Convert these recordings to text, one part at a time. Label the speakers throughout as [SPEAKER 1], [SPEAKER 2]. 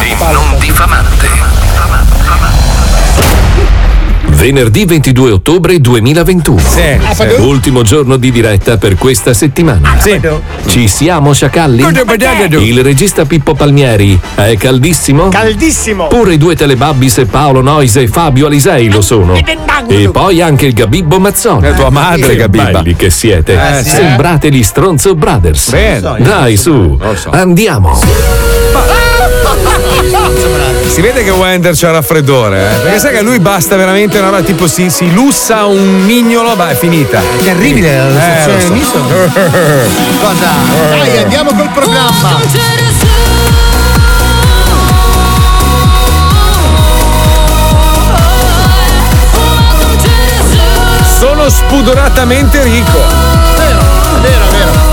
[SPEAKER 1] E non diffamante. Venerdì 22 ottobre 2021.
[SPEAKER 2] Sì, sì.
[SPEAKER 1] Ultimo giorno di diretta per questa settimana.
[SPEAKER 2] Ah, Sì.
[SPEAKER 1] Ci siamo sciacalli?
[SPEAKER 2] Ok.
[SPEAKER 1] Il regista Pippo Palmieri è caldissimo?
[SPEAKER 3] Caldissimo!
[SPEAKER 1] Pure i due telebabbis Paolo Noise e Fabio Alisei lo sono. E poi anche il Gabibbo Mazzoni.
[SPEAKER 2] È Eh, tua madre,
[SPEAKER 1] che
[SPEAKER 2] Gabibba.
[SPEAKER 1] belli che siete.
[SPEAKER 2] Eh, sì.
[SPEAKER 1] Sembrate gli Stronzo Brothers.
[SPEAKER 2] Bene.
[SPEAKER 1] Dai su,
[SPEAKER 2] Lo so.
[SPEAKER 1] andiamo.
[SPEAKER 2] Si vede che Wender c'ha raffreddore, eh? Perché sai che a lui basta veramente una roba tipo si, si lussa un mignolo, ma è finita.
[SPEAKER 4] Terribile la
[SPEAKER 2] Eh, lo
[SPEAKER 4] situazione
[SPEAKER 2] so.
[SPEAKER 4] Cosa? Dai, andiamo col programma.
[SPEAKER 2] Sono spudoratamente ricco.
[SPEAKER 4] Vero, vero.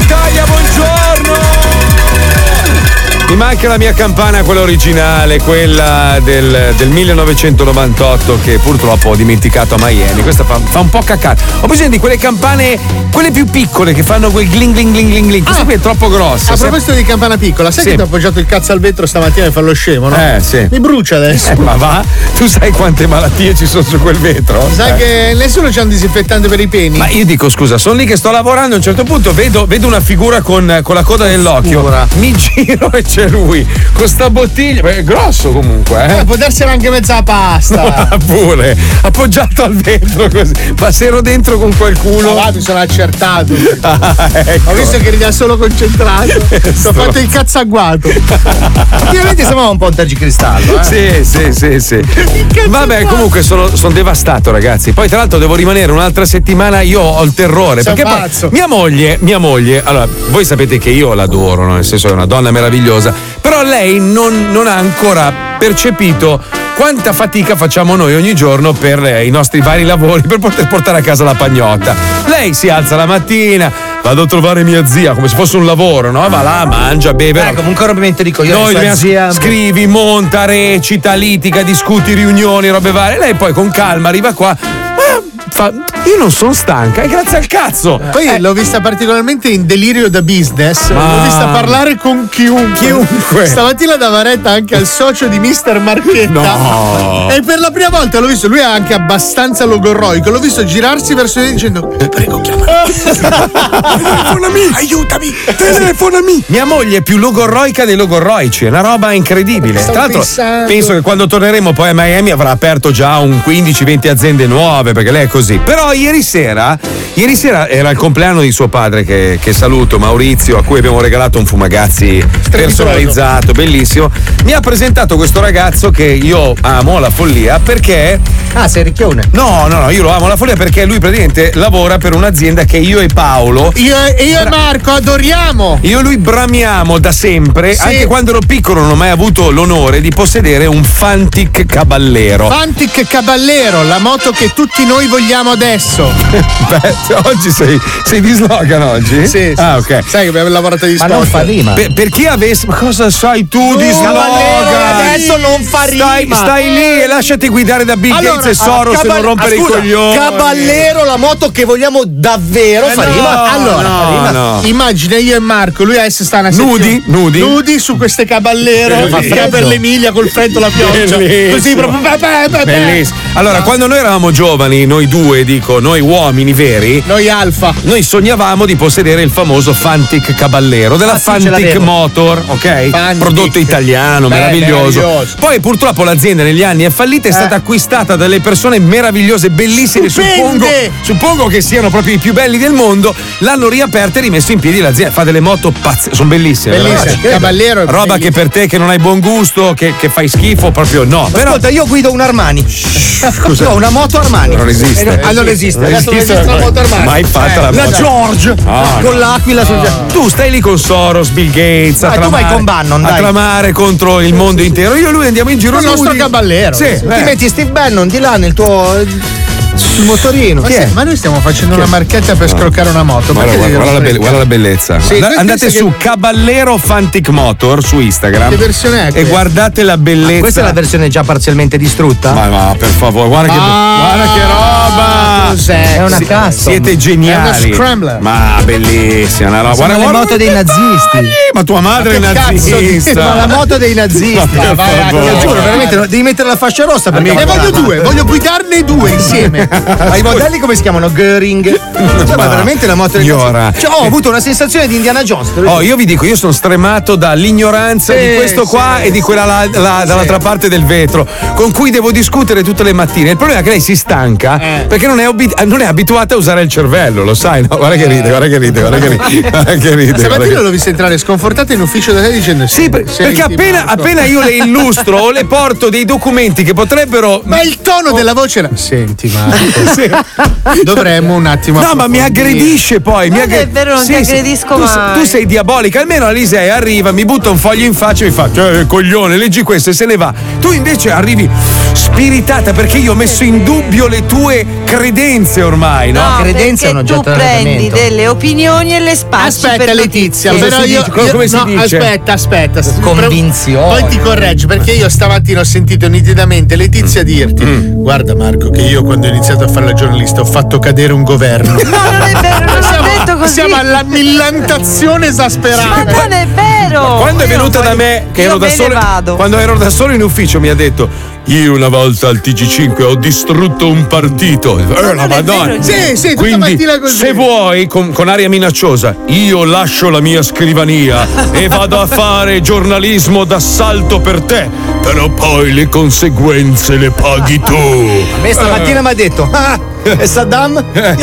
[SPEAKER 2] Italia, buongiorno! Mi manca la mia campana, quella originale, quella del, del 1998 che purtroppo ho dimenticato a Miami. Questa fa, fa un po' cacata. Ho bisogno di quelle campane, quelle più piccole che fanno quel gling gling gling gling gling. Questa qui è troppo grossa.
[SPEAKER 4] A
[SPEAKER 2] Se-
[SPEAKER 4] proposito di campana piccola, sai
[SPEAKER 2] Sì.
[SPEAKER 4] che ti ho appoggiato il cazzo al vetro stamattina e fa lo scemo, no?
[SPEAKER 2] Eh, sì.
[SPEAKER 4] Mi brucia adesso.
[SPEAKER 2] Eh, ma va, tu sai quante malattie ci sono su quel vetro?
[SPEAKER 4] Sai
[SPEAKER 2] Eh.
[SPEAKER 4] che nessuno c'ha un disinfettante per i peni?
[SPEAKER 2] Ma io dico scusa, sono lì che sto lavorando, a un certo punto vedo, vedo una figura con, con la coda nell'occhio.
[SPEAKER 4] Figura.
[SPEAKER 2] Mi giro e c'è lui. Con sta bottiglia. Beh, è grosso comunque, eh.
[SPEAKER 4] Eh, può darsela anche mezza pasta.
[SPEAKER 2] Ah, pure appoggiato al vetro così ma se ero dentro con
[SPEAKER 4] No,
[SPEAKER 2] qualcuno
[SPEAKER 4] Ah, va, mi sono accertato.
[SPEAKER 2] Ah, ecco.
[SPEAKER 4] Ho visto che rideva solo concentrato. Ti ho fatto il cazzaguato. Ultimamente sembrava un po' un tergicristallo, eh.
[SPEAKER 2] sì sì sì sì vabbè comunque sono, sono devastato ragazzi poi tra l'altro devo rimanere un'altra settimana io ho il terrore
[SPEAKER 4] Sei un
[SPEAKER 2] perché poi
[SPEAKER 4] pazzo.
[SPEAKER 2] mia moglie mia moglie allora voi sapete che io l'adoro no? nel senso è una donna meravigliosa però lei non, non ha ancora percepito quanta fatica facciamo noi ogni giorno per eh, i nostri vari lavori per poter portare a casa la pagnotta lei si alza la mattina Vado a trovare mia zia come se fosse un lavoro, no? Va là, mangia, beve. no?
[SPEAKER 5] comunque rompimento di coglioni
[SPEAKER 2] Noi
[SPEAKER 5] sua
[SPEAKER 2] dobbiamo
[SPEAKER 5] zia.
[SPEAKER 2] scrivi, monta, recita, litiga, discuti, riunioni, robe varie. Lei poi con calma arriva qua. "Ah", fa, io non sono stanca, è grazie al cazzo.
[SPEAKER 4] Poi l'ho vista particolarmente in delirio da business. L'ho vista parlare con chiunque.
[SPEAKER 2] Chiunque.
[SPEAKER 4] Stamattina dava retta anche al socio di Mr. Marchetta.
[SPEAKER 2] No.
[SPEAKER 4] E per la prima volta l'ho visto, lui è anche abbastanza logorroico. L'ho visto girarsi verso di lei dicendo: "Eh, Prego, chiamami.
[SPEAKER 2] Telefonami, aiutami, telefonami. Mia moglie è più logorroica dei logorroici, è una roba incredibile.
[SPEAKER 4] Stavo
[SPEAKER 2] Tra l'altro,
[SPEAKER 4] pensando.
[SPEAKER 2] penso che quando torneremo poi a Miami avrà aperto già un 15-20 aziende nuove, perché lei è così. Però ieri sera, ieri sera era il compleanno di suo padre che, che saluto, Maurizio, a cui abbiamo regalato un fumagazzi personalizzato, bellissimo. Mi ha presentato questo ragazzo che io amo alla follia perché
[SPEAKER 5] Ah, sei ricchione.
[SPEAKER 2] No, no, no, io lo amo la follia perché lui praticamente lavora per un'azienda che io e Paolo
[SPEAKER 4] Io, io e Marco adoriamo.
[SPEAKER 2] io e lui bramiamo da sempre,
[SPEAKER 4] Sì.
[SPEAKER 2] anche quando ero piccolo non ho mai avuto l'onore di possedere un Fantic Caballero.
[SPEAKER 4] Fantic Caballero, la moto che tutti noi vogliamo adesso.
[SPEAKER 2] Beh, oggi sei, sei di slogan oggi? Ah, ok.
[SPEAKER 4] Sai che abbiamo lavorato di
[SPEAKER 5] Ma non fa rima.
[SPEAKER 2] Per, per chi avesse. Ma cosa sai tu di slogan?
[SPEAKER 4] Cavallero, adesso non fa
[SPEAKER 2] Stai,
[SPEAKER 4] rima.
[SPEAKER 2] stai lì e lasciati guidare da Bill
[SPEAKER 4] Allora,
[SPEAKER 2] Gates e Soros
[SPEAKER 5] Caball-
[SPEAKER 2] se non rompere
[SPEAKER 5] ah, scusa,
[SPEAKER 2] i coglioni.
[SPEAKER 5] Caballero, la moto che vogliamo davvero
[SPEAKER 2] Eh,
[SPEAKER 5] fa
[SPEAKER 2] no,
[SPEAKER 5] rima. Allora,
[SPEAKER 2] no,
[SPEAKER 5] fa rima.
[SPEAKER 2] no.
[SPEAKER 4] Immagina io e Marco, lui adesso sta una
[SPEAKER 2] Nudi,
[SPEAKER 4] sezione-
[SPEAKER 2] nudi.
[SPEAKER 4] nudi su queste caballero
[SPEAKER 5] Fa
[SPEAKER 4] che
[SPEAKER 5] freddo.
[SPEAKER 4] per l'Emilia col freddo la pioggia.
[SPEAKER 2] Bellissimo.
[SPEAKER 4] Così proprio beh,
[SPEAKER 2] eh,
[SPEAKER 4] beh, beh, beh.
[SPEAKER 2] Bellissimo. Allora, quando noi eravamo giovani, noi due, dico, noi uomini veri,
[SPEAKER 4] Noi alfa.
[SPEAKER 2] noi sognavamo di possedere il famoso Fantic Caballero della
[SPEAKER 5] Ah, sì, ce
[SPEAKER 2] Fantic
[SPEAKER 5] l'avevo.
[SPEAKER 2] Motor, ok?
[SPEAKER 4] Fantic.
[SPEAKER 2] Prodotto italiano,
[SPEAKER 4] Beh,
[SPEAKER 2] meraviglioso.
[SPEAKER 4] meraviglioso. Eh.
[SPEAKER 2] Poi purtroppo l'azienda negli anni è fallita, è stata acquistata dalle persone meravigliose, bellissime, suppongo,
[SPEAKER 4] Stupende!
[SPEAKER 2] suppongo che siano proprio i più belli del mondo, l'hanno riaperta e rimesso in piedi l'azienda, fa delle moto pazze, sono bellissime.
[SPEAKER 4] Bellissimo.
[SPEAKER 2] veramente.
[SPEAKER 4] Caballero è
[SPEAKER 2] Roba che
[SPEAKER 4] bellissimo.
[SPEAKER 2] per te che non hai buon gusto, che, che fai schifo, proprio no. Però
[SPEAKER 5] Ascolta, io guido un Armani. Io ho una moto Armani.
[SPEAKER 2] non esiste.
[SPEAKER 5] Eh, no,
[SPEAKER 4] Ah, non
[SPEAKER 5] esiste, adesso non
[SPEAKER 2] esiste
[SPEAKER 5] esiste la
[SPEAKER 2] ormai.
[SPEAKER 5] moto armata.
[SPEAKER 2] Mai fatta
[SPEAKER 5] Eh,
[SPEAKER 2] la
[SPEAKER 5] la
[SPEAKER 2] moto.
[SPEAKER 5] George
[SPEAKER 2] No,
[SPEAKER 5] con
[SPEAKER 2] no.
[SPEAKER 5] l'aquila sul
[SPEAKER 2] Tu stai lì con Soros, Bill Gates, a
[SPEAKER 5] Dai, tu
[SPEAKER 2] tramare,
[SPEAKER 5] vai con Bannon,
[SPEAKER 2] a
[SPEAKER 5] dai.
[SPEAKER 2] tramare contro il mondo intero. Io e lui andiamo in giro
[SPEAKER 4] Il nostro
[SPEAKER 2] nudi.
[SPEAKER 4] caballero.
[SPEAKER 2] Sì,
[SPEAKER 4] Ti
[SPEAKER 2] eh.
[SPEAKER 5] Ti metti Steve Bannon di là nel tuo sul motorino.
[SPEAKER 4] Ma,
[SPEAKER 5] Chi
[SPEAKER 4] sì,
[SPEAKER 5] è?
[SPEAKER 4] ma noi stiamo facendo una marchetta per scroccare una moto.
[SPEAKER 2] Ah. Guarda,
[SPEAKER 4] perché
[SPEAKER 2] guarda, guarda la
[SPEAKER 4] devi rompere
[SPEAKER 2] be-
[SPEAKER 4] il
[SPEAKER 2] guarda la bellezza.
[SPEAKER 4] Sì,
[SPEAKER 2] Anda-
[SPEAKER 4] questo
[SPEAKER 2] andate
[SPEAKER 4] dice
[SPEAKER 2] su
[SPEAKER 4] che-
[SPEAKER 2] Caballero Fantic Motor su Instagram.
[SPEAKER 4] Che versione è
[SPEAKER 2] E
[SPEAKER 4] questa?
[SPEAKER 2] guardate la bellezza.
[SPEAKER 5] Questa è la versione già parzialmente distrutta?
[SPEAKER 2] Ma, ma per favore, guarda che, guarda che roba!
[SPEAKER 5] Ah, È una
[SPEAKER 2] Si-
[SPEAKER 5] custom.
[SPEAKER 2] Siete
[SPEAKER 4] È
[SPEAKER 2] geniali.
[SPEAKER 4] una scrambler.
[SPEAKER 2] Ma bellissima, una roba. Guarda,
[SPEAKER 5] le
[SPEAKER 2] guarda
[SPEAKER 5] moto dei
[SPEAKER 2] che
[SPEAKER 5] nazisti.
[SPEAKER 2] belli! Ma tua madre
[SPEAKER 4] Ma
[SPEAKER 2] è
[SPEAKER 4] che cazzo
[SPEAKER 2] nazista.
[SPEAKER 4] dici?
[SPEAKER 5] Ma la moto dei
[SPEAKER 2] Ma
[SPEAKER 5] nazisti.
[SPEAKER 2] per
[SPEAKER 4] vai, vai,
[SPEAKER 5] Te
[SPEAKER 2] favore.
[SPEAKER 5] lo giuro,
[SPEAKER 4] vai.
[SPEAKER 5] veramente no, devi mettere la fascia rossa perché
[SPEAKER 4] Ne
[SPEAKER 5] guarda,
[SPEAKER 4] voglio
[SPEAKER 5] guarda.
[SPEAKER 4] due, voglio guidarne due insieme.
[SPEAKER 5] Ai modelli come si chiamano? Göring. Cioè, ma veramente la moto dei
[SPEAKER 2] Signora.
[SPEAKER 5] nazisti. Cioè, ho avuto una sensazione di Indiana Jones. te lo
[SPEAKER 2] Oh, io vi dico, io sono stremato dall'ignoranza
[SPEAKER 5] Sì,
[SPEAKER 2] di questo qua
[SPEAKER 5] sì,
[SPEAKER 2] e di quella là- là- dall'altra parte del vetro, con cui devo discutere tutte le mattine. Il problema è che lei si stanca
[SPEAKER 5] Eh.
[SPEAKER 2] perché non è, obi- non è abituata a usare il cervello, lo sai, no? Guarda che ride, guarda che ride, guarda che ride. Guarda che ride, guarda che-
[SPEAKER 4] Stamattina l'ho vista entrare sconfortata in ufficio da te dicendo
[SPEAKER 2] Sì, per- perché appena, appena io le illustro o le porto dei documenti che potrebbero. Oh.
[SPEAKER 4] Ma il tono della voce era. Senti, Marco.
[SPEAKER 2] Sì.
[SPEAKER 4] Dovremmo un attimo.
[SPEAKER 2] No, ma mi
[SPEAKER 4] approfondire.
[SPEAKER 2] aggredisce poi. mi
[SPEAKER 3] Non è
[SPEAKER 2] aggre-
[SPEAKER 3] vero, non ti aggredisco
[SPEAKER 2] tu, se-
[SPEAKER 3] mai.
[SPEAKER 2] tu sei diabolica. Almeno Alisei arriva, mi butta un foglio in faccia e mi fa: cioè, coglione, leggi questo e se ne va. Tu invece arrivi spiritata perché io ho messo in dubbio le tue credenze ormai, no?
[SPEAKER 3] No,
[SPEAKER 5] credenza è un
[SPEAKER 3] perché tu
[SPEAKER 5] oggetto di
[SPEAKER 3] prendi
[SPEAKER 5] arredamento.
[SPEAKER 3] delle opinioni e le spacci
[SPEAKER 4] Aspetta
[SPEAKER 3] per
[SPEAKER 4] Letizia,
[SPEAKER 3] notizie.
[SPEAKER 4] però
[SPEAKER 2] si
[SPEAKER 4] io,
[SPEAKER 2] dice? Come-
[SPEAKER 4] io-
[SPEAKER 2] come si
[SPEAKER 4] no,
[SPEAKER 2] dice?
[SPEAKER 4] aspetta, aspetta.
[SPEAKER 5] Convinzione.
[SPEAKER 4] Poi ti correggio perché io stamattina ho sentito nitidamente Letizia dirti:
[SPEAKER 2] Mm.
[SPEAKER 4] Guarda, Marco, che io quando ho iniziato a fare la giornalista ho fatto cadere un governo.
[SPEAKER 3] No, non è vero, non ho detto così.
[SPEAKER 4] siamo alla millantazione
[SPEAKER 3] Ma
[SPEAKER 4] esasperata.
[SPEAKER 3] non è vero!
[SPEAKER 2] Quando è
[SPEAKER 3] Io
[SPEAKER 2] venuta
[SPEAKER 3] non
[SPEAKER 2] da
[SPEAKER 3] voglio-
[SPEAKER 2] me, che
[SPEAKER 3] io
[SPEAKER 2] ero da
[SPEAKER 3] me ne
[SPEAKER 2] solo,
[SPEAKER 3] vado.
[SPEAKER 2] quando ero da solo in ufficio, mi ha detto: Io una volta al TG5 ho distrutto un partito. Eh, la
[SPEAKER 3] non è
[SPEAKER 2] Madonna.
[SPEAKER 3] vero,
[SPEAKER 4] Sì, sì, cioè, tutta
[SPEAKER 2] Quindi,
[SPEAKER 4] mattina così.
[SPEAKER 2] se vuoi, con, con aria minacciosa, io lascio la mia scrivania e vado a fare giornalismo d'assalto per te. Però poi le conseguenze le paghi tu.
[SPEAKER 5] A me stamattina mi ha detto: Ah, e Saddam? che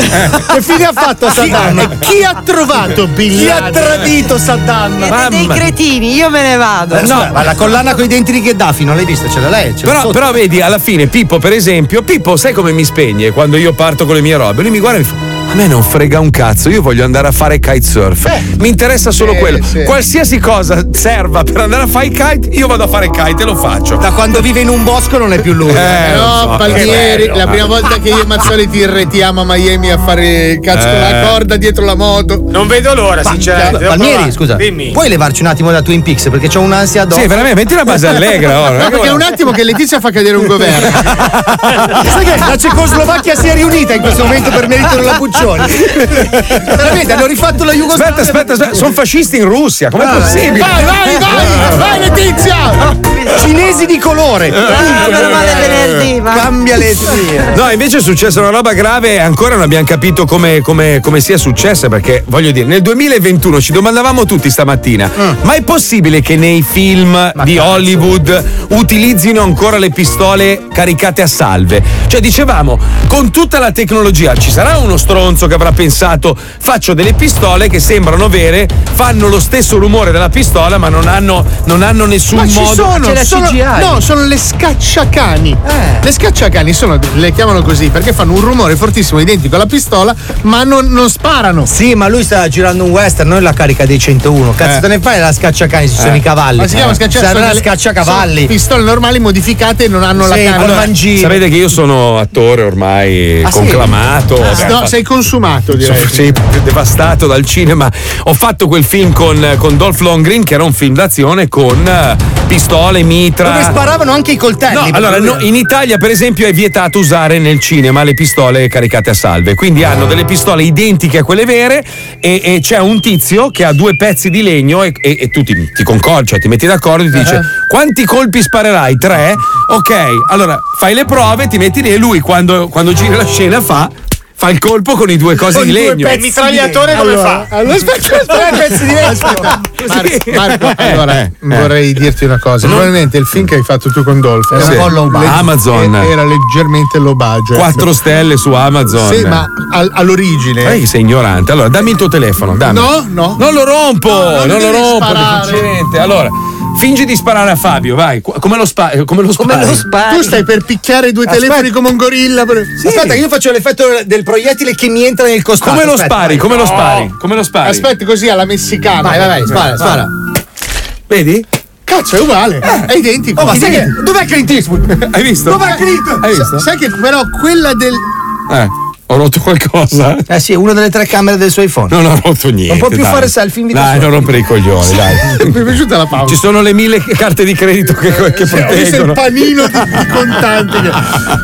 [SPEAKER 5] fine ha fatto Saddam?
[SPEAKER 4] E chi ha trovato Bin
[SPEAKER 5] Chi ha
[SPEAKER 4] Laden?
[SPEAKER 5] tradito Saddam?
[SPEAKER 3] Siete dei
[SPEAKER 2] Mamma. Eh,
[SPEAKER 3] cretini, io me ne vado.
[SPEAKER 5] Eh, No, ma la collana con i denti di Gheddafi non l'hai vista? Ce l'ha lei? Ce l'ha
[SPEAKER 2] Però,
[SPEAKER 5] sotto.
[SPEAKER 2] però vedi, alla fine Pippo, per esempio, Pippo, sai come mi spegne quando io parto con le mie robe? Lui mi guarda e mi fa. A me non frega un cazzo, io voglio andare a fare kitesurf. mi interessa solo
[SPEAKER 4] sì,
[SPEAKER 2] quello.
[SPEAKER 4] Eh. sì.
[SPEAKER 2] Qualsiasi cosa serva per andare a fare il kite, io vado a fare il kite e lo faccio.
[SPEAKER 5] da quando vive in un bosco non è più lui.
[SPEAKER 2] Eh, lo
[SPEAKER 4] No,
[SPEAKER 2] so, che
[SPEAKER 4] Palmieri,
[SPEAKER 2] bello.
[SPEAKER 4] la prima volta che io e Mazzoli ti irretiamo a Miami a fare il cazzo con
[SPEAKER 2] Eh.
[SPEAKER 4] la corda dietro la moto.
[SPEAKER 6] Non vedo l'ora, sinceramente. Devo
[SPEAKER 5] Palmieri,
[SPEAKER 6] provare.
[SPEAKER 5] scusa,
[SPEAKER 6] Dimmi.
[SPEAKER 5] puoi levarci un attimo da Twin Peaks perché c'ho un'ansia addosso.
[SPEAKER 2] Sì, veramente, metti una base allegra. ora.
[SPEAKER 4] No, perché è un attimo che Letizia fa cadere un governo.
[SPEAKER 5] Sai che la Cecoslovacchia si è riunita in questo momento per merito della Puccioni. veramente, hanno rifatto la
[SPEAKER 2] Aspetta,
[SPEAKER 5] Jugoslavia.
[SPEAKER 2] aspetta, aspetta, sono fascisti in Russia, com'è possibile?
[SPEAKER 4] Vai, vai, vai, vai Letizia!
[SPEAKER 5] Cinesi di colore.
[SPEAKER 2] Eh,
[SPEAKER 3] Ah,
[SPEAKER 5] eh,
[SPEAKER 3] meno male è venerdì, va.
[SPEAKER 5] Cambia le etnie.
[SPEAKER 2] No, invece è successa una roba grave e ancora non abbiamo capito come, come- come sia successa perché, voglio dire, nel 2021 ci domandavamo tutti stamattina, ma è possibile che nei film di Hollywood utilizzino ancora le pistole caricate a salve? Cioè dicevamo, con tutta la tecnologia ci sarà uno stronzo che avrà pensato faccio delle pistole che sembrano vere, fanno lo stesso rumore della pistola ma non hanno, non hanno nessun
[SPEAKER 4] Ma ci
[SPEAKER 2] modo...
[SPEAKER 4] sono,
[SPEAKER 5] c'è la
[SPEAKER 4] sono-
[SPEAKER 5] CGI.
[SPEAKER 4] no, sono le scacciacani.
[SPEAKER 5] Eh.
[SPEAKER 4] Le scacciacani sono, le chiamano così perché fanno un rumore fortissimo, identico alla pistola, ma non, non sparano.
[SPEAKER 5] Sì, ma lui sta girando un western, non la carica dei 101. Cazzo,
[SPEAKER 2] Eh.
[SPEAKER 5] te ne fai la scacciacani? Ci sono i cavalli.
[SPEAKER 4] Ma si chiama
[SPEAKER 5] Eh.
[SPEAKER 4] scacciacani?
[SPEAKER 5] Serve la
[SPEAKER 4] sono delle- sono
[SPEAKER 5] scacciacavalli.
[SPEAKER 4] Pistole normali modificate e non hanno la
[SPEAKER 5] Sì,
[SPEAKER 4] canna.
[SPEAKER 5] allora- mangino.
[SPEAKER 2] Sapete che io sono attore ormai
[SPEAKER 5] Ah, sì?
[SPEAKER 2] Eh, conclamato. beh,
[SPEAKER 4] No,
[SPEAKER 2] fa-
[SPEAKER 4] sei consumato, direi.
[SPEAKER 2] sono- sì, devastato dal cinema. Ho fatto quel film con, con Dolph Lundgren, che era un film d'azione con eh, pistole, mitra.
[SPEAKER 5] Dove sparavano anche i coltelli.
[SPEAKER 2] Eh. No,
[SPEAKER 5] perché
[SPEAKER 2] allora
[SPEAKER 5] lui-
[SPEAKER 2] no, in Italia per esempio è vietato usare nel cinema le pistole caricate a salve, quindi hanno delle pistole identiche a quelle vere e, e c'è un tizio che ha due pezzi di legno e, e- e tu ti, ti concordi, cioè ti metti d'accordo e ti dice
[SPEAKER 4] Eh.
[SPEAKER 2] quanti colpi sparerai? Tre? Ok, allora fai le prove, ti metti lì e lui quando, quando giri la scena fa, fa il colpo con i due cose di legno.
[SPEAKER 6] E il mitragliatore come fa?
[SPEAKER 4] Allora, aspetta, aspetta, pezzi di aspetta.
[SPEAKER 2] Sì.
[SPEAKER 4] Marco, Marco,
[SPEAKER 2] Eh,
[SPEAKER 4] allora
[SPEAKER 2] eh,
[SPEAKER 4] vorrei dirti una cosa. Probabilmente il film che hai fatto tu con Dolph
[SPEAKER 5] Era
[SPEAKER 4] era,
[SPEAKER 5] un po' low budget.
[SPEAKER 2] Amazon.
[SPEAKER 4] era leggermente ecco. low budget.
[SPEAKER 2] 4 stelle su Amazon.
[SPEAKER 4] Sì, ma al- all'origine.
[SPEAKER 2] Guarda che sei ignorante. Allora, dammi il tuo telefono. Dammi.
[SPEAKER 4] No, no.
[SPEAKER 2] Non lo rompo.
[SPEAKER 4] No, non
[SPEAKER 2] non lo
[SPEAKER 4] devi
[SPEAKER 2] rompo.
[SPEAKER 4] sparare.
[SPEAKER 2] deficiente. Allora, Fingi di sparare a Fabio, vai. Qu- Come lo, spa- eh, come lo spari?
[SPEAKER 4] Tu stai per picchiare due
[SPEAKER 5] Aspetta.
[SPEAKER 4] telefoni come un gorilla. per-
[SPEAKER 5] Aspetta, io faccio l'effetto del proiettile che mi entra nel costato.
[SPEAKER 2] Come lo
[SPEAKER 5] Aspetta,
[SPEAKER 2] spari?
[SPEAKER 5] vai.
[SPEAKER 2] Come lo spari? Come lo spari?
[SPEAKER 4] Aspetta così alla messicana. Ah.
[SPEAKER 5] Vai, vai, vai, spara, spara. Vedi?
[SPEAKER 4] Cazzo, è uguale. È identico.
[SPEAKER 5] Oh, ma sai che. Dov'è Clint Eastwood?
[SPEAKER 2] Hai visto?
[SPEAKER 5] Dov'è Clint?
[SPEAKER 2] Hai visto?
[SPEAKER 4] Sai che però quella del.
[SPEAKER 2] Eh, ho rotto qualcosa.
[SPEAKER 5] Eh sì, una delle tre camere del suo iPhone.
[SPEAKER 2] Non ho rotto niente.
[SPEAKER 5] Non può più
[SPEAKER 2] dai.
[SPEAKER 5] fare selfie in vita
[SPEAKER 2] Dai,
[SPEAKER 5] sua.
[SPEAKER 2] non rompere i coglioni, dai.
[SPEAKER 4] Mi è piaciuta la pausa.
[SPEAKER 2] Ci sono le mille carte di credito che, che
[SPEAKER 4] Ho visto il
[SPEAKER 2] proteggono.
[SPEAKER 4] panino di, di contanti. che-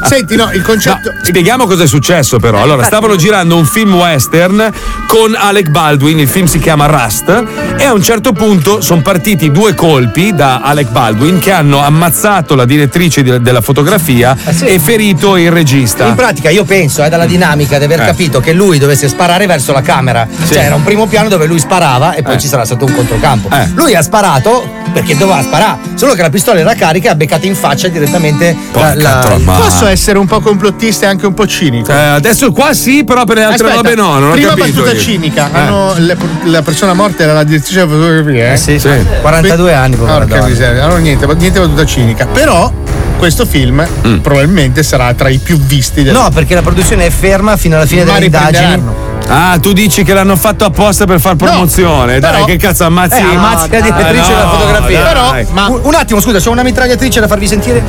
[SPEAKER 4] Senti, no, il
[SPEAKER 2] No,
[SPEAKER 4] concetto. Eh,
[SPEAKER 2] spieghiamo cosa è successo però. Allora, stavano girando un film western con Alec Baldwin, il film si chiama Rust e a un certo punto sono partiti due colpi da Alec Baldwin che hanno ammazzato la direttrice de- della fotografia
[SPEAKER 5] Eh, sì.
[SPEAKER 2] e ferito il regista.
[SPEAKER 5] In pratica io penso, eh, dalla dinamica di aver
[SPEAKER 2] Eh.
[SPEAKER 5] capito che lui dovesse sparare verso la camera. Cioè era un primo piano dove lui sparava e poi
[SPEAKER 2] Eh.
[SPEAKER 5] ci sarà stato un controcampo.
[SPEAKER 2] Eh.
[SPEAKER 5] Lui ha sparato perché doveva sparare, solo che la pistola era carica e ha beccato in faccia direttamente la,
[SPEAKER 2] Porca
[SPEAKER 5] la-
[SPEAKER 2] tromba.
[SPEAKER 4] Posso essere un po' complottista e anche un po' cinico?
[SPEAKER 2] Eh, adesso qua sì, però per le altre
[SPEAKER 4] Aspetta,
[SPEAKER 2] robe no, non ho
[SPEAKER 4] prima
[SPEAKER 2] capito
[SPEAKER 4] battuta
[SPEAKER 2] io.
[SPEAKER 4] cinica.
[SPEAKER 2] Eh.
[SPEAKER 4] hanno- le- la persona morta era la direttrice della fotografia. Eh?
[SPEAKER 5] Eh sì,
[SPEAKER 2] Sì.
[SPEAKER 5] 42 anni povera
[SPEAKER 4] Porca
[SPEAKER 5] donna.
[SPEAKER 4] miseria, allora niente, niente battuta cinica. Però questo film
[SPEAKER 2] Mm.
[SPEAKER 4] probabilmente sarà tra i più visti del
[SPEAKER 5] No, perché la produzione è ferma fino alla fine
[SPEAKER 4] Ma
[SPEAKER 5] delle indagini.
[SPEAKER 4] riprenderanno.
[SPEAKER 2] Ah, tu dici che l'hanno fatto apposta per far promozione. dai,
[SPEAKER 4] però-
[SPEAKER 2] che cazzo ammazzi?
[SPEAKER 5] Eh, ammazzi la direttrice
[SPEAKER 2] Eh, no,
[SPEAKER 5] della fotografia.
[SPEAKER 2] dai.
[SPEAKER 5] Però, ma- un, un attimo, scusa, c'ho una mitragliatrice da farvi sentire.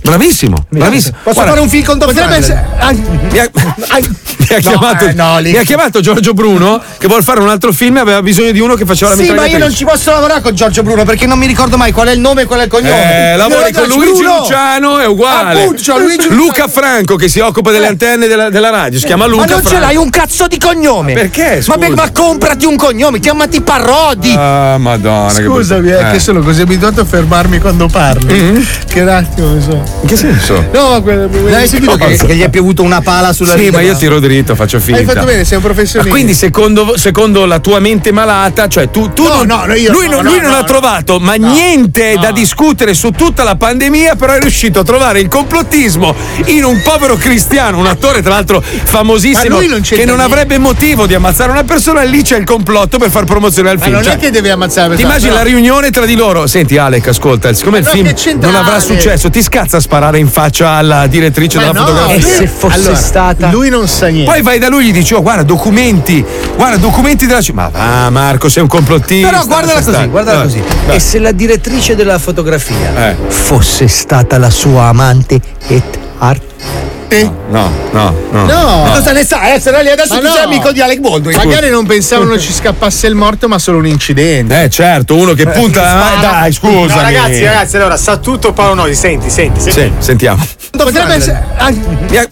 [SPEAKER 2] Bravissimo, bravissimo.
[SPEAKER 5] Posso
[SPEAKER 2] Guarda,
[SPEAKER 5] fare un film con Don
[SPEAKER 4] Potrebbe
[SPEAKER 5] Franklin?
[SPEAKER 4] essere-
[SPEAKER 2] Mi ha, mi ha
[SPEAKER 5] No,
[SPEAKER 2] chiamato,
[SPEAKER 5] eh, no, lì-
[SPEAKER 2] mi ha chiamato Giorgio Bruno che vuole fare un altro film e aveva bisogno di uno che faceva la
[SPEAKER 5] Sì, ma io non
[SPEAKER 2] mitragliatrice.
[SPEAKER 5] ci posso lavorare con Giorgio Bruno perché non mi ricordo mai qual è il nome e qual è il cognome.
[SPEAKER 2] Eh, lavori
[SPEAKER 5] Giorgio
[SPEAKER 2] con Luigi
[SPEAKER 5] Bruno!
[SPEAKER 2] Luciano è uguale.
[SPEAKER 5] Appunto, c'ho Luigi Luciano.
[SPEAKER 2] Luca Franco che si occupa delle antenne della, della radio, Eh, si chiama Luca
[SPEAKER 5] ma non
[SPEAKER 2] Franco.
[SPEAKER 5] ce l'hai un cazzo di cognome!
[SPEAKER 2] Ma perché,
[SPEAKER 5] Ma,
[SPEAKER 2] scusa?
[SPEAKER 5] beh, ma comprati un cognome, chiamati Parodi!
[SPEAKER 2] Ah, madonna. che
[SPEAKER 4] Scusami, eh,
[SPEAKER 2] brutto.
[SPEAKER 4] che sono così abituato a fermarmi quando parli.
[SPEAKER 2] Mm.
[SPEAKER 4] Che un attimo mi so.
[SPEAKER 2] In che senso?
[SPEAKER 4] No, quella,
[SPEAKER 5] Hai sentito che,
[SPEAKER 2] cosa?
[SPEAKER 5] che gli è piovuto una pala sulla
[SPEAKER 2] Sì,
[SPEAKER 5] vita?
[SPEAKER 2] ma io tiro dritto, faccio finta.
[SPEAKER 4] hai fatto bene, sei un
[SPEAKER 2] Ma
[SPEAKER 4] professionista.
[SPEAKER 2] Ah, quindi secondo, secondo la tua mente malata, cioè tu, tu
[SPEAKER 4] No,
[SPEAKER 2] non-
[SPEAKER 4] no, no, io
[SPEAKER 2] lui,
[SPEAKER 4] no,
[SPEAKER 2] non,
[SPEAKER 4] no,
[SPEAKER 2] lui non
[SPEAKER 4] no,
[SPEAKER 2] ha
[SPEAKER 4] no.
[SPEAKER 2] trovato ma niente da discutere su tutta la pandemia, però è riuscito a trovare il complottismo in un povero cristiano, un attore tra l'altro
[SPEAKER 4] Ma
[SPEAKER 2] famosissimo
[SPEAKER 4] lui non
[SPEAKER 2] che
[SPEAKER 4] c'entra
[SPEAKER 2] non avrebbe motivo di ammazzare una persona, lì c'è il complotto per far promozione al
[SPEAKER 4] Ma
[SPEAKER 2] film.
[SPEAKER 4] non
[SPEAKER 2] Cioè,
[SPEAKER 4] è che devi ammazzare
[SPEAKER 2] Ti
[SPEAKER 4] persone,
[SPEAKER 2] immagini la
[SPEAKER 4] però-
[SPEAKER 2] riunione tra di loro? Senti Alec, ascolta, siccome il
[SPEAKER 4] Ma no,
[SPEAKER 2] film
[SPEAKER 4] che c'entra
[SPEAKER 2] non avrà
[SPEAKER 4] Alec?
[SPEAKER 2] successo, ti scazza a sparare in faccia alla direttrice
[SPEAKER 4] Ma
[SPEAKER 2] della
[SPEAKER 4] no,
[SPEAKER 2] fotografia.
[SPEAKER 4] lui-
[SPEAKER 5] se fosse stata-
[SPEAKER 4] Lui non sa niente.
[SPEAKER 2] Poi vai da lui e gli dici: Oh, guarda, documenti, guarda, documenti della città. Ma va, Marco, sei un complottista.
[SPEAKER 5] Però guardala
[SPEAKER 2] Lascia
[SPEAKER 5] così,
[SPEAKER 2] stare.
[SPEAKER 5] guardala
[SPEAKER 2] Eh,
[SPEAKER 5] così.
[SPEAKER 2] dai.
[SPEAKER 5] E se la direttrice della fotografia
[SPEAKER 2] Eh.
[SPEAKER 5] fosse stata la sua amante et art?
[SPEAKER 2] No, no, no.
[SPEAKER 4] Eh? No,
[SPEAKER 5] Ma cosa ne sa? Eh, se no lì adesso
[SPEAKER 4] Ma
[SPEAKER 5] tu
[SPEAKER 4] no.
[SPEAKER 5] sei amico di Alec Baldwin.
[SPEAKER 4] magari non pensavano ci scappasse il morto, ma solo un incidente.
[SPEAKER 2] Eh, certo, uno che punta. eh, dai, scusa.
[SPEAKER 6] No, ragazzi, ragazzi, allora sa tutto Paolo Noisi. Senti, senti, senti.
[SPEAKER 2] Sì, sentiamo.
[SPEAKER 4] Potrebbe essere-
[SPEAKER 5] Ah,
[SPEAKER 2] Mi ha-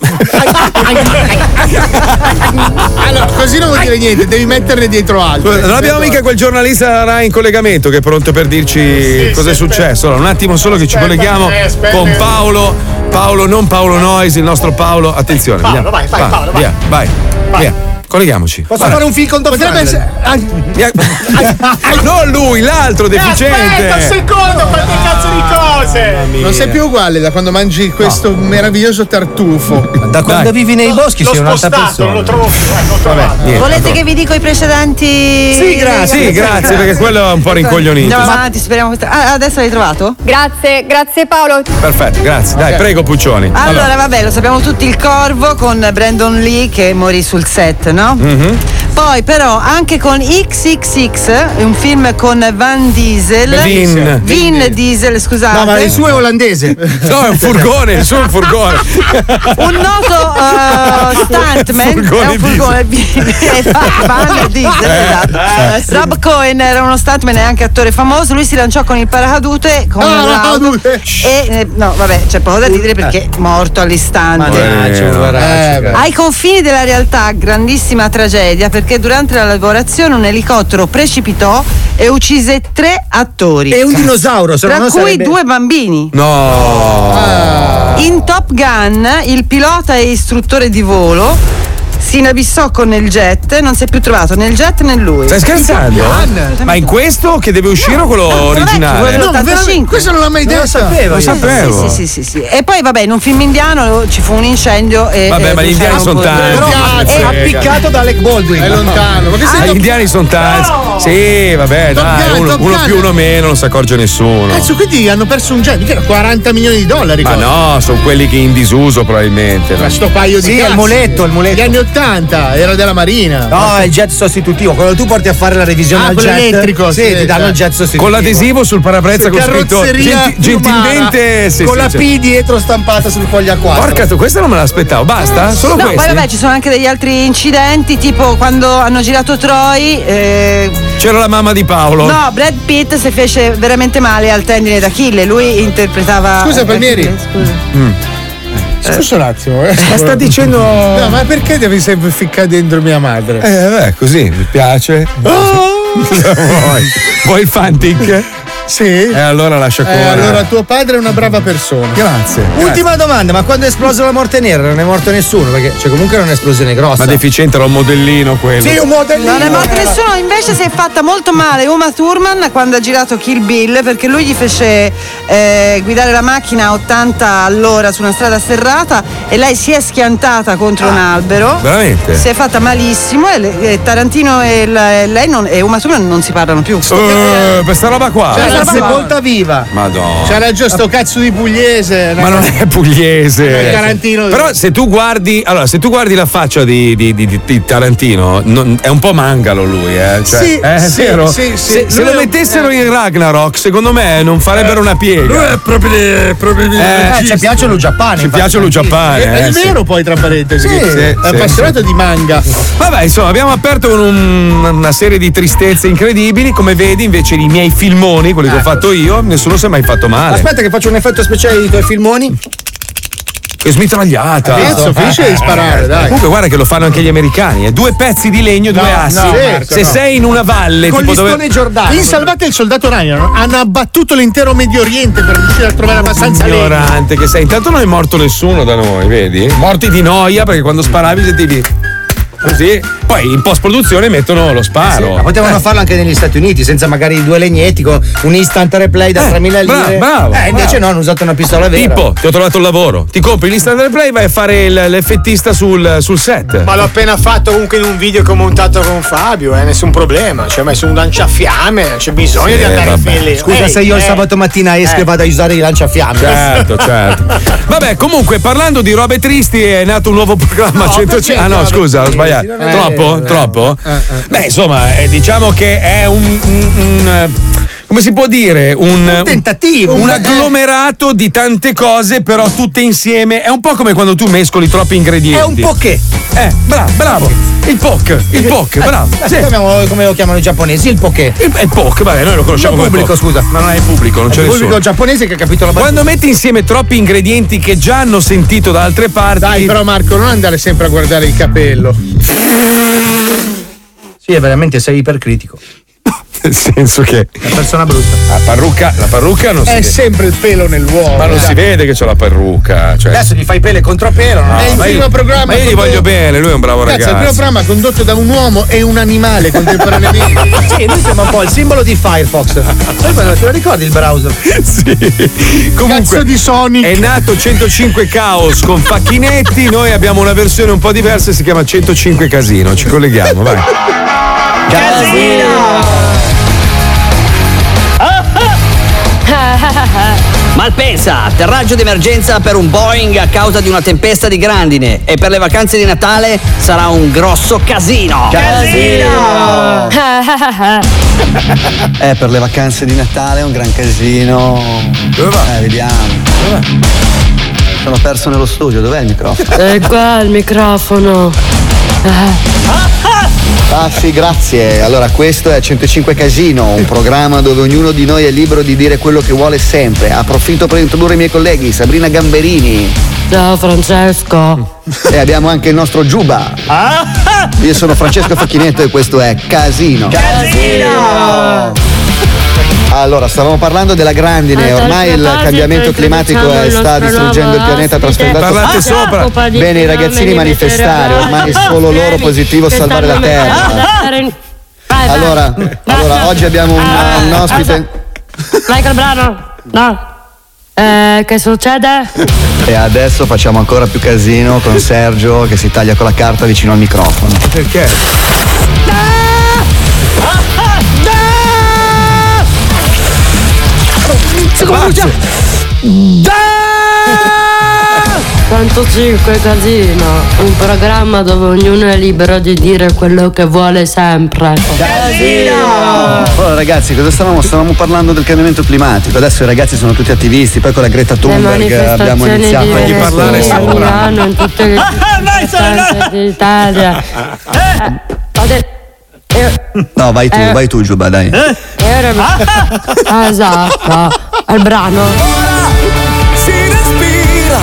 [SPEAKER 4] Allora, così non vuol dire niente, devi metterne dietro altro.
[SPEAKER 2] Non abbiamo mica quel giornalista della Rai in collegamento che è pronto per dirci
[SPEAKER 4] Sì,
[SPEAKER 2] cosa è
[SPEAKER 4] sì,
[SPEAKER 2] successo. Allora, un attimo solo che ci
[SPEAKER 4] Aspetta,
[SPEAKER 2] colleghiamo
[SPEAKER 4] eh, aspetta.
[SPEAKER 2] con Paolo. Paolo, non Paolo Nois, il nostro Paolo. Attenzione.
[SPEAKER 6] Paolo,
[SPEAKER 2] via,
[SPEAKER 6] vai, vai,
[SPEAKER 2] va,
[SPEAKER 6] Paolo, vai.
[SPEAKER 2] via, vai. Via, colleghiamoci.
[SPEAKER 5] Posso
[SPEAKER 2] Guarda.
[SPEAKER 5] fare un film con Don
[SPEAKER 4] Potrebbe
[SPEAKER 5] Franklin?
[SPEAKER 4] essere. Ah,
[SPEAKER 2] Via- non lui, l'altro deficiente.
[SPEAKER 6] Aspetta
[SPEAKER 2] Ah,
[SPEAKER 6] un secondo, quante cazzo di cose!
[SPEAKER 4] Non sei più uguale da quando mangi questo meraviglioso tartufo.
[SPEAKER 5] Da quando
[SPEAKER 2] Dai.
[SPEAKER 5] vivi nei boschi
[SPEAKER 6] L'ho
[SPEAKER 5] sei un'altra
[SPEAKER 6] spostato, non
[SPEAKER 5] persona.
[SPEAKER 6] lo trovo più, eh, l'ho trovato.
[SPEAKER 2] Niente,
[SPEAKER 3] Volete che vi dico i precedenti?
[SPEAKER 2] Sì, grazie. Sì, grazie, perché quello è un po' rincoglionito.
[SPEAKER 3] Andiamo avanti, speriamo. che- Ah, adesso l'hai trovato?
[SPEAKER 7] Grazie, grazie Paolo.
[SPEAKER 2] Perfetto, grazie. Dai, prego Puccioni.
[SPEAKER 3] Allora, vabbè, lo sappiamo tutti il corvo con Brandon Lee che morì sul set, no?
[SPEAKER 2] Mhm.
[SPEAKER 3] Poi però anche con XXX, un film con Van Diesel.
[SPEAKER 2] Vin.
[SPEAKER 3] Vin Diesel, scusate.
[SPEAKER 5] No, ma il suo è olandese.
[SPEAKER 2] No, è un furgone, il suo è un furgone.
[SPEAKER 3] un noto eh, stuntman
[SPEAKER 2] Furgone Eh,
[SPEAKER 3] è un furgone Van Diesel esatto. Rob Cohen era uno stuntman e anche attore famoso lui si lanciò con il paracadute con
[SPEAKER 4] Ah,
[SPEAKER 3] un laudo
[SPEAKER 4] paracadute.
[SPEAKER 3] e eh, no vabbè c'è poco da ridere perché è morto all'istante Eh,
[SPEAKER 5] Poveraccio, poveraccio, cara.
[SPEAKER 3] ai confini della realtà, grandissima tragedia perché durante la lavorazione un elicottero precipitò e uccise tre attori,
[SPEAKER 5] È un dinosauro, se no
[SPEAKER 3] tra
[SPEAKER 5] non
[SPEAKER 3] cui
[SPEAKER 5] sarebbe-
[SPEAKER 3] due bambini.
[SPEAKER 5] Ah.
[SPEAKER 2] No.
[SPEAKER 3] In Top Gun il pilota e istruttore di volo si inabissò con il jet, non si è più trovato né il jet né lui.
[SPEAKER 2] Stai scherzando? Ma in questo che deve uscire o quello
[SPEAKER 3] quello vecchio,
[SPEAKER 2] originale?
[SPEAKER 3] quello-
[SPEAKER 4] No,
[SPEAKER 3] 85.
[SPEAKER 4] veramente, questo non l'ho mai detto.
[SPEAKER 2] Lo sapevo.
[SPEAKER 3] Sì, sì, sì, sì. E poi vabbè, in un film indiano ci fu un incendio e
[SPEAKER 2] Vabbè,
[SPEAKER 3] e diciamo
[SPEAKER 2] ma gli indiani
[SPEAKER 3] bruciarono
[SPEAKER 2] sono
[SPEAKER 3] pure-
[SPEAKER 2] tanti. Eh,
[SPEAKER 4] Però-
[SPEAKER 5] Appiccato da Alec Baldwin.
[SPEAKER 4] È lontano. Ma che
[SPEAKER 2] Ah,
[SPEAKER 4] sei
[SPEAKER 2] Gli indiani sono tanti. Sì, vabbè,
[SPEAKER 4] Top
[SPEAKER 2] dai,
[SPEAKER 4] Gun,
[SPEAKER 2] uno,
[SPEAKER 4] Top
[SPEAKER 2] uno
[SPEAKER 4] Gun.
[SPEAKER 2] più uno meno, non si accorge nessuno.
[SPEAKER 4] Cazzo, quindi hanno perso un genio, che era 40 milioni di
[SPEAKER 5] Ah,
[SPEAKER 4] dollari.
[SPEAKER 2] Ma
[SPEAKER 4] cosa.
[SPEAKER 2] no, sono quelli che in disuso probabilmente.
[SPEAKER 4] Ma
[SPEAKER 2] no?
[SPEAKER 4] sto paio di
[SPEAKER 5] Sì, al
[SPEAKER 4] cazzi.
[SPEAKER 5] muletto, al muletto.
[SPEAKER 4] Gli anni 80, era della Marina.
[SPEAKER 5] No, è il jet sostitutivo. Quando tu porti a fare la revisione
[SPEAKER 4] Ah,
[SPEAKER 5] al
[SPEAKER 4] quello
[SPEAKER 5] jet,
[SPEAKER 4] elettrico,
[SPEAKER 5] sì,
[SPEAKER 4] sì,
[SPEAKER 5] ti danno
[SPEAKER 4] cioè.
[SPEAKER 5] il jet sostitutivo.
[SPEAKER 2] Con l'adesivo sul parabrezza con scritto
[SPEAKER 4] Carrozzeria
[SPEAKER 2] genti- gentilmente. sì,
[SPEAKER 5] con
[SPEAKER 2] sì,
[SPEAKER 5] la
[SPEAKER 2] sì.
[SPEAKER 5] P dietro stampata sul foglio A4.
[SPEAKER 2] Porca tu, questa non me l'aspettavo. Basta? Solo
[SPEAKER 3] Mm. No,
[SPEAKER 2] questo.
[SPEAKER 3] poi vabbè ci sono anche degli altri incidenti, tipo quando hanno girato Troy, eh,
[SPEAKER 2] C'era la mamma di Paolo.
[SPEAKER 3] no, Brad Pitt si fece veramente male al tendine d'Achille, lui interpretava...
[SPEAKER 4] Scusa,
[SPEAKER 3] eh,
[SPEAKER 4] Palmieri.
[SPEAKER 3] Scusa.
[SPEAKER 4] Scusa un attimo, eh.
[SPEAKER 2] Ma sta dicendo.
[SPEAKER 4] No, ma perché devi sempre ficcare dentro mia madre? Oh!
[SPEAKER 2] Eh, beh, così Eh. mi piace. Cosa vuoi? Vuoi il Fantic?
[SPEAKER 4] Sì.
[SPEAKER 2] E allora lascia
[SPEAKER 4] Eh,
[SPEAKER 2] correre.
[SPEAKER 4] allora tuo padre è una brava persona.
[SPEAKER 2] Grazie.
[SPEAKER 5] Ultima domanda, ma quando è esplosa la morte nera non è morto nessuno? Perché cioè, comunque era un'esplosione grossa.
[SPEAKER 2] Ma deficiente era un modellino quello.
[SPEAKER 5] Sì, un modellino.
[SPEAKER 3] Non è morto nessuno, invece si è fatta molto male Uma Thurman quando ha girato Kill Bill perché lui gli fece eh, guidare la macchina a 80 all'ora su una strada serrata e lei si è schiantata contro un albero.
[SPEAKER 2] Veramente?
[SPEAKER 3] Si è fatta malissimo e, le- e Tarantino e, la- e lei non- e Uma Thurman non si parlano più.
[SPEAKER 2] Eh, per sta roba qua.
[SPEAKER 4] Cioè,
[SPEAKER 5] Era
[SPEAKER 4] Roba
[SPEAKER 5] sepolta viva.
[SPEAKER 2] Madonna.
[SPEAKER 4] C'era già sto cazzo di pugliese.
[SPEAKER 2] Ma non è pugliese.
[SPEAKER 4] Eh, Tarantino.
[SPEAKER 2] Però se tu guardi, allora, se tu guardi la faccia di, di- di- di- di Tarantino, non- è un po' mangalo lui, eh. Cioè,
[SPEAKER 4] Sì,
[SPEAKER 2] eh, è
[SPEAKER 4] sì,
[SPEAKER 2] vero?
[SPEAKER 4] sì, sì.
[SPEAKER 2] Se, se
[SPEAKER 4] Lui
[SPEAKER 2] lo
[SPEAKER 4] è un- Eh,
[SPEAKER 2] mettessero in Ragnarok, secondo me non farebbero una piega. Lui è proprio.
[SPEAKER 5] Eh, ci piace lo Giappone.
[SPEAKER 2] ci piace lo Giappone.
[SPEAKER 4] è
[SPEAKER 2] eh,
[SPEAKER 4] è
[SPEAKER 2] sì.
[SPEAKER 4] vero poi tra parentesi.
[SPEAKER 2] Sì,
[SPEAKER 4] che
[SPEAKER 2] sì,
[SPEAKER 4] è
[SPEAKER 2] sì,
[SPEAKER 4] appassionato di manga.
[SPEAKER 2] Vabbè, insomma, abbiamo aperto con un- una serie di tristezze incredibili. Come vedi, invece, i miei filmoni, quelli
[SPEAKER 4] Eh.
[SPEAKER 2] che ho fatto io, nessuno si è mai fatto male.
[SPEAKER 5] Aspetta che faccio un effetto speciale dei tuoi filmoni.
[SPEAKER 2] Che smitragliata. Eh.
[SPEAKER 4] Cazzo, finisce di sparare, dai.
[SPEAKER 2] Comunque guarda che lo fanno anche gli americani, eh. due pezzi di legno, due
[SPEAKER 5] no,
[SPEAKER 2] assi.
[SPEAKER 4] Marco,
[SPEAKER 2] Se
[SPEAKER 4] no.
[SPEAKER 2] sei in una valle,
[SPEAKER 5] Con
[SPEAKER 2] tipo
[SPEAKER 5] l'istone
[SPEAKER 2] dove...
[SPEAKER 5] Giordano.
[SPEAKER 4] In Salvate il soldato Ryan hanno abbattuto l'intero Medio Oriente per riuscire a trovare abbastanza legno.
[SPEAKER 2] Ignorante che sei, intanto non è morto nessuno da noi, vedi? Morti di noia perché quando sparavi sentivi così. Poi in post produzione mettono lo
[SPEAKER 5] Ma
[SPEAKER 2] sparo.
[SPEAKER 5] potevano farlo anche negli Stati Uniti senza magari due legneti con un instant replay da 3000 lire.
[SPEAKER 2] bravo, bravo,
[SPEAKER 5] eh, invece
[SPEAKER 2] bravo.
[SPEAKER 5] no, hanno usato una pistola vera.
[SPEAKER 2] Tipo, ti ho trovato il lavoro, ti compri l'instant replay e vai a fare il- l'effettista sul, sul set.
[SPEAKER 6] Ma l'ho appena fatto comunque in un video che ho montato con Fabio, eh, nessun problema. Ci ho messo un lanciafiamme, non c'è bisogno
[SPEAKER 2] Sì,
[SPEAKER 6] di
[SPEAKER 5] Eh,
[SPEAKER 6] andare
[SPEAKER 2] vabbè.
[SPEAKER 6] in lì.
[SPEAKER 5] Scusa,
[SPEAKER 6] Ehi,
[SPEAKER 5] se io il
[SPEAKER 6] eh.
[SPEAKER 5] sabato mattina esco e vado a usare i lanciafiamme.
[SPEAKER 2] Certo, certo. Vabbè, comunque, parlando di robe tristi, è nato un nuovo programma
[SPEAKER 6] No,
[SPEAKER 2] 105. Ah, no,
[SPEAKER 6] perché-
[SPEAKER 2] scusa, ho sbagliato.
[SPEAKER 5] non è
[SPEAKER 2] troppo?
[SPEAKER 5] vero. Eh,
[SPEAKER 2] troppo? Beh, insomma, eh, diciamo che è un. un- un, eh, come si può dire? Un,
[SPEAKER 5] tentativo, eh.
[SPEAKER 2] Un
[SPEAKER 5] un-
[SPEAKER 2] agglomerato di tante cose, però tutte insieme. È un po' come quando tu mescoli troppi ingredienti.
[SPEAKER 5] È un po' che.
[SPEAKER 2] Eh, bravo, bravo. Il POC, il POC, bravo.
[SPEAKER 5] Eh,
[SPEAKER 2] Sì.
[SPEAKER 5] Come, come lo chiamano i giapponesi? Il poche.
[SPEAKER 2] Il, il POC, vabbè, noi lo conosciamo
[SPEAKER 5] Non
[SPEAKER 2] come
[SPEAKER 5] pubblico,
[SPEAKER 2] POC.
[SPEAKER 5] scusa.
[SPEAKER 2] Ma non è pubblico, non c'è
[SPEAKER 5] Il
[SPEAKER 2] nessuno.
[SPEAKER 5] pubblico giapponese che ha capito la battuta.
[SPEAKER 2] Quando metti insieme troppi ingredienti che già hanno sentito da altre parti.
[SPEAKER 4] Dai, però Marco, non andare sempre a guardare il capello.
[SPEAKER 5] Sì, è veramente sei ipercritico.
[SPEAKER 2] Nel senso che.
[SPEAKER 5] Una persona brutta.
[SPEAKER 2] La parrucca, la parrucca non si
[SPEAKER 4] È
[SPEAKER 2] vede.
[SPEAKER 4] sempre il pelo nell'uovo.
[SPEAKER 2] Ma non si vede che c'ho la parrucca. Cioè.
[SPEAKER 5] Adesso gli fai pele contro pelo.
[SPEAKER 2] No,
[SPEAKER 5] No?
[SPEAKER 4] è il
[SPEAKER 2] ma
[SPEAKER 4] primo
[SPEAKER 2] io-
[SPEAKER 4] programma
[SPEAKER 2] Ma io gli
[SPEAKER 4] con-
[SPEAKER 2] voglio bene, lui è un bravo
[SPEAKER 4] Cazzo, il primo
[SPEAKER 2] ragazzo.
[SPEAKER 4] programma condotto da un uomo e un animale contemporaneamente.
[SPEAKER 5] Sì, lui sembra un po' il simbolo di Firefox. Sai quando te lo ricordi il browser?
[SPEAKER 2] Sì.
[SPEAKER 4] Cazzo
[SPEAKER 2] Comunque.
[SPEAKER 4] di Sony.
[SPEAKER 2] È nato 105 Caos con Facchinetti, noi abbiamo una versione un po' diversa, si chiama 105 Casino, ci colleghiamo, vai.
[SPEAKER 8] Malpensa, atterraggio d'emergenza per un Boeing a causa di una tempesta di grandine e per le vacanze di Natale sarà un grosso casino. Casino! eh, per le vacanze di Natale è un gran casino.
[SPEAKER 2] Dove va?
[SPEAKER 8] Eh, vediamo. Sono perso nello studio, dov'è il microfono?
[SPEAKER 9] È Eh, qua il microfono. Eh,
[SPEAKER 8] Ah sì, grazie. Allora, questo è 105 Casino, un programma dove ognuno di noi è libero di dire quello che vuole sempre. Approfitto per introdurre i miei colleghi, Sabrina Gamberini,
[SPEAKER 9] Ciao Francesco.
[SPEAKER 8] E abbiamo anche il nostro Giuba. Io sono Francesco Facchinetto e questo è Casino. Casino! Allora, stavamo parlando della grandine, ormai il cambiamento climatico eh, sta distruggendo il pianeta trasportando
[SPEAKER 2] Parlate sopra.
[SPEAKER 8] Bene i ragazzini manifestare, ormai solo loro positivo salvare la Terra.
[SPEAKER 9] Ah!
[SPEAKER 8] Allora,
[SPEAKER 10] Ah,
[SPEAKER 8] allora, oggi abbiamo un, un ospite
[SPEAKER 9] Vai col brano. No. Eh, che succede?
[SPEAKER 8] e adesso facciamo ancora più casino con Sergio che si
[SPEAKER 2] Eh.
[SPEAKER 8] taglia con la carta vicino al microfono.
[SPEAKER 2] Perché?
[SPEAKER 9] come brucia. Canto 5 Casino, un programma dove ognuno è libero di dire quello che vuole sempre. Eh.
[SPEAKER 8] Allora, ragazzi, cosa stavamo? Stavamo parlando del cambiamento climatico. Adesso i ragazzi sono tutti attivisti, poi con la Greta
[SPEAKER 9] Le
[SPEAKER 8] Thunberg abbiamo
[SPEAKER 9] manifestazioni di
[SPEAKER 8] iniziato
[SPEAKER 9] venerdì a Milano, in tutte le
[SPEAKER 11] Ah,
[SPEAKER 9] stanze d'Italia. Eh, ho detto-
[SPEAKER 8] No, vai tu,
[SPEAKER 9] Eh.
[SPEAKER 8] vai tu, Giuba, dai.
[SPEAKER 9] E ora ah, esatto, al brano.
[SPEAKER 12] Si respira,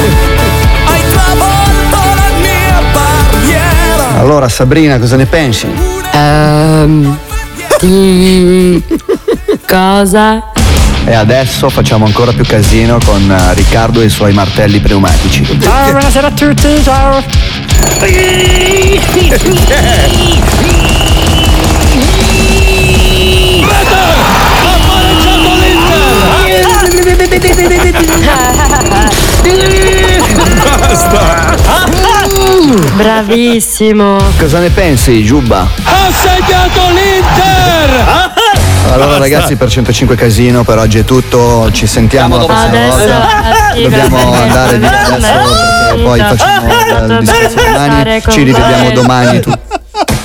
[SPEAKER 12] hai travolto la mia barriera.
[SPEAKER 8] Allora, Sabrina, cosa ne pensi?
[SPEAKER 9] Ehm, mm, cosa?
[SPEAKER 8] E adesso facciamo ancora più casino con eh, Riccardo e i suoi martelli pneumatici.
[SPEAKER 13] Ciao, buonasera a tutti, ciao.
[SPEAKER 12] Basta!
[SPEAKER 9] Bravissimo.
[SPEAKER 8] Cosa ne pensi, Giuba?
[SPEAKER 12] Ha segnato l'Inter!
[SPEAKER 2] Ah.
[SPEAKER 8] Allora, ragazzi, per 105 Casino per oggi è tutto. Ci sentiamo la prossima
[SPEAKER 12] Adesso
[SPEAKER 8] volta. Dobbiamo andare via adesso perché poi facciamo il discorso domani.
[SPEAKER 12] con
[SPEAKER 8] Ci rivediamo
[SPEAKER 12] voi. Eh.
[SPEAKER 8] domani. tu-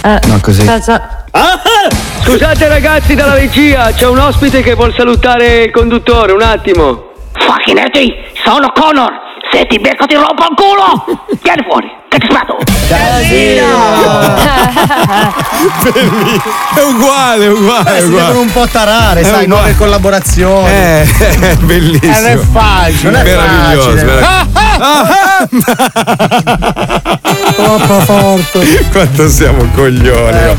[SPEAKER 8] No, così.
[SPEAKER 5] Ah!
[SPEAKER 14] Scusate ragazzi dalla regia, c'è un ospite che vuol salutare il conduttore, un attimo.
[SPEAKER 12] Fucking Edgy, sono Connor! Se ti becco ti rompo il culo! Vieni fuori, che ti sparo!
[SPEAKER 2] È uguale, è uguale.
[SPEAKER 5] Eh, si
[SPEAKER 2] uguale.
[SPEAKER 5] devono un po' tarare,
[SPEAKER 2] È
[SPEAKER 5] sai,
[SPEAKER 2] uguale.
[SPEAKER 5] nuove collaborazioni.
[SPEAKER 2] Eh, è bellissimo.
[SPEAKER 5] Eh, non è facile.
[SPEAKER 2] Non è meraviglioso,
[SPEAKER 5] facile. Ah,
[SPEAKER 2] meraviglioso.
[SPEAKER 5] Troppo forte. Eh,
[SPEAKER 2] Quanto siamo coglioni. no?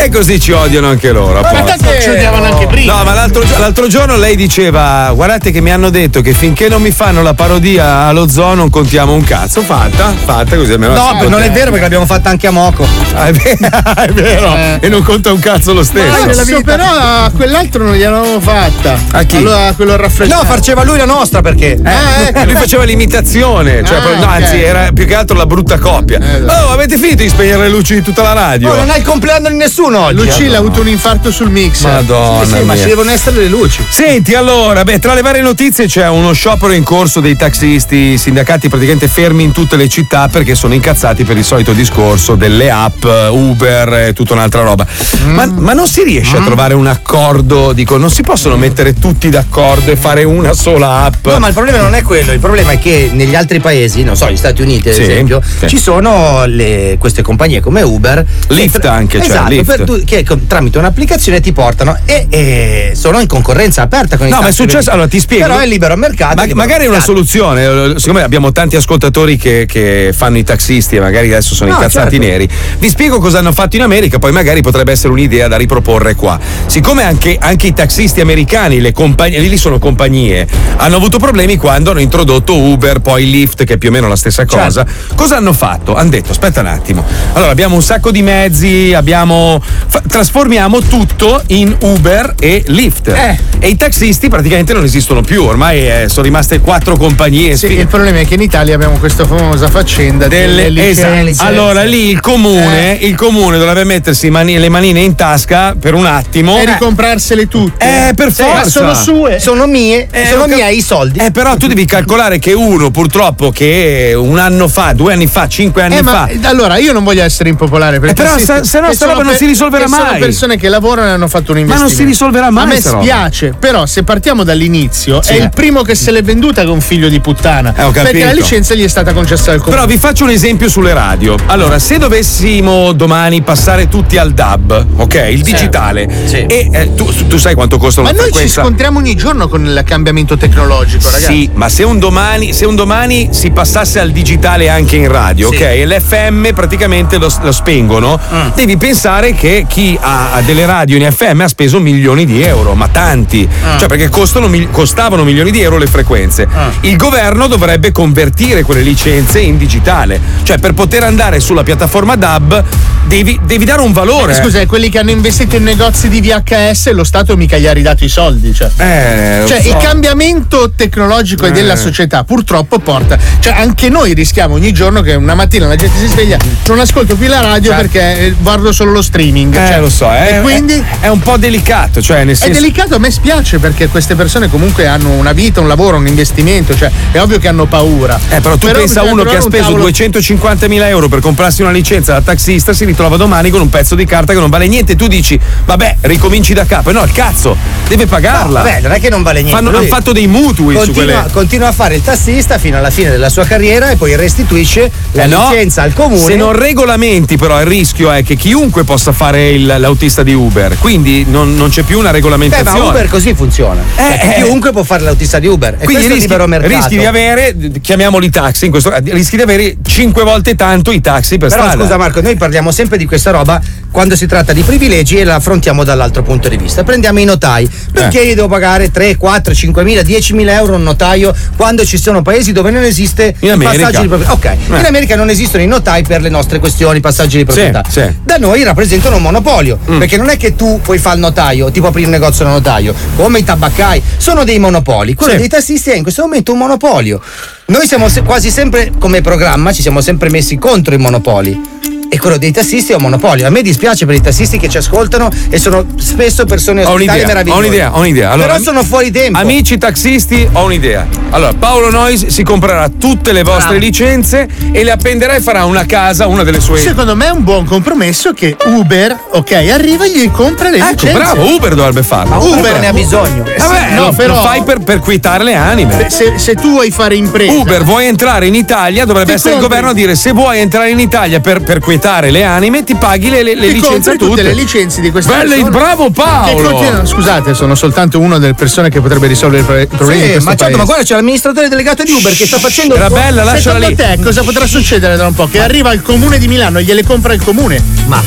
[SPEAKER 2] e così ci odiano anche loro. a posto.
[SPEAKER 4] Ci odiavano anche prima.
[SPEAKER 2] No, ma l'altro, gio- l'altro giorno lei diceva: Guardate, che mi hanno detto che finché non mi fanno la parodia allo zoo non contiamo un cazzo. Fatta, fatta così almeno. la si
[SPEAKER 5] No,
[SPEAKER 2] può
[SPEAKER 5] non è
[SPEAKER 2] tenere.
[SPEAKER 5] vero perché l'abbiamo fatta anche a Moco.
[SPEAKER 2] Ah, è vero, è vero.
[SPEAKER 4] Eh.
[SPEAKER 2] E non conta un cazzo lo stesso.
[SPEAKER 4] Adesso però a quell'altro non gliel'avevamo fatta.
[SPEAKER 2] A chi?
[SPEAKER 4] Allora a quello raffreddato.
[SPEAKER 2] No, faceva
[SPEAKER 5] lui la nostra perché.
[SPEAKER 4] Eh, ecco.
[SPEAKER 2] Lui faceva l'imitazione, cioè,
[SPEAKER 4] Ah,
[SPEAKER 2] proprio- no,
[SPEAKER 4] ok. Eh, esatto.
[SPEAKER 2] anzi, era più che altro la brutta coppia. oh, avete finito di spegnere le luci di tutta la radio?
[SPEAKER 4] Oh, non
[SPEAKER 5] hai il compleanno di nessuno oggi.
[SPEAKER 4] Lucilla
[SPEAKER 2] Madonna.
[SPEAKER 4] ha avuto un infarto sul mix.
[SPEAKER 2] Madonna
[SPEAKER 4] Sì, sì, ma
[SPEAKER 2] mia.
[SPEAKER 4] ci devono essere le luci.
[SPEAKER 2] Senti, allora, beh, tra le varie notizie c'è uno sciopero in corso dei taxisti, i sindacati praticamente fermi in tutte le città perché sono incazzati per il solito discorso delle app, Uber e tutta un'altra roba.
[SPEAKER 10] Mm.
[SPEAKER 2] Ma, ma non si riesce a trovare un accordo, dico, non si possono mettere tutti d'accordo e fare una sola app.
[SPEAKER 10] Mm. No, ma il problema non è quello, il problema è che negli altri paesi, non so, gli Stati Uniti ad
[SPEAKER 2] Sì,
[SPEAKER 10] esempio,
[SPEAKER 2] sì.
[SPEAKER 10] ci sono le- queste compagnie come Uber.
[SPEAKER 2] Lyft
[SPEAKER 10] che
[SPEAKER 2] anche, cioè,
[SPEAKER 10] esatto,
[SPEAKER 2] Lyft.
[SPEAKER 10] per tu- che con- tramite un'applicazione ti portano e, e sono in concorrenza aperta con i
[SPEAKER 2] No, ma è
[SPEAKER 10] taxi,
[SPEAKER 2] successo.
[SPEAKER 10] quindi-
[SPEAKER 2] Allora, ti spiego.
[SPEAKER 10] Però è libero mercato.
[SPEAKER 2] Ma-
[SPEAKER 10] libero Ah.
[SPEAKER 2] magari è una soluzione. eh, Siccome abbiamo tanti ascoltatori che, che fanno i taxisti e magari adesso sono
[SPEAKER 10] No,
[SPEAKER 2] incazzati
[SPEAKER 10] certo.
[SPEAKER 2] neri. Vi spiego cosa hanno fatto in America, poi magari potrebbe essere un'idea da riproporre qua. Siccome anche, anche i taxisti americani, le compagnie, lì sono compagnie, hanno avuto problemi quando hanno introdotto Uber, poi Lyft, che è più o meno la stessa cosa. Cosa hanno fatto? Hanno detto: aspetta un attimo. Allora, abbiamo un sacco di mezzi, abbiamo. fa- trasformiamo tutto in Uber e Lyft. E i taxisti praticamente non esistono più, ormai eh, sono rimaste quattro compagnie.
[SPEAKER 4] Sì, il problema è che in Italia abbiamo questa famosa faccenda
[SPEAKER 2] Delle-
[SPEAKER 4] delle,
[SPEAKER 2] esatto.
[SPEAKER 4] Certo, licenze. Eh.
[SPEAKER 2] Allora lì il comune, il comune dovrebbe mettersi mani- le manine in tasca per un attimo
[SPEAKER 4] E ricomprarsele tutte.
[SPEAKER 2] Eh, per
[SPEAKER 4] Sì,
[SPEAKER 2] forza.
[SPEAKER 4] Ma sono sue.
[SPEAKER 10] Ah, Sono mie,
[SPEAKER 2] Eh,
[SPEAKER 10] sono
[SPEAKER 2] ho cap-
[SPEAKER 10] miei i soldi.
[SPEAKER 2] Eh, però tu devi calcolare che uno, purtroppo, che un anno fa, due anni fa, cinque anni
[SPEAKER 4] Eh, ma
[SPEAKER 2] fa.
[SPEAKER 4] allora io non voglio essere impopolare perché
[SPEAKER 2] Eh, però
[SPEAKER 4] se-
[SPEAKER 2] sta- se no
[SPEAKER 4] che
[SPEAKER 2] sta
[SPEAKER 4] sono
[SPEAKER 2] roba non si risolverà
[SPEAKER 4] che
[SPEAKER 2] mai.
[SPEAKER 4] Sono persone che lavorano e hanno fatto un
[SPEAKER 2] non
[SPEAKER 4] investimento.
[SPEAKER 2] si risolverà mai
[SPEAKER 4] A me
[SPEAKER 2] sta roba.
[SPEAKER 4] spiace, però se partiamo dall'inizio
[SPEAKER 2] Sì. Eh,
[SPEAKER 4] è il primo che se l'è venduta che è un figlio di puttana.
[SPEAKER 2] ho capito.
[SPEAKER 4] perché la licenza gli è stata concessa al comune.
[SPEAKER 2] Però vi faccio un esempio sulle radio. Allora, se dovessimo domani passare tutti al DAB, ok, il digitale, e eh, tu, tu sai quanto costa una
[SPEAKER 4] ma noi ci
[SPEAKER 2] frequenza?
[SPEAKER 4] scontriamo ogni giorno con il cambiamento tecnologico, ragazzi.
[SPEAKER 2] Sì, ma se un, domani, se un domani si passasse al digitale anche in radio, ok? E l'FM praticamente lo, lo spengono,
[SPEAKER 4] Mm.
[SPEAKER 2] devi pensare che chi ha, ha delle radio in FM ha speso milioni di euro, ma tanti.
[SPEAKER 4] Mm.
[SPEAKER 2] Cioè, perché costano mil- costavano milioni di euro le frequenze. Il governo dovrebbe convertire quelle licenze in digitale. Cioè, per poter andare sulla piattaforma DAB devi, devi dare un valore.
[SPEAKER 4] Eh, Scusa, quelli che hanno investito in negozi di VHS, lo Stato mica gli ha ridato i soldi. Cioè,
[SPEAKER 2] Eh,
[SPEAKER 4] Cioè,
[SPEAKER 2] lo
[SPEAKER 4] il
[SPEAKER 2] so. Eh.
[SPEAKER 4] cambiamento tecnologico e della società purtroppo porta. Cioè, anche noi rischiamo ogni giorno che una mattina la gente si sveglia, non ascolto più la radio perché eh, guardo solo lo streaming.
[SPEAKER 2] Cioè. Eh,
[SPEAKER 4] Cioè,
[SPEAKER 2] lo so,
[SPEAKER 4] E
[SPEAKER 2] è,
[SPEAKER 4] quindi
[SPEAKER 2] è- è un po' delicato, cioè nel
[SPEAKER 4] è
[SPEAKER 2] senso.
[SPEAKER 4] delicato, a me spiace perché queste persone comunque hanno una vita, un lavoro, un investimento, cioè è ovvio che hanno paura.
[SPEAKER 2] Eh, però tu pensa a
[SPEAKER 4] bisogna
[SPEAKER 2] uno che
[SPEAKER 4] trovare
[SPEAKER 2] ha
[SPEAKER 4] un
[SPEAKER 2] speso
[SPEAKER 4] tavolo-
[SPEAKER 2] 250.000 euro per comprarsi una licenza da taxista, si ritrova domani con un pezzo di carta che non vale niente. Tu dici, vabbè, ricominci da capo. E No, il cazzo, deve pagarla.
[SPEAKER 10] No, vabbè, non è che non vale niente.
[SPEAKER 2] Fanno-
[SPEAKER 10] Lui
[SPEAKER 2] hanno fatto dei mutui su
[SPEAKER 10] continua,
[SPEAKER 2] quelle.
[SPEAKER 10] continua a fare il tassista fino alla fine della sua carriera e poi restituisce la
[SPEAKER 2] Eh no,
[SPEAKER 10] licenza al comune.
[SPEAKER 2] Se non regolamenti, però, il rischio è che chiunque possa fare il- l'autista di Uber. Quindi non, non c'è più una
[SPEAKER 10] Beh, ma
[SPEAKER 2] regolamentazione.
[SPEAKER 10] Uber così funziona.
[SPEAKER 2] Eh,
[SPEAKER 10] Cioè,
[SPEAKER 2] eh.
[SPEAKER 10] Chiunque può fare l'autista di Uber. E
[SPEAKER 2] Quindi
[SPEAKER 10] questo è
[SPEAKER 2] rischi,
[SPEAKER 10] libero mercato.
[SPEAKER 2] rischi di avere, chiamiamoli taxi, in questo, rischi di avere 5 volte tanto i taxi per
[SPEAKER 10] Però
[SPEAKER 2] strada.
[SPEAKER 10] scusa Marco, noi parliamo sempre di questa roba quando si tratta di privilegi e la affrontiamo dall'altro punto di vista. Prendiamo i notai. Perché
[SPEAKER 2] Eh.
[SPEAKER 10] io devo pagare 3, 4, 5 mila, 10 mila euro un notaio quando ci sono paesi dove non esiste
[SPEAKER 2] In
[SPEAKER 10] i
[SPEAKER 2] America.
[SPEAKER 10] passaggi di proprietà? Ok,
[SPEAKER 2] Eh.
[SPEAKER 10] in America non esistono i notai per le nostre questioni, passaggi di proprietà.
[SPEAKER 2] sì.
[SPEAKER 10] Da noi rappresentano un monopolio,
[SPEAKER 2] Mm.
[SPEAKER 10] perché non è che tu puoi fare il notaio, tipo aprire un negozio da notaio, come i tabaccai, sono dei monopoli. Quello dei tassisti è in questo momento un monopolio. Noi siamo se- quasi sempre, come programma, ci siamo sempre messi contro i monopoli. E quello dei tassisti è un monopolio. A me dispiace per i tassisti che ci ascoltano e sono spesso persone
[SPEAKER 2] Ho
[SPEAKER 10] ospitali
[SPEAKER 2] un'idea, ho
[SPEAKER 10] meravigliose.
[SPEAKER 2] un'idea, ho un'idea. Allora,
[SPEAKER 10] Però sono fuori tempo.
[SPEAKER 2] Amici taxisti, ho un'idea. Allora, Paolo Nois si comprerà tutte le vostre licenze e le appenderà e farà una casa, una delle sue.
[SPEAKER 4] Secondo me è un buon compromesso che Uber, ok, arriva e gli compra le
[SPEAKER 2] Ecco,
[SPEAKER 4] licenze.
[SPEAKER 2] bravo, Uber dovrebbe farlo.
[SPEAKER 4] Eh, sì,
[SPEAKER 2] Vabbè,
[SPEAKER 4] no,
[SPEAKER 2] lo-
[SPEAKER 4] però
[SPEAKER 2] lo fai per, per quietare le anime.
[SPEAKER 4] se- se, se tu vuoi fare impresa.
[SPEAKER 2] Uber, vuoi entrare in Italia? Dovrebbe
[SPEAKER 4] Ti
[SPEAKER 2] essere il
[SPEAKER 4] compri-
[SPEAKER 2] governo a dire se vuoi entrare in Italia per, per quietare le anime, ti paghi le, le, le
[SPEAKER 4] Ti compri
[SPEAKER 2] licenze
[SPEAKER 4] tutte
[SPEAKER 2] tutte.
[SPEAKER 4] le licenze di queste
[SPEAKER 2] Belle,
[SPEAKER 4] persone.
[SPEAKER 2] bravo
[SPEAKER 4] Che
[SPEAKER 2] Paolo!
[SPEAKER 4] continuano- scusate, sono soltanto una delle persone che potrebbe risolvere i pro- i problemi di
[SPEAKER 10] Sì,
[SPEAKER 4] questo
[SPEAKER 10] ma certo,
[SPEAKER 4] paese.
[SPEAKER 10] ma guarda c'è l'amministratore delegato di Uber che sta facendo il buon-
[SPEAKER 4] Secondo te cosa potrà succedere tra un po'? Che arriva il comune di Milano e gliele compra il comune.
[SPEAKER 10] Ma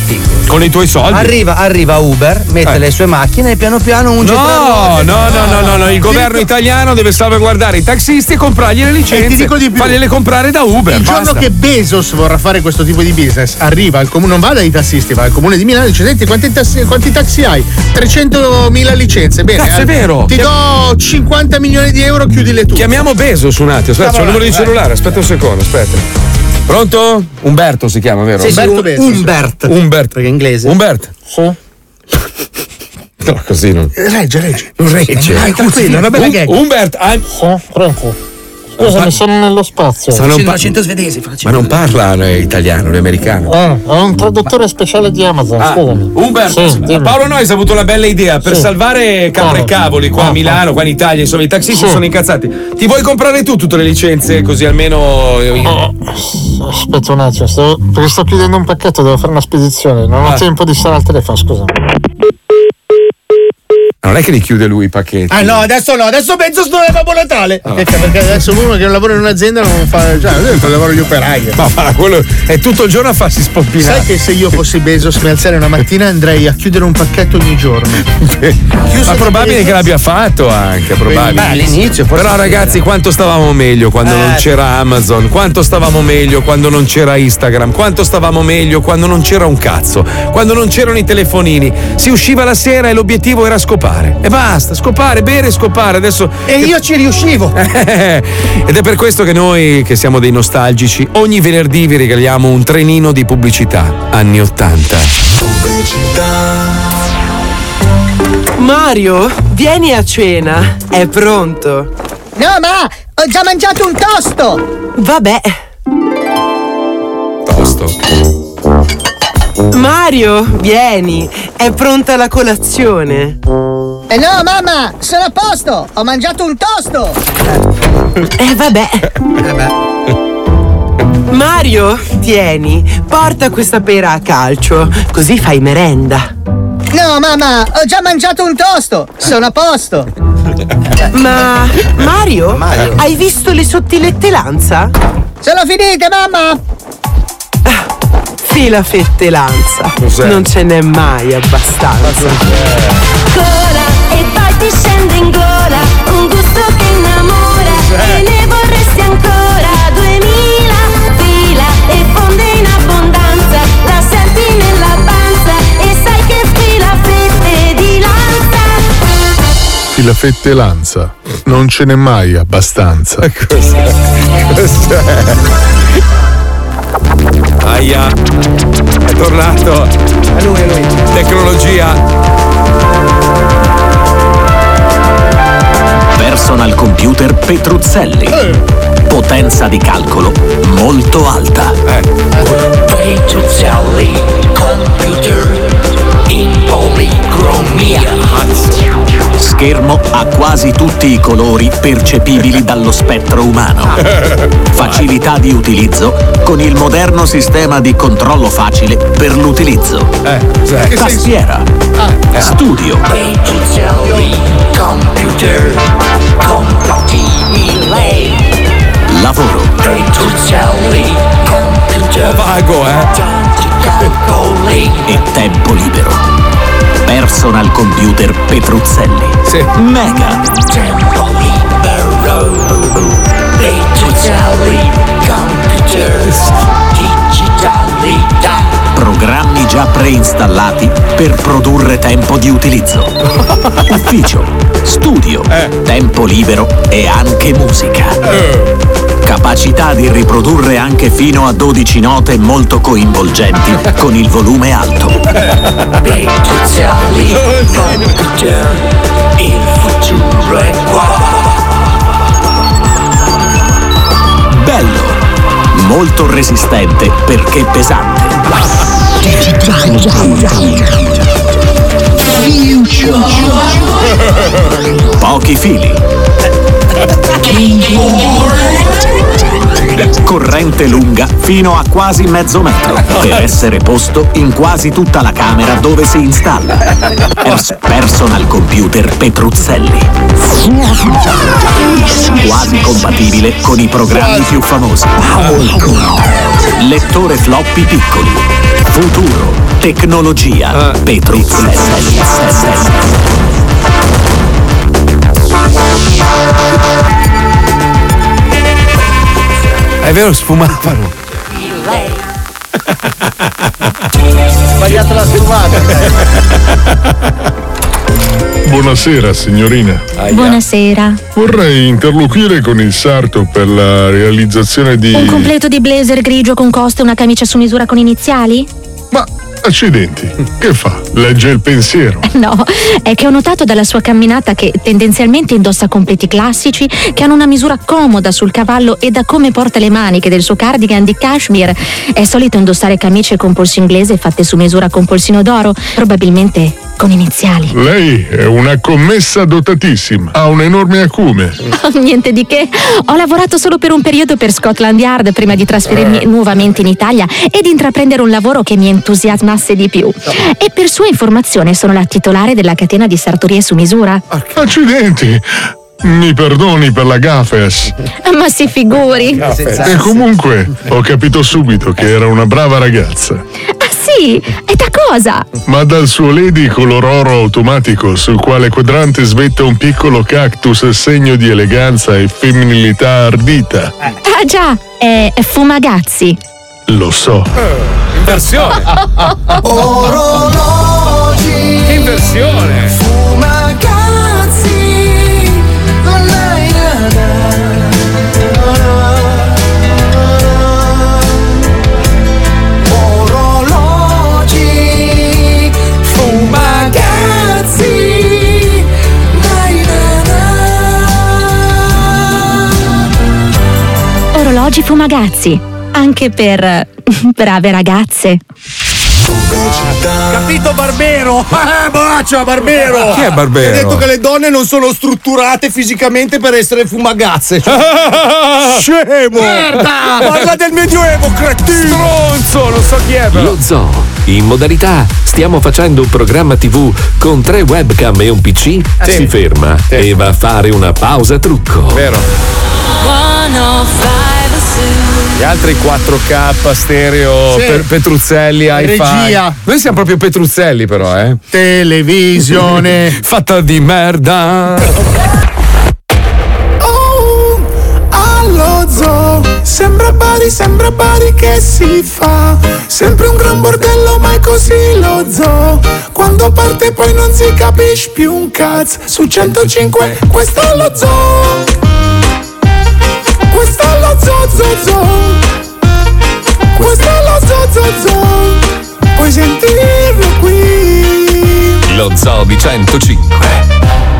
[SPEAKER 2] Con i tuoi soldi.
[SPEAKER 10] Arriva, arriva Uber,
[SPEAKER 2] Eh.
[SPEAKER 10] mette le sue macchine e piano piano un
[SPEAKER 2] No, no, no, no, no, no, il governo italiano deve salvaguardare i taxisti e comprargli le licenze.
[SPEAKER 4] E ti dico di più.
[SPEAKER 2] Fargliele comprare da Uber.
[SPEAKER 4] Il giorno
[SPEAKER 2] basta.
[SPEAKER 4] che Bezos vorrà fare questo tipo di business, arriva al comune, non va dai tassisti, va al comune di Milano e dice: Senti, quanti tassi- quanti taxi, hai? 300.000 licenze. Bene,
[SPEAKER 2] Cazzo, è
[SPEAKER 4] al-
[SPEAKER 2] vero.
[SPEAKER 4] Ti do 50 milioni di euro, chiudile tu.
[SPEAKER 2] Chiamiamo Bezos un attimo, aspetta, c'è il numero di cellulare, aspetta un secondo, aspetta. Pronto? Umberto si chiama, vero?
[SPEAKER 10] Sì, sì,
[SPEAKER 2] Umberto
[SPEAKER 10] un-
[SPEAKER 2] Bezos.
[SPEAKER 10] Umbert.
[SPEAKER 2] Umbert.
[SPEAKER 10] Perché è inglese.
[SPEAKER 2] Umbert. No, così non.
[SPEAKER 4] Regge, regge.
[SPEAKER 2] Non regge.
[SPEAKER 4] Dai, tranquillo, una bella gag.
[SPEAKER 2] Umbert, I'm.
[SPEAKER 15] Scusami, sono nello spazio.
[SPEAKER 2] Sta facendo l'accento
[SPEAKER 15] svedese.
[SPEAKER 2] Ma non parla né italiano né americano.
[SPEAKER 15] Eh, ho un traduttore speciale di Amazon,
[SPEAKER 2] Ah,
[SPEAKER 15] scusami.
[SPEAKER 2] Umberto,
[SPEAKER 15] Sì, dimmi.
[SPEAKER 2] eh, Paolo Nois ha avuto una bella idea per
[SPEAKER 15] Sì.
[SPEAKER 2] salvare capre e cavoli qua a Milano, qua in Italia, insomma i taxisti
[SPEAKER 15] Sì.
[SPEAKER 2] sono incazzati. Ti vuoi comprare tu tutte le licenze così almeno... eh,
[SPEAKER 15] Oh. Aspetta un attimo, sto, perché sto chiudendo un pacchetto, devo fare una spedizione. Non ho
[SPEAKER 2] Ah.
[SPEAKER 15] tempo di stare al telefono, scusa.
[SPEAKER 2] Non è che li chiude lui i pacchetti.
[SPEAKER 4] Ah no, adesso no, adesso penso solo a Babbo Natale.
[SPEAKER 2] Ah.
[SPEAKER 4] Perché, perché adesso uno che lavora in un'azienda non fa. Cioè, io lavoro gli operai.
[SPEAKER 2] Ma, ma quello è tutto il giorno a farsi spompinare.
[SPEAKER 4] Sai che se io fossi Bezos mi alzare una mattina andrei a chiudere un pacchetto ogni giorno.
[SPEAKER 2] Ma probabile che l'abbia fatto anche, probabile.
[SPEAKER 4] Beh, all'inizio forse
[SPEAKER 2] Però
[SPEAKER 4] sì,
[SPEAKER 2] ragazzi, quanto stavamo meglio quando non c'era Amazon? Quanto stavamo meglio quando non c'era Instagram? Quanto stavamo meglio quando non c'era un cazzo? Quando non c'erano i telefonini? Si usciva la sera e l'obiettivo era scopare. E basta, scopare, bere e scopare. Adesso
[SPEAKER 10] E io ci riuscivo.
[SPEAKER 2] Ed è per questo che noi, che siamo dei nostalgici, ogni venerdì vi regaliamo un trenino di pubblicità anni 80.
[SPEAKER 11] Mario, vieni a cena. È pronto.
[SPEAKER 16] No, ma ho già mangiato un tosto!
[SPEAKER 11] Vabbè. Mario, vieni. È pronta la colazione.
[SPEAKER 16] Eh no, mamma, sono a posto! Ho mangiato un tosto!
[SPEAKER 11] Eh vabbè. Mario, tieni. Porta questa pera a calcio, così fai merenda.
[SPEAKER 16] No, mamma, ho già mangiato un tosto! Sono a posto!
[SPEAKER 11] Ma Mario,
[SPEAKER 3] Eh.
[SPEAKER 16] Mario.
[SPEAKER 11] hai visto le sottilettelanza?
[SPEAKER 16] Sono finite, mamma!
[SPEAKER 11] Fila fettelanza.
[SPEAKER 16] Cos'è?
[SPEAKER 11] Non ce n'è mai abbastanza.
[SPEAKER 17] Cola e poi ti scende in gola un gusto che innamora e ne vorresti ancora 2000 fila e fonde in abbondanza la senti nella panza e sai che fila fette di lanza
[SPEAKER 18] Filafette Lanza, non ce n'è mai abbastanza. Cos'è?
[SPEAKER 2] Aia. È tornato. È lui, è lui. Tecnologia.
[SPEAKER 19] Personal computer Petruzzelli. Potenza di calcolo molto alta. Petruzzelli computer in policromia. Schermo a quasi tutti i colori percepibili dallo spettro umano. Facilità di utilizzo con il moderno sistema di controllo facile per l'utilizzo. Tastiera. Studio. Computer compatibile. Lavoro. Vago, eh? E tempo libero. Personal computer Petruzzelli. Mega. Tempo libero. Petruzzelli. Computer. Digitalità. Programmi già preinstallati per produrre tempo di utilizzo. Ufficio, studio, tempo libero e anche musica. Capacità di riprodurre anche fino a 12 note molto coinvolgenti con il volume alto. Petruzzelli, computer, il futuro è Bello, molto resistente perché pesante. Pochi fili. Corrente lunga fino a quasi mezzo metro per essere posto in quasi tutta la camera dove si installa. Pers- Personal computer Petruzzelli. Quasi compatibile con i programmi più famosi. Lettore floppy piccoli. Futuro. Tecnologia. Petruzzelli.
[SPEAKER 2] È vero, sfumavano.
[SPEAKER 4] Sbagliata la sfumata.
[SPEAKER 20] Buonasera signorina.
[SPEAKER 21] Buonasera.
[SPEAKER 20] Vorrei interloquire con il sarto per la realizzazione di...
[SPEAKER 21] Un completo di blazer grigio con coste e una camicia su misura con iniziali?
[SPEAKER 20] Ma accidenti, che fa? Legge il pensiero.
[SPEAKER 21] No, è che ho notato dalla sua camminata che tendenzialmente indossa completi classici che hanno una misura comoda sul cavallo e da come porta le maniche del suo cardigan di cashmere è solito indossare camicie con polso inglese fatte su misura con polsino d'oro, probabilmente con iniziali.
[SPEAKER 20] Lei è una commessa dotatissima, ha un enorme acume.
[SPEAKER 21] Oh, Niente di che, ho lavorato solo per un periodo per Scotland Yard prima di trasferirmi nuovamente in Italia ed intraprendere un lavoro che mi entusiasmasse di più. E per sua informazione sono la titolare della catena di sartorie su misura.
[SPEAKER 20] Accidenti, mi perdoni per la gafes.
[SPEAKER 21] Ma si figuri.
[SPEAKER 20] E Ah, eh, comunque ho capito subito che era una brava ragazza.
[SPEAKER 21] Ah sì, e da cosa?
[SPEAKER 20] Ma dal suo lady color oro automatico, sul quale quadrante svetta un piccolo cactus segno di eleganza e femminilità ardita.
[SPEAKER 21] Ah già, è Fumagazzi.
[SPEAKER 20] Lo so.
[SPEAKER 2] Inversione.
[SPEAKER 5] Orologi.
[SPEAKER 2] Inversione.
[SPEAKER 5] Fumagazzi. La la la. Orologi. Fumagazzi.
[SPEAKER 21] Orologi Fumagazzi, anche per eh, brave ragazze.
[SPEAKER 10] Capito Barbero? Ah, bacia Barbero!
[SPEAKER 2] Chi è Barbero?
[SPEAKER 10] Ha detto che le donne non sono strutturate fisicamente per essere fumagazze. Scemo!
[SPEAKER 5] Merda!
[SPEAKER 10] Parla del medioevo, cretino!
[SPEAKER 2] Stronzo, non so chi è
[SPEAKER 1] Lo zoo. In modalità stiamo facendo un programma TV con tre webcam e un PC,
[SPEAKER 5] Ah, Sì.
[SPEAKER 1] si ferma e va a fare una pausa trucco.
[SPEAKER 2] Vero. Gli altri 4K stereo,
[SPEAKER 4] Sì.
[SPEAKER 2] per- Petruzzelli, hi-fi.
[SPEAKER 4] Regia.
[SPEAKER 2] Noi siamo proprio Petruzzelli, però, eh.
[SPEAKER 4] Televisione.
[SPEAKER 5] Eh.
[SPEAKER 2] Fatta di merda.
[SPEAKER 5] Oh, allo zoo Sembra Bari, sembra Bari che si fa Sempre un gran bordello ma è così lo zoo Quando parte poi non si capisce più un cazzo Su 105 questo è lo zoo Questo è lo zoo zoo zoo
[SPEAKER 17] Questa è la Zazazon, puoi sentirlo qui.
[SPEAKER 1] Lo Zoo di 105.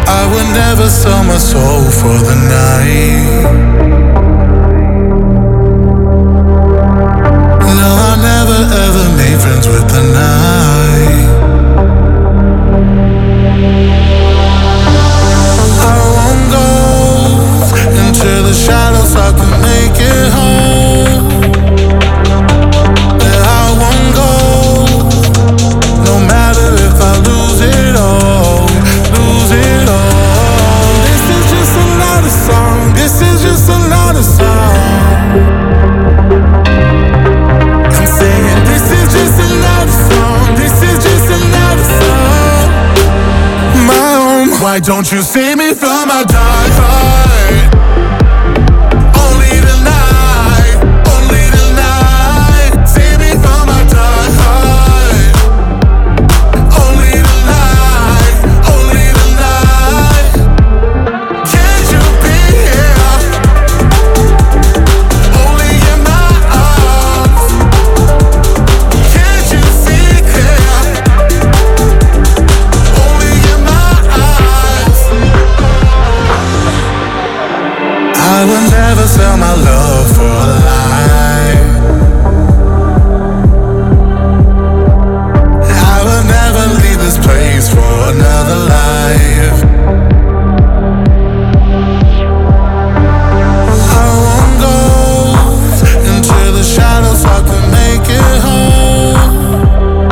[SPEAKER 17] I will never sell my soul for the night. No, I never ever made friends with the night. I won't go into the shadows so I can make it home. Yeah, I won't go, no matter if I lose it all lose it all. This is just another song. This is just another song. I'm saying this is just another song. This is just another song. My own. Why don't you see me from my dark side? Only tonight, only tonight. See me from my dark side. Only tonight. Only tonight. Can't you be here? Only in my arms. Can't you see clear? Only in my eyes. I will never sell my love for a lie. I will never leave this place for another life. I won't go into the shadows so I can make it home.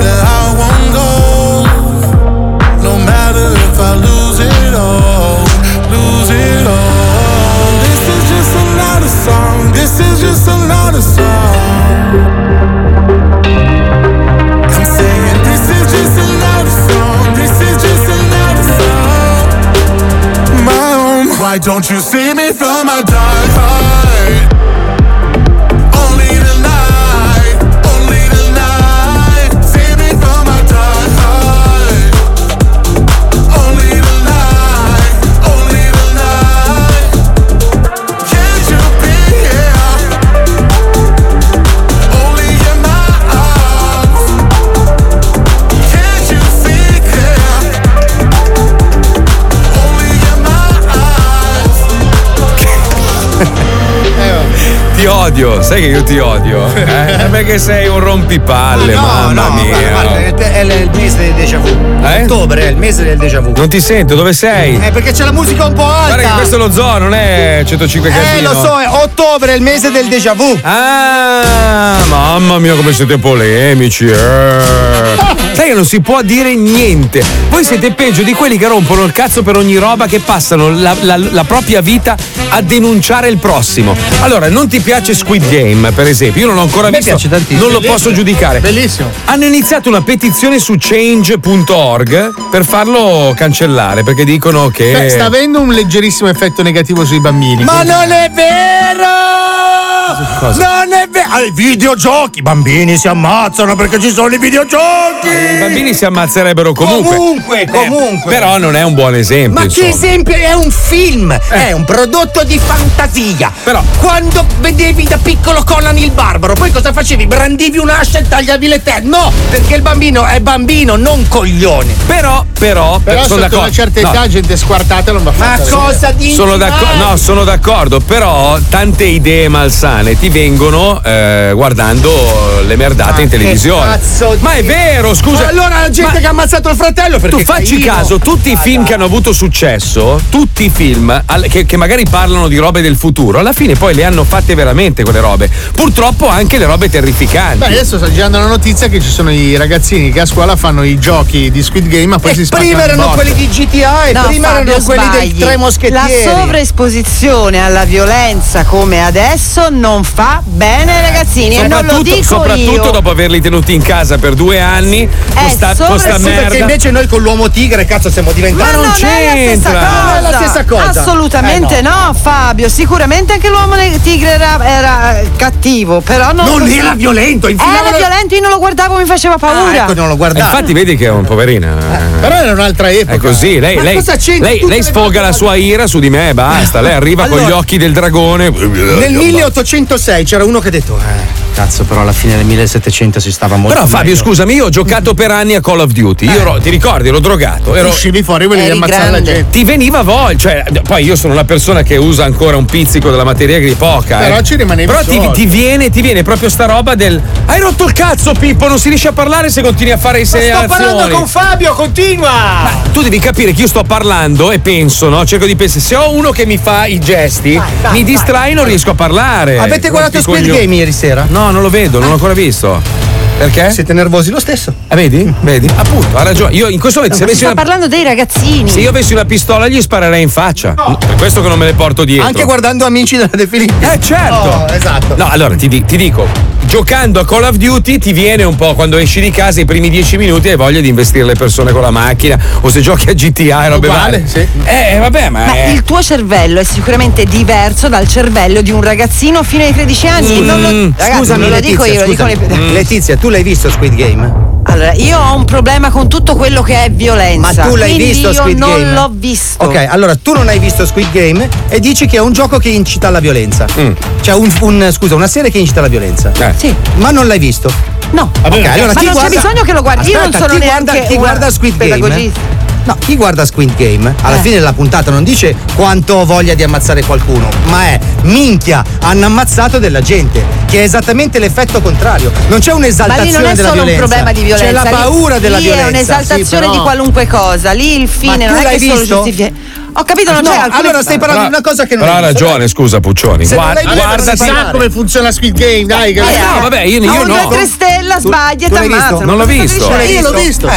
[SPEAKER 17] Yeah, I won't go, no matter if I lose it all, lose it all. This is just another song. This is just another song. I'm saying this is just another song. This is just another song. My own. Why don't you see me from my dark side? Only tonight, only tonight. See me from my dark side. Only tonight, only tonight. Can't you be here? Only in my arms. Can't you see clear? Only in my eyes.
[SPEAKER 2] Ti odio, sai che io ti odio? Eh? Perché sei un rompipalle,
[SPEAKER 10] Ah, No,
[SPEAKER 2] mamma
[SPEAKER 10] no,
[SPEAKER 2] mia. Eh?
[SPEAKER 10] guarda, guarda, eh. è il te- è il- il mese del déjà vu. Ottobre è il mese del déjà vu.
[SPEAKER 2] Non ti sento, dove sei?
[SPEAKER 10] Eh, perché c'è la musica un po' alta.
[SPEAKER 2] Guarda che questo è lo zoo, non è 105 casino.
[SPEAKER 10] eh, lo so, è ottobre è il mese del déjà vu.
[SPEAKER 2] Ah, mamma mia, come siete polemici. eh. Sai che non si può dire niente. Voi siete peggio di quelli che rompono il cazzo per ogni roba che passano la, la- la propria vita a denunciare il prossimo. Allora, non ti piace Squid Game, per esempio? Io non l'ho ancora visto. Non lo posso giudicare.
[SPEAKER 4] Bellissimo.
[SPEAKER 2] Hanno iniziato una petizione su change.org per farlo cancellare perché dicono che.
[SPEAKER 4] Beh, sta avendo un leggerissimo effetto negativo sui bambini.
[SPEAKER 5] Ma non è vero!
[SPEAKER 2] Cosa?
[SPEAKER 5] Non è vero! Ah, I videogiochi! I bambini si ammazzano perché ci sono i videogiochi!
[SPEAKER 2] I bambini si ammazzerebbero comunque.
[SPEAKER 5] Comunque,
[SPEAKER 2] Eh,
[SPEAKER 5] comunque.
[SPEAKER 2] però non è un buon esempio.
[SPEAKER 5] Ma
[SPEAKER 2] insomma.
[SPEAKER 5] che
[SPEAKER 10] esempio è un film,
[SPEAKER 2] Eh.
[SPEAKER 10] è un prodotto di fantasia. Però quando vedevi da piccolo Conan il barbaro, poi cosa facevi? Brandivi un'ascia e tagliavi le tette. No, perché il bambino è bambino, non coglione.
[SPEAKER 2] Però, però,
[SPEAKER 4] Però
[SPEAKER 2] sono
[SPEAKER 4] sotto
[SPEAKER 2] d'accordo.
[SPEAKER 4] una certa
[SPEAKER 2] No.
[SPEAKER 4] età Esatto. gente squartata non va fatta. vedere.
[SPEAKER 2] Sono d'accordo, no, sono d'accordo, però tante idee malsane ti vengono eh, guardando le merdate
[SPEAKER 10] Ah,
[SPEAKER 2] in televisione.
[SPEAKER 10] Ma è
[SPEAKER 2] vero, scusa.
[SPEAKER 10] Allora la gente che ha ammazzato il fratello perché
[SPEAKER 2] Tu facci
[SPEAKER 10] Caino-
[SPEAKER 2] caso, tutti i film che hanno avuto successo, tutti i film al- che, che magari parlano di robe del futuro, alla fine poi le hanno fatte veramente quelle robe. Purtroppo anche le robe terrificanti.
[SPEAKER 4] Eh, Beh, adesso sta girando la notizia che ci sono i ragazzini che a scuola fanno i giochi di Squid Game, ma poi
[SPEAKER 5] eh,
[SPEAKER 4] si spaccano
[SPEAKER 10] prima
[SPEAKER 4] il
[SPEAKER 10] erano
[SPEAKER 4] botto.
[SPEAKER 10] quelli di GTA e
[SPEAKER 3] No,
[SPEAKER 10] Eh, prima
[SPEAKER 3] Fabio,
[SPEAKER 10] erano quelli dei
[SPEAKER 3] sbagli.
[SPEAKER 10] tre moschettieri.
[SPEAKER 3] La sovraesposizione alla violenza come adesso non fa bene ai ragazzini e non lo
[SPEAKER 2] Soprattutto,
[SPEAKER 3] dico
[SPEAKER 2] soprattutto
[SPEAKER 3] io.
[SPEAKER 2] dopo averli tenuti in casa per due anni,
[SPEAKER 10] Eh,
[SPEAKER 3] È
[SPEAKER 2] Costa-
[SPEAKER 3] sopra-
[SPEAKER 2] costa
[SPEAKER 10] Sì, perché
[SPEAKER 2] merda.
[SPEAKER 10] invece noi con l'uomo tigre, cazzo, siamo diventati.
[SPEAKER 3] Ma non, è la stessa cosa.
[SPEAKER 10] Non è la stessa cosa.
[SPEAKER 3] Assolutamente
[SPEAKER 10] Eh,
[SPEAKER 3] no. Fabio. Sicuramente anche l'uomo ne- tigre era, era, eh, cattivo, però non.
[SPEAKER 10] Non era violento, Ah,
[SPEAKER 3] Era violento, io non lo guardavo, mi faceva
[SPEAKER 2] Ah,
[SPEAKER 3] paura.
[SPEAKER 2] ecco,
[SPEAKER 10] ecco,
[SPEAKER 2] Infatti, vedi che è un poverina.
[SPEAKER 4] Però era un'altra epoca.
[SPEAKER 2] È così, lei,
[SPEAKER 4] Ma
[SPEAKER 2] lei-
[SPEAKER 4] cosa c'entra
[SPEAKER 2] lei-
[SPEAKER 4] tutte
[SPEAKER 2] lei
[SPEAKER 4] le
[SPEAKER 2] sfoga la sua ira su di me e basta. Lei arriva con gli
[SPEAKER 4] Allora.
[SPEAKER 2] occhi del dragone.
[SPEAKER 10] Nel 1806 c'era uno che ha detto: eh, Cazzo, però alla fine del 1700 si stava molto.
[SPEAKER 2] Però Fabio, scusami, io ho giocato per anni a Call of Duty. Io ero- ti ricordi, ero drogato. Ero,
[SPEAKER 4] Uscivi fuori e volevi Eri ammazzare la grande. gente.
[SPEAKER 2] Ti veniva voglia. Cioè, poi io sono una persona che usa ancora un pizzico della materia gri poca.
[SPEAKER 4] Però
[SPEAKER 2] eh.
[SPEAKER 4] ci rimanevi
[SPEAKER 2] Però ti,
[SPEAKER 4] solo.
[SPEAKER 2] ti viene, ti viene proprio sta roba del. Hai rotto il cazzo, Pippo, non si riesce a parlare se continui a fare i segnalazioni.
[SPEAKER 6] Fabio, continua!
[SPEAKER 2] Ma tu devi capire che io sto parlando e penso, no? Cerco di pensare, se ho uno che mi fa i gesti, mi distrae, non riesco a parlare.
[SPEAKER 10] Avete guardato
[SPEAKER 2] Quanti
[SPEAKER 10] Squid
[SPEAKER 2] coglioni.
[SPEAKER 10] Game ieri sera?
[SPEAKER 2] No, non lo vedo, non l'ho ancora visto. Perché?
[SPEAKER 10] Siete nervosi lo stesso. Mm.
[SPEAKER 2] Ah, vedi? Vedi? Appunto, ha ragione. Io in questo
[SPEAKER 10] Cioè,
[SPEAKER 2] momento, se avessi
[SPEAKER 3] Sta
[SPEAKER 2] una,
[SPEAKER 3] parlando dei ragazzini.
[SPEAKER 2] se io avessi una pistola, gli sparerei in faccia. Per questo che non me le porto dietro.
[SPEAKER 10] Anche guardando amici della De Filippi.
[SPEAKER 2] Eh, certo.
[SPEAKER 10] Oh, esatto.
[SPEAKER 2] No, allora ti, di- ti dico, giocando a Call of Duty ti viene un po' quando esci di casa i primi dieci minuti hai voglia di investire le persone con la macchina o se giochi a GTA e robe
[SPEAKER 4] Uguale,
[SPEAKER 2] varie.
[SPEAKER 4] sì.
[SPEAKER 2] Eh, vabbè, ma,
[SPEAKER 3] Ma
[SPEAKER 2] è-
[SPEAKER 3] il tuo cervello è sicuramente diverso dal cervello di un ragazzino fino ai 13 anni. Non lo,
[SPEAKER 2] Mm.
[SPEAKER 3] ragazzi,
[SPEAKER 10] Mm, scusami,
[SPEAKER 3] non lo
[SPEAKER 10] Letizia,
[SPEAKER 3] dico io, lo dicono
[SPEAKER 10] scusami.
[SPEAKER 3] i più-
[SPEAKER 10] Letizia, tu l'hai visto Squid Game?
[SPEAKER 3] Allora, io ho un problema con tutto quello che è violenza.
[SPEAKER 10] Ma tu l'hai
[SPEAKER 3] quindi
[SPEAKER 10] visto
[SPEAKER 3] io
[SPEAKER 10] Squid
[SPEAKER 3] non
[SPEAKER 10] Game?
[SPEAKER 3] l'ho visto.
[SPEAKER 10] Ok, allora tu non hai visto Squid Game e dici che è un gioco che incita alla violenza. Cioè, un, un- scusa, una serie che incita alla violenza.
[SPEAKER 3] Sì.
[SPEAKER 10] Ma non l'hai visto?
[SPEAKER 3] No.
[SPEAKER 10] Ok, allora
[SPEAKER 3] Ma
[SPEAKER 10] chi
[SPEAKER 3] non c'è
[SPEAKER 10] guarda-
[SPEAKER 3] bisogno che lo guardi, io non
[SPEAKER 10] Aspetta,
[SPEAKER 3] sono
[SPEAKER 10] chi
[SPEAKER 3] neanche
[SPEAKER 10] guarda, chi
[SPEAKER 3] una
[SPEAKER 10] guarda Squid Game? eh?
[SPEAKER 3] pedagogista. Eh.
[SPEAKER 10] No, chi guarda Squid Game alla fine della puntata non dice quanto ho voglia di ammazzare qualcuno, ma è minchia, hanno ammazzato della gente, che è esattamente l'effetto contrario. Non c'è
[SPEAKER 3] Ma lì
[SPEAKER 10] un'esaltazione
[SPEAKER 3] non è
[SPEAKER 10] della
[SPEAKER 3] solo un
[SPEAKER 10] violenza.
[SPEAKER 3] problema di violenza.
[SPEAKER 10] C'è la
[SPEAKER 3] lì-
[SPEAKER 10] paura della
[SPEAKER 3] lì
[SPEAKER 10] violenza.
[SPEAKER 3] È un'esaltazione
[SPEAKER 10] Sì, però-
[SPEAKER 3] di qualunque cosa. Lì il fine
[SPEAKER 10] tu
[SPEAKER 3] non è che
[SPEAKER 10] l'hai
[SPEAKER 3] solo
[SPEAKER 10] visto?
[SPEAKER 3] giustifica. Ho capito, non
[SPEAKER 10] No,
[SPEAKER 3] c'è alcune-
[SPEAKER 10] allora stai parlando di una cosa che non
[SPEAKER 2] Però ha
[SPEAKER 10] è giusta.
[SPEAKER 2] ragione, scusa Puccioni.
[SPEAKER 10] Se non
[SPEAKER 2] Guarda,
[SPEAKER 10] l'hai visto,
[SPEAKER 2] guardati-
[SPEAKER 10] non si sa
[SPEAKER 4] Come funziona Squid Game? Dai, che
[SPEAKER 2] Eh, no, vabbè, io- io no.
[SPEAKER 3] due, tre stella, sbaglia e
[SPEAKER 4] tu l'hai
[SPEAKER 3] t'ammazza.
[SPEAKER 4] visto?
[SPEAKER 2] Non l'ho visto.
[SPEAKER 4] Eh, io l'ho visto, sì.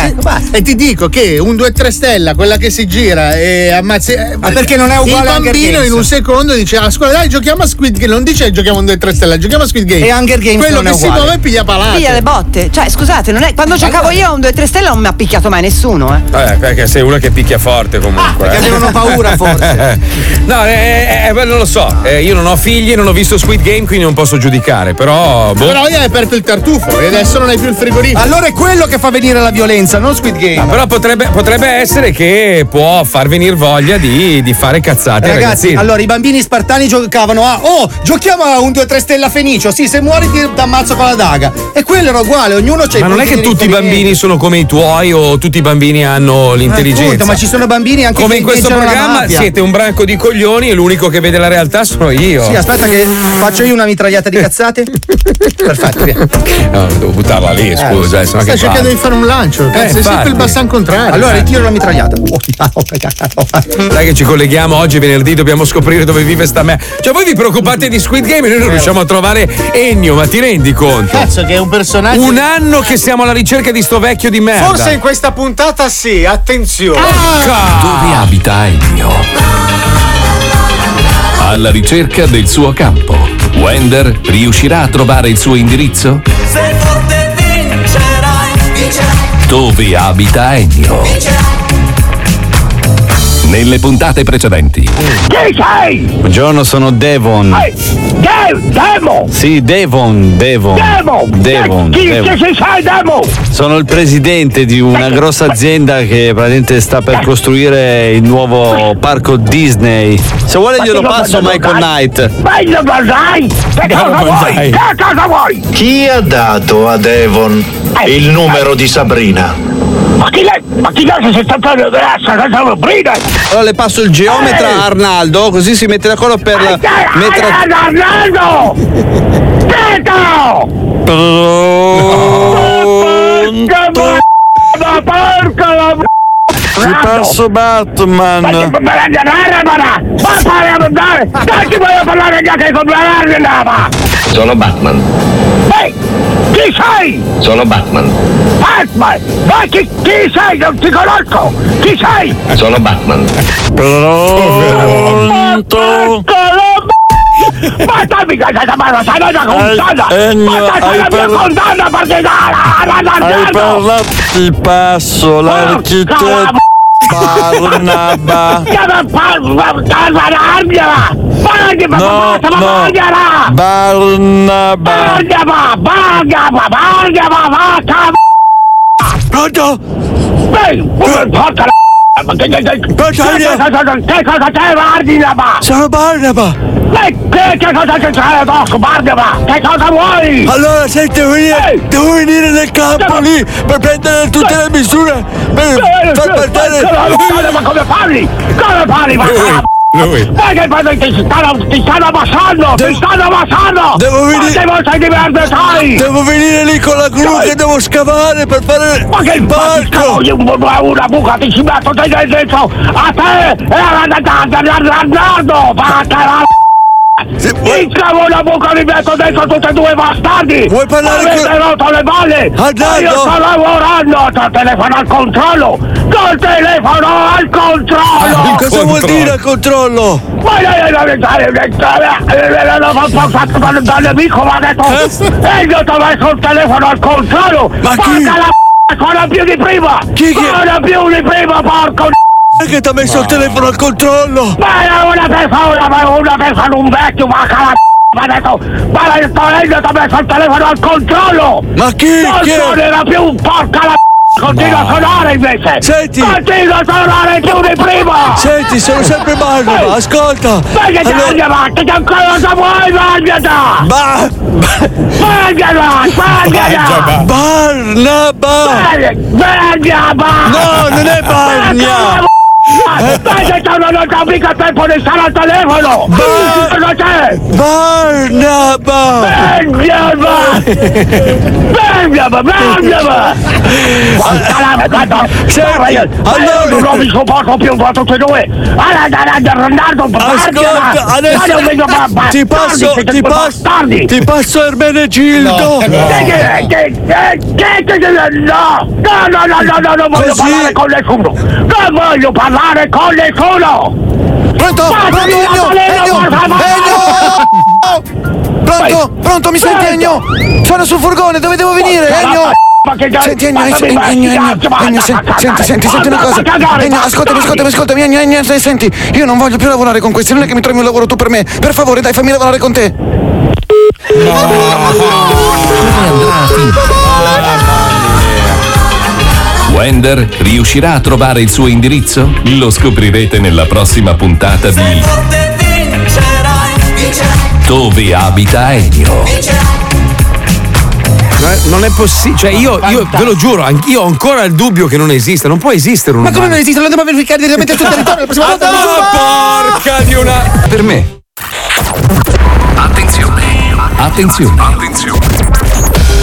[SPEAKER 10] Eh.
[SPEAKER 4] e ti dico che un 2-3 stella, quella che si gira e ammazzi.
[SPEAKER 10] Ma perché non è uguale a
[SPEAKER 4] Il
[SPEAKER 10] Hunger
[SPEAKER 4] bambino
[SPEAKER 10] Games?
[SPEAKER 4] in un secondo dice a scuola dai giochiamo a Squid Game. Non dice giochiamo a un 2-3 stella, giochiamo a Squid Game.
[SPEAKER 10] E Hunger Games
[SPEAKER 4] Quello
[SPEAKER 10] non è
[SPEAKER 4] che si
[SPEAKER 10] uguale.
[SPEAKER 4] muove piglia palate.
[SPEAKER 3] Via le botte. Cioè, scusate, non è- quando giocavo io a un 2-3 stella non mi ha picchiato mai nessuno, eh.
[SPEAKER 2] Eh, perché sei uno che picchia forte
[SPEAKER 10] Ah,
[SPEAKER 2] comunque.
[SPEAKER 3] perché avevano paura,
[SPEAKER 2] forse. no, eh, eh, eh, non lo so. Eh, io non ho figli, non ho visto Squid Game, quindi non posso giudicare. Però. Boh.
[SPEAKER 4] Però gli hai aperto il tartufo e adesso non hai più il frigorifero.
[SPEAKER 10] Allora è quello che fa venire la violenza, non Squid Game.
[SPEAKER 2] Però potrebbe, potrebbe essere che può far venire voglia di, di fare cazzate. ai
[SPEAKER 10] Ragazzi,
[SPEAKER 2] ragazzini.
[SPEAKER 10] allora i bambini spartani giocavano a Oh, giochiamo a un 2-3 stella fenicio. Sì, se muori ti ammazzo con la daga. E quello era uguale, ognuno c'è
[SPEAKER 2] ma non è che tutti i bambini sono come i tuoi o tutti i bambini hanno l'intelligenza.
[SPEAKER 10] Eh, ma ci sono bambini anche
[SPEAKER 2] come
[SPEAKER 10] che
[SPEAKER 2] in questo
[SPEAKER 10] inneggiano la
[SPEAKER 2] programma
[SPEAKER 10] mafia.
[SPEAKER 2] siete un branco di coglioni e l'unico che vede la realtà sono io.
[SPEAKER 10] Sì, aspetta che faccio io una mitragliata
[SPEAKER 2] Eh.
[SPEAKER 10] di cazzate. Perfetto, via.
[SPEAKER 2] No, devo buttarla lì, scusa. eh, sennò
[SPEAKER 4] Stai
[SPEAKER 2] che
[SPEAKER 4] cercando
[SPEAKER 2] palle.
[SPEAKER 4] di fare un lancio,
[SPEAKER 10] Eh,
[SPEAKER 4] cazzo, è sempre
[SPEAKER 2] infatti.
[SPEAKER 4] il bassan contrario.
[SPEAKER 10] Allora ritiro la mitragliata. Oh,
[SPEAKER 17] Eh,
[SPEAKER 10] ah, oh, ah, oh.
[SPEAKER 2] Dai che ci colleghiamo oggi venerdì, dobbiamo scoprire dove vive sta me. Cioè voi vi preoccupate di Squid Game e
[SPEAKER 10] Eh.
[SPEAKER 2] noi non riusciamo a trovare Ennio, ma ti rendi conto?
[SPEAKER 4] Cazzo, che è un personaggio.
[SPEAKER 2] Un anno che siamo alla ricerca di sto vecchio di merda.
[SPEAKER 10] Eh,
[SPEAKER 6] Forse in questa puntata sì, attenzione.
[SPEAKER 5] Ah.
[SPEAKER 1] Dove abita Ennio? Alla ricerca del suo campo. Wender riuscirà a trovare il suo indirizzo?
[SPEAKER 17] Sei forte vincerai, vincerai,
[SPEAKER 1] Dove abita Ennio? Nelle puntate precedenti.
[SPEAKER 17] Chi sei?
[SPEAKER 22] Buongiorno, sono Devon.
[SPEAKER 17] Ehi, De- Demo!
[SPEAKER 22] Sì, Devon, Devon.
[SPEAKER 17] Demo!
[SPEAKER 22] Devon,
[SPEAKER 17] Chi,
[SPEAKER 22] Devon.
[SPEAKER 17] chi, chi sei Demo?
[SPEAKER 22] Sono il presidente di una grossa azienda che praticamente sta per costruire il nuovo parco Disney. Se vuole
[SPEAKER 17] Ma
[SPEAKER 22] glielo
[SPEAKER 17] che roba
[SPEAKER 22] passo
[SPEAKER 17] da
[SPEAKER 22] Michael
[SPEAKER 17] guardare?
[SPEAKER 22] Knight.
[SPEAKER 17] Meglio guardai! Che cosa vuoi? Che cosa vuoi?
[SPEAKER 23] Chi ha dato a Devon
[SPEAKER 24] Eh,
[SPEAKER 23] il numero di Sabrina?
[SPEAKER 17] Ma chi l'è? Ma chi l'è se sei stato grassa? Che sono bride?
[SPEAKER 22] Allora le passo il geometra
[SPEAKER 2] Eh.
[SPEAKER 17] Ehi!
[SPEAKER 22] a Arnaldo, così si mette d'accordo per la mettere-
[SPEAKER 17] Arnaldo! Zitto! Ma porca la m***a! Ti passo
[SPEAKER 23] Batman!
[SPEAKER 17] Ma
[SPEAKER 5] uh,
[SPEAKER 17] che ma la denara, ma la- ma fai andare! Non ti voglio parlare neanche con la larga!
[SPEAKER 23] Sono Batman,
[SPEAKER 17] Ehi! Chi sei?
[SPEAKER 23] sono Batman,
[SPEAKER 17] Batman! Ma chi, chi sei? Non ti conosco! Chi sei?
[SPEAKER 23] sono Batman.
[SPEAKER 17] Pronto!
[SPEAKER 22] Portami questa parola condanna! Portami la mia condanna partigiana!
[SPEAKER 23] Hai parlato di passo, l'architetto Barnaba. No, no, Barnaba.
[SPEAKER 22] Pronto? Porca la Sono Barnaba! Che cosa c'è Barnaba? Che cosa vuoi?
[SPEAKER 23] Allora, senti, devo venire, devo venire nel campo lì per prendere tutte le misure per far partire. Eh.
[SPEAKER 22] Ma come parli? Come parli? Ma
[SPEAKER 2] Lui.
[SPEAKER 22] Dai che poi ti stanno, ti stanno abbassando! ti stanno abbassando!
[SPEAKER 23] Devo venire-
[SPEAKER 22] Quante volte ti perdo, sai?
[SPEAKER 23] Devo venire lì con la gru che devo scavare per fare
[SPEAKER 22] Ma che barco! Io un- una buca ti ci metto te dentro! A te! eh, E all'Arnardo! Vacca la... Ti cavo una buca li metto dentro tutti e due i bastardi! Vuoi
[SPEAKER 23] parlare
[SPEAKER 22] con... Avete rotto le balle! Ma Io sto lavorando! Col telefono al controllo! Col telefono al controllo!
[SPEAKER 23] Cosa vuol dire a controllo?
[SPEAKER 22] Ma io io non mi sale, mi sale, non ho fatto da da nemico, ma
[SPEAKER 23] Eh,
[SPEAKER 22] adesso... E io ti ho messo il telefono al controllo! Ma chi? la p***a, ancora più di prima! Chi che... Ancora più di prima, porco d***o!
[SPEAKER 23] che ti ha messo il telefono al controllo?
[SPEAKER 22] Ma è una persona, ma è una persona, un vecchio, ma che la p***a, ma adesso... Ma la io ti ho messo il telefono al controllo!
[SPEAKER 23] Ma chi?
[SPEAKER 22] Non
[SPEAKER 23] Chi è?
[SPEAKER 22] suonerà più, porca la p***a, Continua a suonare invece!
[SPEAKER 23] Senti!
[SPEAKER 22] Continua a suonare più di prima!
[SPEAKER 23] Senti, sono sempre Barnaba, ascolta!
[SPEAKER 22] Svegliati,
[SPEAKER 23] Allora-
[SPEAKER 22] allora... che ancora cosa vuoi, svegliata!
[SPEAKER 23] Ba...
[SPEAKER 22] Svegliala, svegliala!
[SPEAKER 23] Barnaba!
[SPEAKER 22] Svegliala!
[SPEAKER 23] No, non è Barnia!
[SPEAKER 22] Dai, non ho mica tempo di stare al telefono! Cosa c'è?
[SPEAKER 23] Barnaba!
[SPEAKER 22] Barnaba! Barnaba, Barnaba! Allora, io non mi sopporto più tra tutti e due!
[SPEAKER 23] Ascolta, adesso ti passo, ti passo, ti passo Ermenegildo.
[SPEAKER 22] No, no, no, no, no, no, non voglio parlare con nessuno! Non voglio parlare con nessuno!
[SPEAKER 8] Pronto? Pronto, Ennio? Ennio? Ennio? Pronto? Pronto, mi senti Ennio? Sono sul furgone, dove devo venire? Ennio? Senti Ennio, Ennio, Ennio, Ennio, Ennio, sen- senti, senti, senti una cosa. Ennio, ascoltami, ascoltami, ascoltami, Ennio, Ennio, se- senti, io non voglio più lavorare con questi, non è che mi trovi un lavoro tu per me. Per favore, dai, fammi lavorare con te.
[SPEAKER 1] Wender riuscirà a trovare il suo indirizzo? Lo scoprirete nella prossima puntata di Dove abita Ennio?
[SPEAKER 2] No, eh, Non è possibile, cioè io, io ve lo giuro, anch'io ho ancora il dubbio che non esista, non può esistere un
[SPEAKER 8] Ma come
[SPEAKER 2] umano.
[SPEAKER 8] non esiste? Lo andiamo a verificare direttamente sul territorio la prossima
[SPEAKER 10] Ah,
[SPEAKER 8] volta.
[SPEAKER 10] Eh,
[SPEAKER 2] porca di una.
[SPEAKER 1] Per me. Attenzione. Attenzione.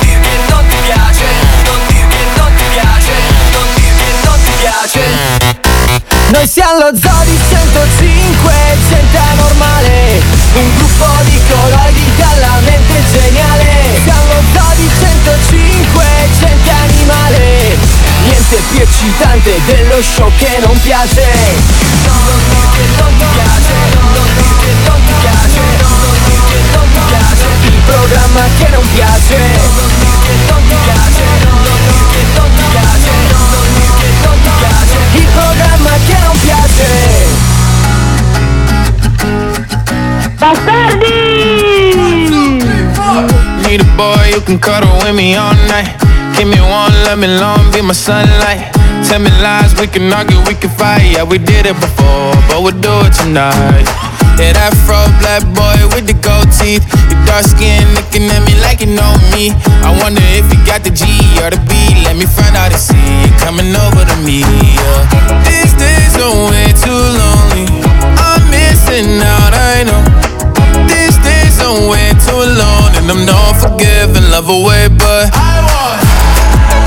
[SPEAKER 16] dir che non ti piace, non dir che non ti piace, non dir che non ti piace.
[SPEAKER 5] Noi siamo lo Zodi 105, gente normale Un gruppo di colori dalla mente geniale Siamo lo Zodi 105, gente animale Niente più eccitante dello show che non piace No, non dir che non ti piace, non dir che non ti piace Non dir che non ti piace, il programma che non piace Non dir che non ti piace, non dir che non ti piace Non dir che non ti piace, il programma che non piace
[SPEAKER 13] Bastardi! Need a boy who can cuddle with me all night. Give me one, let me long, be my sunlight. Tell me lies, we can argue, we can fight. Yeah, we did it before, but we'll do it tonight. Yeah, that fro black boy with the gold teeth. Your dark skin looking at me like you know me. I wonder if you got the G or the B. Let me find out and see you coming over to me. Yeah. These days are way too lonely. I'm missing out, I know. These days I'm way too alone And I'm not forgiving, love away But I want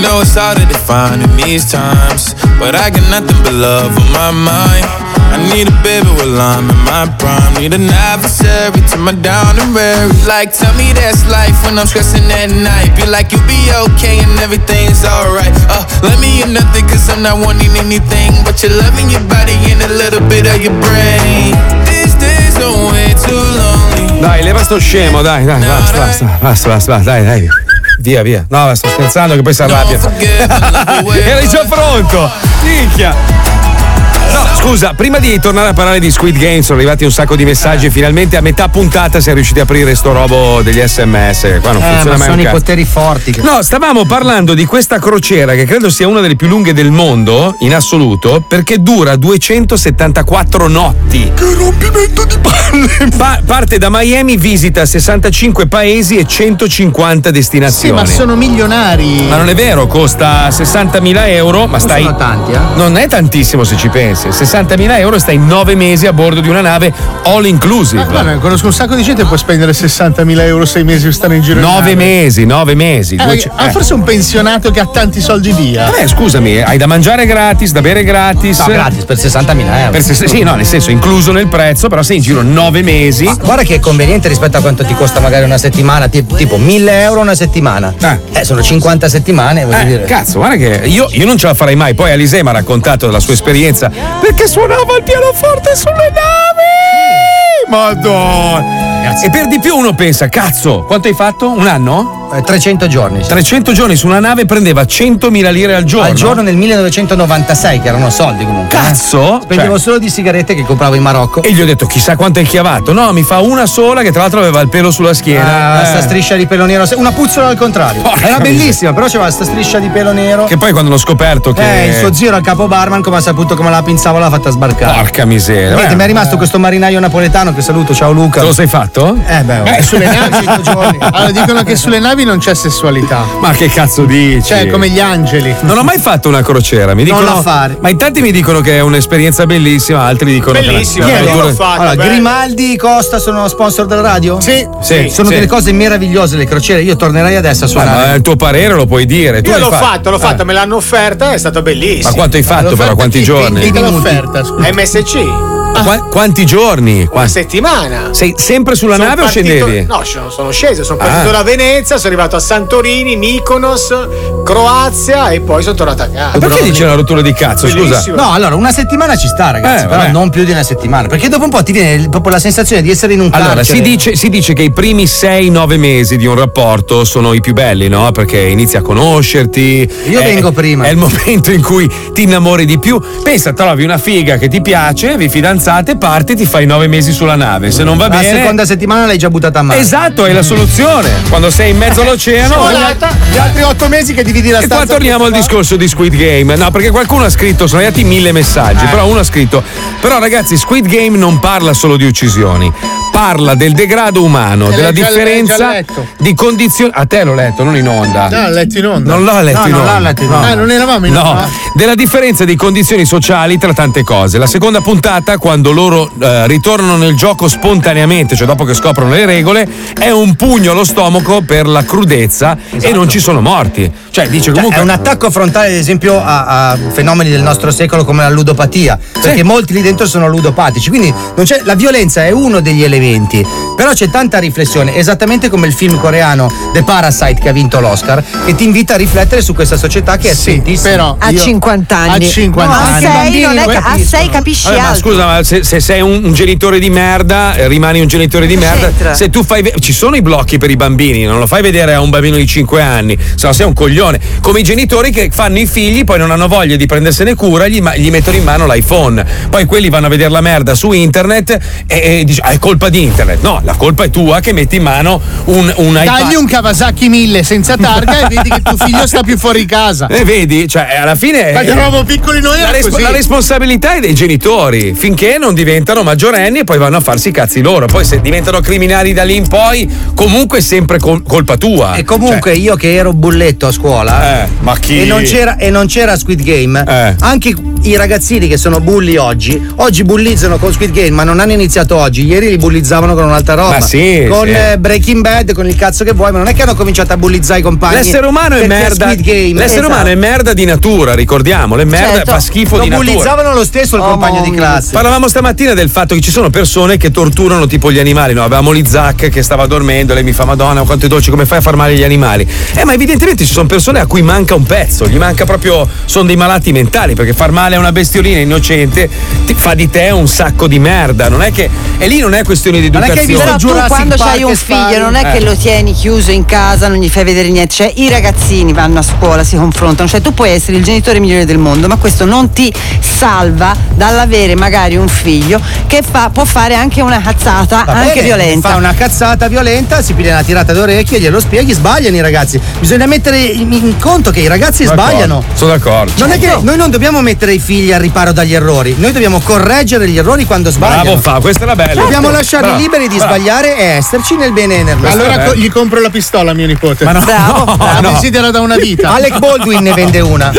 [SPEAKER 13] know it's hard to define in these times, but I got nothing but love on my mind. I need a baby while I'm in my prime. Need an adversary to my down and weary. Like, tell me that's life when I'm stressing at night. Be like, you'll be okay and everything's alright. Uh, let me in nothing cause I'm not wanting anything. But you're loving your body and a little bit of your brain. These days don't wait too long.
[SPEAKER 2] Dai, leva sto scemo, dai, dai, basta, basta, basta, basta, basta, dai, dai. Via, via. No, sto scherzando che poi si arrabbia. Eri già pronto. Minchia. No, scusa, prima di tornare a parlare di Squid Game sono arrivati un sacco di messaggi e finalmente a metà puntata siamo riusciti a aprire sto robo degli sms. Qua non
[SPEAKER 10] Eh,
[SPEAKER 2] funziona
[SPEAKER 10] ma
[SPEAKER 2] mai
[SPEAKER 10] sono
[SPEAKER 2] un
[SPEAKER 10] i
[SPEAKER 2] cazzo.
[SPEAKER 10] poteri forti. che-
[SPEAKER 2] No, stavamo parlando di questa crociera che credo sia una delle più lunghe del mondo in assoluto perché dura 274 notti. Che rompimento di palle! parte da Miami, visita 65 paesi e 150
[SPEAKER 4] Sì,
[SPEAKER 2] destinazioni.
[SPEAKER 4] ma sono milionari.
[SPEAKER 2] Ma non è vero, costa 60.000 euro, ma stai.
[SPEAKER 4] sono
[SPEAKER 2] tanti, eh? Non è tantissimo se ci pensi. 60.000 euro stai 9 mesi a bordo di una nave all inclusive.
[SPEAKER 4] Guarda, conosco un sacco di gente che può spendere 60.000 euro sei mesi per stare in giro. in
[SPEAKER 2] 9
[SPEAKER 4] nave.
[SPEAKER 2] mesi, 9 mesi. Eh,
[SPEAKER 4] Eh,
[SPEAKER 2] duece-
[SPEAKER 4] ah,
[SPEAKER 2] eh.
[SPEAKER 4] forse un pensionato che ha tanti soldi via.
[SPEAKER 2] Beh, scusami, hai da mangiare gratis, da bere gratis.
[SPEAKER 4] No, gratis,
[SPEAKER 2] per 60.000
[SPEAKER 10] euro.
[SPEAKER 2] sì, no, nel senso, incluso nel prezzo, però sei in giro 9 mesi.
[SPEAKER 10] Ma guarda che è conveniente rispetto a quanto ti costa magari una settimana, ti- tipo 1000 euro una settimana. Eh, sono 50 settimane, voglio dire.
[SPEAKER 2] Eh, Cazzo, guarda che Eh, io, io non ce la farei mai. Poi Alise mi ha raccontato della sua esperienza. Perché suonava il pianoforte sulle navi! Madonna! E per di più uno pensa, cazzo, quanto hai fatto? Un anno?
[SPEAKER 10] 300 Eh, giorni.
[SPEAKER 2] 300 giorni su una nave prendeva 100.000 lire al giorno. Eh?
[SPEAKER 10] Al giorno nel 1996, che erano soldi comunque.
[SPEAKER 2] Cazzo?
[SPEAKER 10] Spendevo
[SPEAKER 2] Cioè-
[SPEAKER 10] solo di sigarette che compravo in Marocco.
[SPEAKER 2] E gli ho detto, chissà quanto è chiavato. No, mi fa una sola che tra l'altro aveva il pelo sulla schiena.
[SPEAKER 10] Ah, sta
[SPEAKER 2] Eh.
[SPEAKER 10] striscia di pelo nero, una puzzola al contrario.
[SPEAKER 2] Porca
[SPEAKER 10] Era
[SPEAKER 2] miseria.
[SPEAKER 10] bellissima, però c'era sta striscia di pelo nero.
[SPEAKER 2] Che poi quando l'ho scoperto che.
[SPEAKER 10] Eh, il suo zio era il capo barman, come ha saputo come la pinzavo l'ha fatta sbarcare.
[SPEAKER 2] Porca miseria.
[SPEAKER 10] Niente,
[SPEAKER 2] Beh,
[SPEAKER 10] mi è rimasto questo marinaio napoletano che saluto, ciao Luca.
[SPEAKER 2] Te lo sei fatto?
[SPEAKER 10] Eh beh,
[SPEAKER 4] Beh, sulle navi Allora dicono che sulle navi non c'è sessualità.
[SPEAKER 2] Ma che cazzo dici?
[SPEAKER 4] Cioè, come gli angeli.
[SPEAKER 2] Non ho mai fatto una crociera, mi
[SPEAKER 4] Non
[SPEAKER 2] dicono.
[SPEAKER 4] la fare.
[SPEAKER 2] Ma in tanti mi dicono che è un'esperienza bellissima, altri dicono
[SPEAKER 10] Bellissimo,
[SPEAKER 2] che.
[SPEAKER 10] bello, l'ho
[SPEAKER 2] fatta.
[SPEAKER 10] Allora, Grimaldi Costa sono sponsor della radio? Sì.
[SPEAKER 2] Sì,
[SPEAKER 10] Sono
[SPEAKER 2] sì.
[SPEAKER 10] delle cose meravigliose le crociere. Io tornerai adesso a suonare.
[SPEAKER 2] Ah, ma il tuo parere lo puoi Eh. dire. tu
[SPEAKER 6] Io
[SPEAKER 2] l'hai
[SPEAKER 6] l'ho
[SPEAKER 2] fatto.
[SPEAKER 6] fatto, l'ho fatto, me l'hanno offerta, è stato bellissimo.
[SPEAKER 2] Ma quanto hai fatto, però? Quanti giorni?
[SPEAKER 6] Chi te l'ha offerta? scusa? MSC.
[SPEAKER 2] Ah. Qua- quanti giorni? Qua-
[SPEAKER 6] Una settimana.
[SPEAKER 2] Sei sempre sulla
[SPEAKER 6] Sono
[SPEAKER 2] nave o
[SPEAKER 6] partito-
[SPEAKER 2] scendevi?
[SPEAKER 6] No, sono, sono sceso, sono
[SPEAKER 2] Ah.
[SPEAKER 6] partito da Venezia, sono arrivato a Santorini, Mykonos, Croazia e poi sono tornato a casa.
[SPEAKER 2] Ma perché dice una rottura di cazzo? Scusa.
[SPEAKER 10] No, allora una settimana ci sta, ragazzi,
[SPEAKER 2] Eh,
[SPEAKER 10] però
[SPEAKER 2] vabbè.
[SPEAKER 10] non più di una settimana, perché dopo un po' ti viene il- proprio la sensazione di essere in un carcere.
[SPEAKER 2] Allora, si dice, si dice che i primi 6-9 mesi di un rapporto sono i più belli, no? Perché inizi a conoscerti.
[SPEAKER 10] Io vengo
[SPEAKER 2] prima. È il momento in cui ti innamori di più. Pensa, trovi una figa che ti piace, vi fidanzate, parti, ti fai 9 mesi sulla nave. Se non va
[SPEAKER 10] la
[SPEAKER 2] bene.
[SPEAKER 10] seconda settimana l'hai già buttata a mano.
[SPEAKER 2] Esatto, è la soluzione. Quando sei in
[SPEAKER 6] Eh,
[SPEAKER 2] mezzo all'oceano.
[SPEAKER 4] Gli altri otto mesi che dividi la
[SPEAKER 2] E qua
[SPEAKER 4] stanza.
[SPEAKER 2] torniamo al discorso di Squid Game. No, perché qualcuno ha scritto, sono arrivati mille messaggi,
[SPEAKER 4] Eh.
[SPEAKER 2] però uno ha scritto: Però, ragazzi, Squid Game non parla solo di uccisioni, parla del degrado umano,
[SPEAKER 4] Eh,
[SPEAKER 2] della
[SPEAKER 4] l'hai già-
[SPEAKER 2] differenza
[SPEAKER 4] l'hai già letto.
[SPEAKER 2] di condizioni. A te l'ho letto, non in onda.
[SPEAKER 4] No, l'ha letto in onda.
[SPEAKER 2] Ah. Non l'ho letto
[SPEAKER 4] No,
[SPEAKER 2] in
[SPEAKER 4] non
[SPEAKER 2] onda.
[SPEAKER 4] l'ha letto in onda. Ah, non eravamo in
[SPEAKER 2] no.
[SPEAKER 4] onda.
[SPEAKER 2] Della differenza di condizioni sociali tra tante cose. La seconda puntata, quando loro eh, ritornano nel gioco spontaneamente, cioè dopo che scoprono le regole, è un pugno allo stomaco per la crudezza
[SPEAKER 4] Esatto.
[SPEAKER 2] e non ci sono morti. Cioè, dice comunque.
[SPEAKER 10] È un attacco frontale, ad esempio, a, a fenomeni del nostro secolo come la ludopatia, perché molti lì dentro sono ludopatici. Quindi non c'è- la violenza è uno degli elementi, però c'è tanta riflessione, esattamente come il film coreano The Parasite che ha vinto l'Oscar, che ti invita a riflettere su questa società che è spentissima.
[SPEAKER 4] però
[SPEAKER 3] A 50 anni.
[SPEAKER 10] A 50
[SPEAKER 3] No,
[SPEAKER 10] anni.
[SPEAKER 3] A 6
[SPEAKER 10] Bambini
[SPEAKER 3] non è
[SPEAKER 10] non
[SPEAKER 3] ca- a
[SPEAKER 10] capiscono.
[SPEAKER 3] sei capisci
[SPEAKER 2] Vabbè, ma
[SPEAKER 3] altro.
[SPEAKER 2] scusa, ma se, se sei un, un genitore di merda, eh, rimani un genitore di
[SPEAKER 3] Cosa
[SPEAKER 2] merda.
[SPEAKER 3] c'entra?
[SPEAKER 2] Se tu fai. ve- Ci sono i blocchi per i bambini, non lo fai vedere a un bambino di 5 anni, se no sei un coglione. Come i genitori che fanno i figli, poi non hanno voglia di prendersene cura, gli, ma- gli mettono in mano l'iPhone. Poi quelli vanno a vedere la merda su internet e, e dici, ah, è colpa di internet. No, la colpa è tua che metti in mano un, un iPad.
[SPEAKER 4] Tagli un Kawasaki 1000 senza targa e vedi che tuo figlio sta più fuori casa.
[SPEAKER 2] E vedi, cioè, alla fine.
[SPEAKER 4] Quando eravamo piccoli noi
[SPEAKER 2] la,
[SPEAKER 4] era
[SPEAKER 2] respo-
[SPEAKER 4] così.
[SPEAKER 2] la responsabilità è dei genitori finché non diventano maggiorenni e poi vanno a farsi i cazzi loro. Poi se diventano criminali da lì in poi, comunque è sempre col- colpa tua. Cioè,
[SPEAKER 10] E comunque io che ero bulletto a scuola
[SPEAKER 2] Eh, ma chi? Eh.
[SPEAKER 10] E, non c'era, e non c'era Squid Game, anche i ragazzini che sono bulli oggi, oggi bullizzano con Squid Game, ma non hanno iniziato oggi. Ieri li bullizzavano con un'altra roba.
[SPEAKER 2] Ma sì,
[SPEAKER 10] Con
[SPEAKER 2] sì.
[SPEAKER 10] eh, Breaking Bad, con il cazzo che vuoi, ma non è che hanno cominciato a bullizzare i compagni.
[SPEAKER 2] L'essere umano è
[SPEAKER 10] perché
[SPEAKER 2] merda.
[SPEAKER 10] Squid Game.
[SPEAKER 2] L'essere
[SPEAKER 10] Esatto.
[SPEAKER 2] umano è merda di natura, ricordiamolo. È merda,
[SPEAKER 10] Certo.
[SPEAKER 2] fa schifo di
[SPEAKER 10] Lo
[SPEAKER 2] natura.
[SPEAKER 10] bullizzavano lo stesso
[SPEAKER 3] Oh,
[SPEAKER 10] il compagno di classe.
[SPEAKER 2] Parlavamo stamattina del fatto che ci sono persone che torturano tipo gli animali. No, avevamo Lizac che stava dormendo, lei mi fa Madonna, quanto è dolce, come fai a far male agli animali? Eh, ma evidentemente ci sono persone a cui manca un pezzo, gli manca proprio, sono dei malati mentali, perché far male a una bestiolina innocente ti fa di te un sacco di merda. Non è che. E lì non è questione di
[SPEAKER 3] Ma
[SPEAKER 2] educazione.
[SPEAKER 3] però tu quando hai un figlio non è che
[SPEAKER 2] Eh.
[SPEAKER 3] lo tieni chiuso in casa, non gli fai vedere niente, cioè i ragazzini vanno a scuola, si confrontano, cioè tu puoi essere il genitore migliore del mondo, ma questo non ti salva dall'avere magari un figlio che fa- può fare anche una cazzata,
[SPEAKER 10] Va
[SPEAKER 3] anche
[SPEAKER 10] bene,
[SPEAKER 3] violenta.
[SPEAKER 10] Fa una cazzata violenta, si piglia una tirata d'orecchie, glielo spieghi, sbagliano i ragazzi. Bisogna mettere in in conto che i ragazzi
[SPEAKER 2] D'accordo,
[SPEAKER 10] sbagliano.
[SPEAKER 2] Sono d'accordo.
[SPEAKER 10] Non è che noi non dobbiamo mettere i figli al riparo dagli errori, noi dobbiamo correggere gli errori quando sbagliano.
[SPEAKER 2] Bravo fa, questa è la bella.
[SPEAKER 10] Dobbiamo
[SPEAKER 2] Certo.
[SPEAKER 10] lasciarli
[SPEAKER 2] Bravo,
[SPEAKER 10] liberi di
[SPEAKER 2] bravo.
[SPEAKER 10] sbagliare e esserci nel bene e nel male.
[SPEAKER 4] Allora co- gli compro la pistola a mio nipote.
[SPEAKER 10] Ma no, Bravo. no,
[SPEAKER 4] La
[SPEAKER 10] no.
[SPEAKER 4] desidera da una vita.
[SPEAKER 10] Alec Baldwin ne vende una.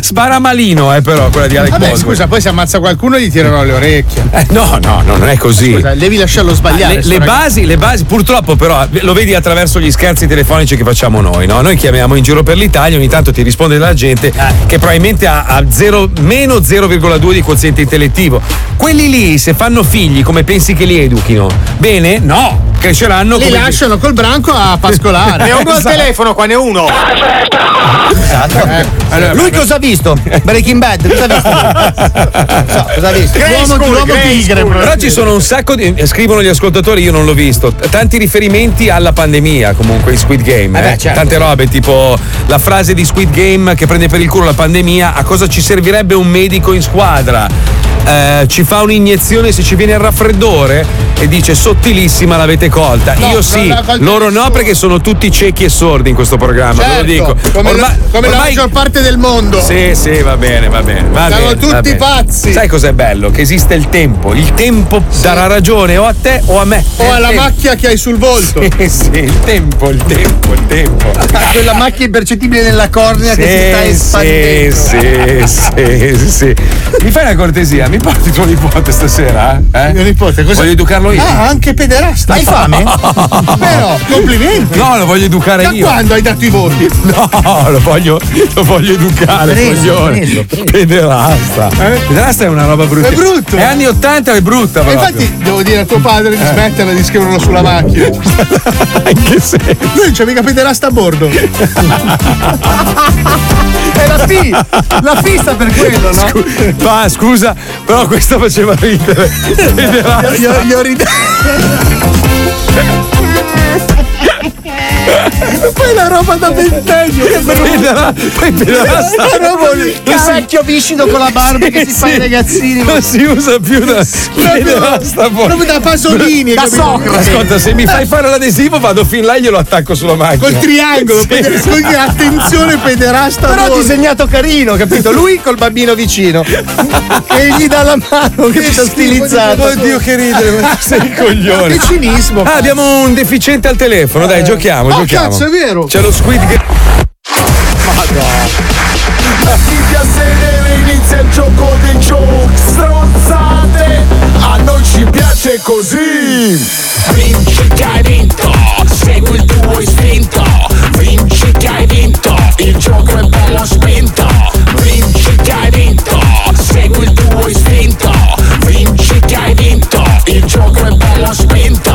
[SPEAKER 2] Spara malino, eh, però, quella di Alec
[SPEAKER 4] Vabbè,
[SPEAKER 2] Baldwin. Eh,
[SPEAKER 4] scusa, poi se ammazza qualcuno gli tirano le orecchie.
[SPEAKER 2] no, no, no, non è così. Ah,
[SPEAKER 4] Scusa, devi lasciarlo sbagliare.
[SPEAKER 2] Le,
[SPEAKER 4] sto
[SPEAKER 2] le
[SPEAKER 4] ragazzo.
[SPEAKER 2] basi, le basi, purtroppo però lo vedi attraverso gli scherzi telefonici che facciamo noi, no? Noi chiamiamo in giro per l'Italia, ogni tanto ti risponde della gente
[SPEAKER 4] Eh.
[SPEAKER 2] che probabilmente ha, ha zero- meno 0,2 di quoziente intellettivo. Quelli lì, se fanno figli, come pensi che li educhino? Bene? No! Cresceranno
[SPEAKER 4] Li
[SPEAKER 2] come... Esatto.
[SPEAKER 4] lasciano col branco a pascolare.
[SPEAKER 2] Ne ho uno al
[SPEAKER 4] telefono, qua ne uno.
[SPEAKER 10] Lui cosa ha visto? Breaking Bad, cosa ha visto? So, cosa ha visto? L'uomo- l'uomo tigre, proprio.
[SPEAKER 2] Però ci sono un sacco di. eh, Scrivono gli ascoltatori, io non l'ho visto. t- Tanti riferimenti alla pandemia, comunque, in Squid Game.
[SPEAKER 10] Eh beh,
[SPEAKER 2] eh.
[SPEAKER 10] certo.
[SPEAKER 2] Tante robe, tipo la frase di Squid Game che prende per il culo la pandemia: a cosa ci servirebbe un medico in squadra? Eh, ci fa un'iniezione se ci viene il raffreddore e dice sottilissima l'avete colta.
[SPEAKER 4] No,
[SPEAKER 2] Io
[SPEAKER 4] non
[SPEAKER 2] sì,
[SPEAKER 4] l'ha colta
[SPEAKER 2] loro no perché sono tutti ciechi e sordi in questo programma, ve lo
[SPEAKER 4] Certo,
[SPEAKER 2] dico.
[SPEAKER 4] Come,
[SPEAKER 2] Ormai-
[SPEAKER 4] la, come la
[SPEAKER 2] ormai-
[SPEAKER 4] maggior parte del mondo.
[SPEAKER 2] sì, sì, va bene, va bene. Va
[SPEAKER 4] Siamo
[SPEAKER 2] bene,
[SPEAKER 4] tutti
[SPEAKER 2] va bene.
[SPEAKER 4] pazzi.
[SPEAKER 2] Sai cos'è bello? Che esiste il tempo. Il tempo darà ragione o a te o a me.
[SPEAKER 4] O alla
[SPEAKER 2] macchina
[SPEAKER 4] macchia che hai sul volto.
[SPEAKER 2] Sì, sì, il tempo, il tempo, il tempo.
[SPEAKER 10] Quella macchia impercettibile nella cornea che si sta espandendo.
[SPEAKER 2] sì, sì, sì, sì. Mi fai una cortesia, mi porti tuo nipote stasera? Eh? Mio
[SPEAKER 4] nipote, cos'è?
[SPEAKER 2] Voglio educarlo io.
[SPEAKER 4] Ah, anche pederasta. Hai fame? Però, complimenti.
[SPEAKER 2] No, lo voglio educare
[SPEAKER 4] Da
[SPEAKER 2] io.
[SPEAKER 4] quando hai dato i voti?
[SPEAKER 2] No, lo voglio, lo voglio educare,
[SPEAKER 4] Preso,
[SPEAKER 2] coglione.
[SPEAKER 4] preso, Eh?
[SPEAKER 2] Pederasta. Pederasta è una roba brutta.
[SPEAKER 4] È brutto.
[SPEAKER 2] È anni 80 è brutta,
[SPEAKER 4] E
[SPEAKER 2] proprio. Eh.
[SPEAKER 4] infatti devo dire a tuo padre di smetterla di scriverlo sulla macchina.
[SPEAKER 2] In che senso?
[SPEAKER 4] Lui non c'è mica pederasta a bordo. È la P! La P sta per quello, no?
[SPEAKER 2] Ma scusa, però questo faceva ridere. Pederasta.
[SPEAKER 4] Io- io- io ride- Poi la roba da ventennio che
[SPEAKER 2] Pedera- poi pederasta.
[SPEAKER 4] Che roba lì.
[SPEAKER 2] Non si-
[SPEAKER 10] Cacchio viscido con la barba che si fa ai ragazzini.
[SPEAKER 2] Non si usa più da pederasta poi.
[SPEAKER 4] proprio da Pasolini,
[SPEAKER 2] Da
[SPEAKER 4] capito?
[SPEAKER 2] Socrate. Ascolta, se mi fai fare l'adesivo vado fin là e glielo attacco sulla macchina.
[SPEAKER 4] Col triangolo, peder- con- attenzione pederasta.
[SPEAKER 10] Però
[SPEAKER 4] a
[SPEAKER 10] ha
[SPEAKER 4] bordo.
[SPEAKER 10] disegnato carino, capito? Lui col bambino vicino. E gli dà la mano,
[SPEAKER 2] Ah,
[SPEAKER 10] capito? Stilizzato.
[SPEAKER 2] Oddio che ridere, sei un coglione.
[SPEAKER 4] Che cinismo.
[SPEAKER 2] Ah, abbiamo un deficiente al telefono, dai, giochiamo,
[SPEAKER 4] Oh,
[SPEAKER 2] giochiamo.
[SPEAKER 4] cazzo, è vero.
[SPEAKER 2] C'è lo Squid Game.
[SPEAKER 12] Mettiti a sedere, inizia il gioco dei joke Strozzate, a noi ci piace così Vinci che hai vinto, segui il tuo istinto Vinci che hai vinto, il gioco è bello spinto Vinci che hai vinto, segui il tuo istinto Vinci che hai vinto, il gioco è bello spinto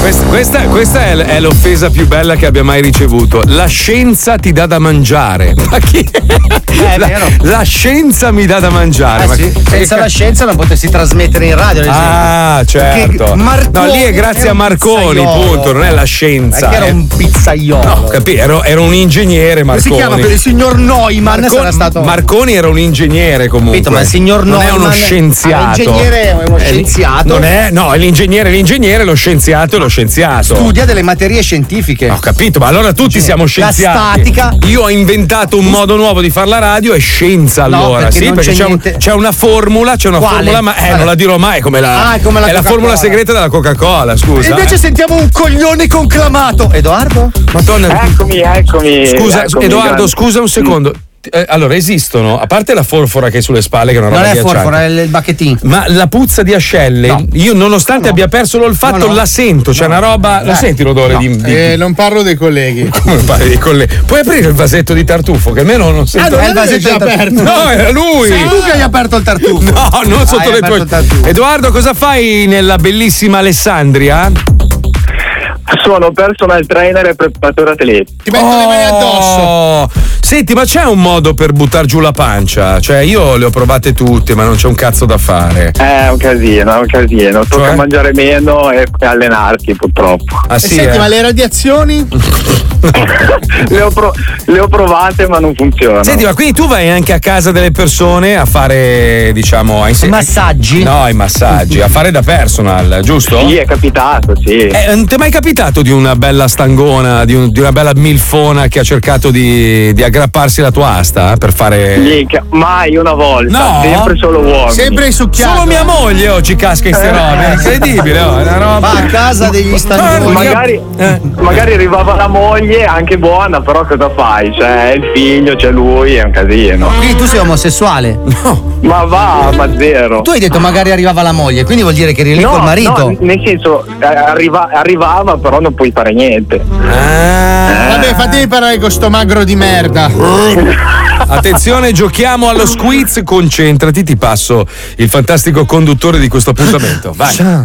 [SPEAKER 2] Questa, questa- questa è, l- è l'offesa più bella che abbia mai ricevuto. La scienza ti dà da mangiare. Ma chi
[SPEAKER 10] Eh,
[SPEAKER 2] è? La, la scienza mi dà da mangiare. Ma che-
[SPEAKER 10] "Ah, Senza la scienza non potessi trasmettere Eh, in radio. ad esempio.
[SPEAKER 2] Ah, certo.
[SPEAKER 10] Perché Marconi
[SPEAKER 2] no, lì è grazie
[SPEAKER 10] era
[SPEAKER 2] a
[SPEAKER 10] un
[SPEAKER 2] Marconi,
[SPEAKER 10] pizzaiolo.
[SPEAKER 2] punto, non è la scienza.
[SPEAKER 10] Perché era
[SPEAKER 2] eh.
[SPEAKER 10] un pizzaiolo.
[SPEAKER 2] No, capì? Ero, era un ingegnere
[SPEAKER 10] Come
[SPEAKER 2] Marconi.
[SPEAKER 10] si chiama per il signor Neumann?
[SPEAKER 2] Marconi-
[SPEAKER 10] sarà stato.
[SPEAKER 2] Marconi era un ingegnere comunque.
[SPEAKER 10] Capito, ma il signor
[SPEAKER 2] non è uno
[SPEAKER 10] Neumann-
[SPEAKER 2] scienziato.
[SPEAKER 10] Ah, l'ingegnere è uno
[SPEAKER 2] Eh,
[SPEAKER 10] scienziato.
[SPEAKER 2] Non è, no, è l'ingegnere, è l'ingegnere, lo scienziato è lo scienziato.
[SPEAKER 10] Studia delle materie scientifiche.
[SPEAKER 2] Ho capito, ma allora tutti siamo scienziati.
[SPEAKER 10] statica.
[SPEAKER 2] Io ho inventato un modo nuovo di fare la radio, è scienza
[SPEAKER 10] No,
[SPEAKER 2] allora.
[SPEAKER 10] perché
[SPEAKER 2] sì,
[SPEAKER 10] non
[SPEAKER 2] perché
[SPEAKER 10] c'è
[SPEAKER 2] c'è, un-
[SPEAKER 10] niente.
[SPEAKER 2] c'è una formula, c'è una
[SPEAKER 10] Quale?
[SPEAKER 2] formula, ma eh,
[SPEAKER 10] Quale?
[SPEAKER 2] non la dirò mai come la.
[SPEAKER 10] Ah, è come la
[SPEAKER 2] è la
[SPEAKER 10] Coca-Cola.
[SPEAKER 2] formula segreta della Coca-Cola,
[SPEAKER 10] E
[SPEAKER 2] scusa.
[SPEAKER 10] invece
[SPEAKER 2] eh.
[SPEAKER 10] sentiamo un coglione conclamato. Edoardo?
[SPEAKER 2] Madonna.
[SPEAKER 8] Eccomi, eccomi.
[SPEAKER 2] Scusa,
[SPEAKER 8] eccomi,
[SPEAKER 2] Edoardo,
[SPEAKER 8] grande. Mm.
[SPEAKER 2] scusa un secondo. eh, allora esistono, a parte la forfora che è sulle spalle, che è una roba
[SPEAKER 10] Non è
[SPEAKER 2] ghiacciante.
[SPEAKER 10] forfora, è il bacchettino.
[SPEAKER 2] Ma la puzza di ascelle, io nonostante abbia perso l'olfatto,
[SPEAKER 10] No, no.
[SPEAKER 2] la sento, c'è una roba. La
[SPEAKER 4] Eh,
[SPEAKER 2] senti l'odore
[SPEAKER 4] no.
[SPEAKER 2] di. di-
[SPEAKER 4] Eh, non parlo dei colleghi.
[SPEAKER 2] Come parli di colleghi? Puoi aprire il vasetto di tartufo? Che almeno non sento. eh,
[SPEAKER 4] non è Ah, il vasetto
[SPEAKER 2] già
[SPEAKER 4] di tartufo.
[SPEAKER 2] No, era lui!
[SPEAKER 4] Sei tu che
[SPEAKER 10] hai aperto il tartufo.
[SPEAKER 2] No, non sotto
[SPEAKER 4] Hai
[SPEAKER 2] le
[SPEAKER 4] aperto
[SPEAKER 2] tue.
[SPEAKER 4] il tartufo.
[SPEAKER 2] Edoardo, cosa fai nella bellissima Alessandria?
[SPEAKER 23] Sono personal trainer e preparatore atletico.
[SPEAKER 2] Ti metto le mani addosso. Oh! Senti, ma c'è un modo per buttare giù la pancia? Cioè, io le ho provate tutte, ma non c'è un cazzo da fare.
[SPEAKER 23] È un casino, è un casino. Tocca
[SPEAKER 2] Cioè?
[SPEAKER 23] mangiare meno e e allenarsi purtroppo.
[SPEAKER 2] Ah,
[SPEAKER 4] E senti, ma le radiazioni?
[SPEAKER 23] le, ho pro- le ho provate ma non funzionano.
[SPEAKER 2] Senti, ma quindi tu vai anche a casa delle persone a fare, diciamo, ai massaggi? No, ai massaggi, a fare da personal, giusto?
[SPEAKER 23] Sì, è capitato, sì.
[SPEAKER 2] Eh, non ti è mai capitato di una bella stangona, di, un- di una bella milfona che ha cercato di, di aggrapparsi alla tua asta per fare.
[SPEAKER 23] Minchia, mai una volta,
[SPEAKER 2] Eh. No.
[SPEAKER 23] sempre solo uomini. Eh.
[SPEAKER 2] succhiati. Solo mia moglie oggi casca in ste robe. È incredibile, oh, è una roba.
[SPEAKER 23] Va a
[SPEAKER 10] casa degli stangoni.
[SPEAKER 23] Magari, magari arrivava la moglie, anche buona, però cosa fai? C'è il figlio, c'è lui, è un casino.
[SPEAKER 10] Quindi Eh, tu sei omosessuale? No.
[SPEAKER 23] Ma va, ma zero.
[SPEAKER 10] Tu hai detto magari arrivava la moglie, quindi vuol dire che eri lì
[SPEAKER 23] No,
[SPEAKER 10] col marito.
[SPEAKER 23] no, nel senso, eh, arriva- arrivava, però non puoi fare niente.
[SPEAKER 2] Ah.
[SPEAKER 4] Vabbè, fatemi parlare con sto magro di merda.
[SPEAKER 2] Attenzione, giochiamo allo squiz. Concentrati, ti passo il fantastico conduttore di questo appuntamento. Vai. Mm.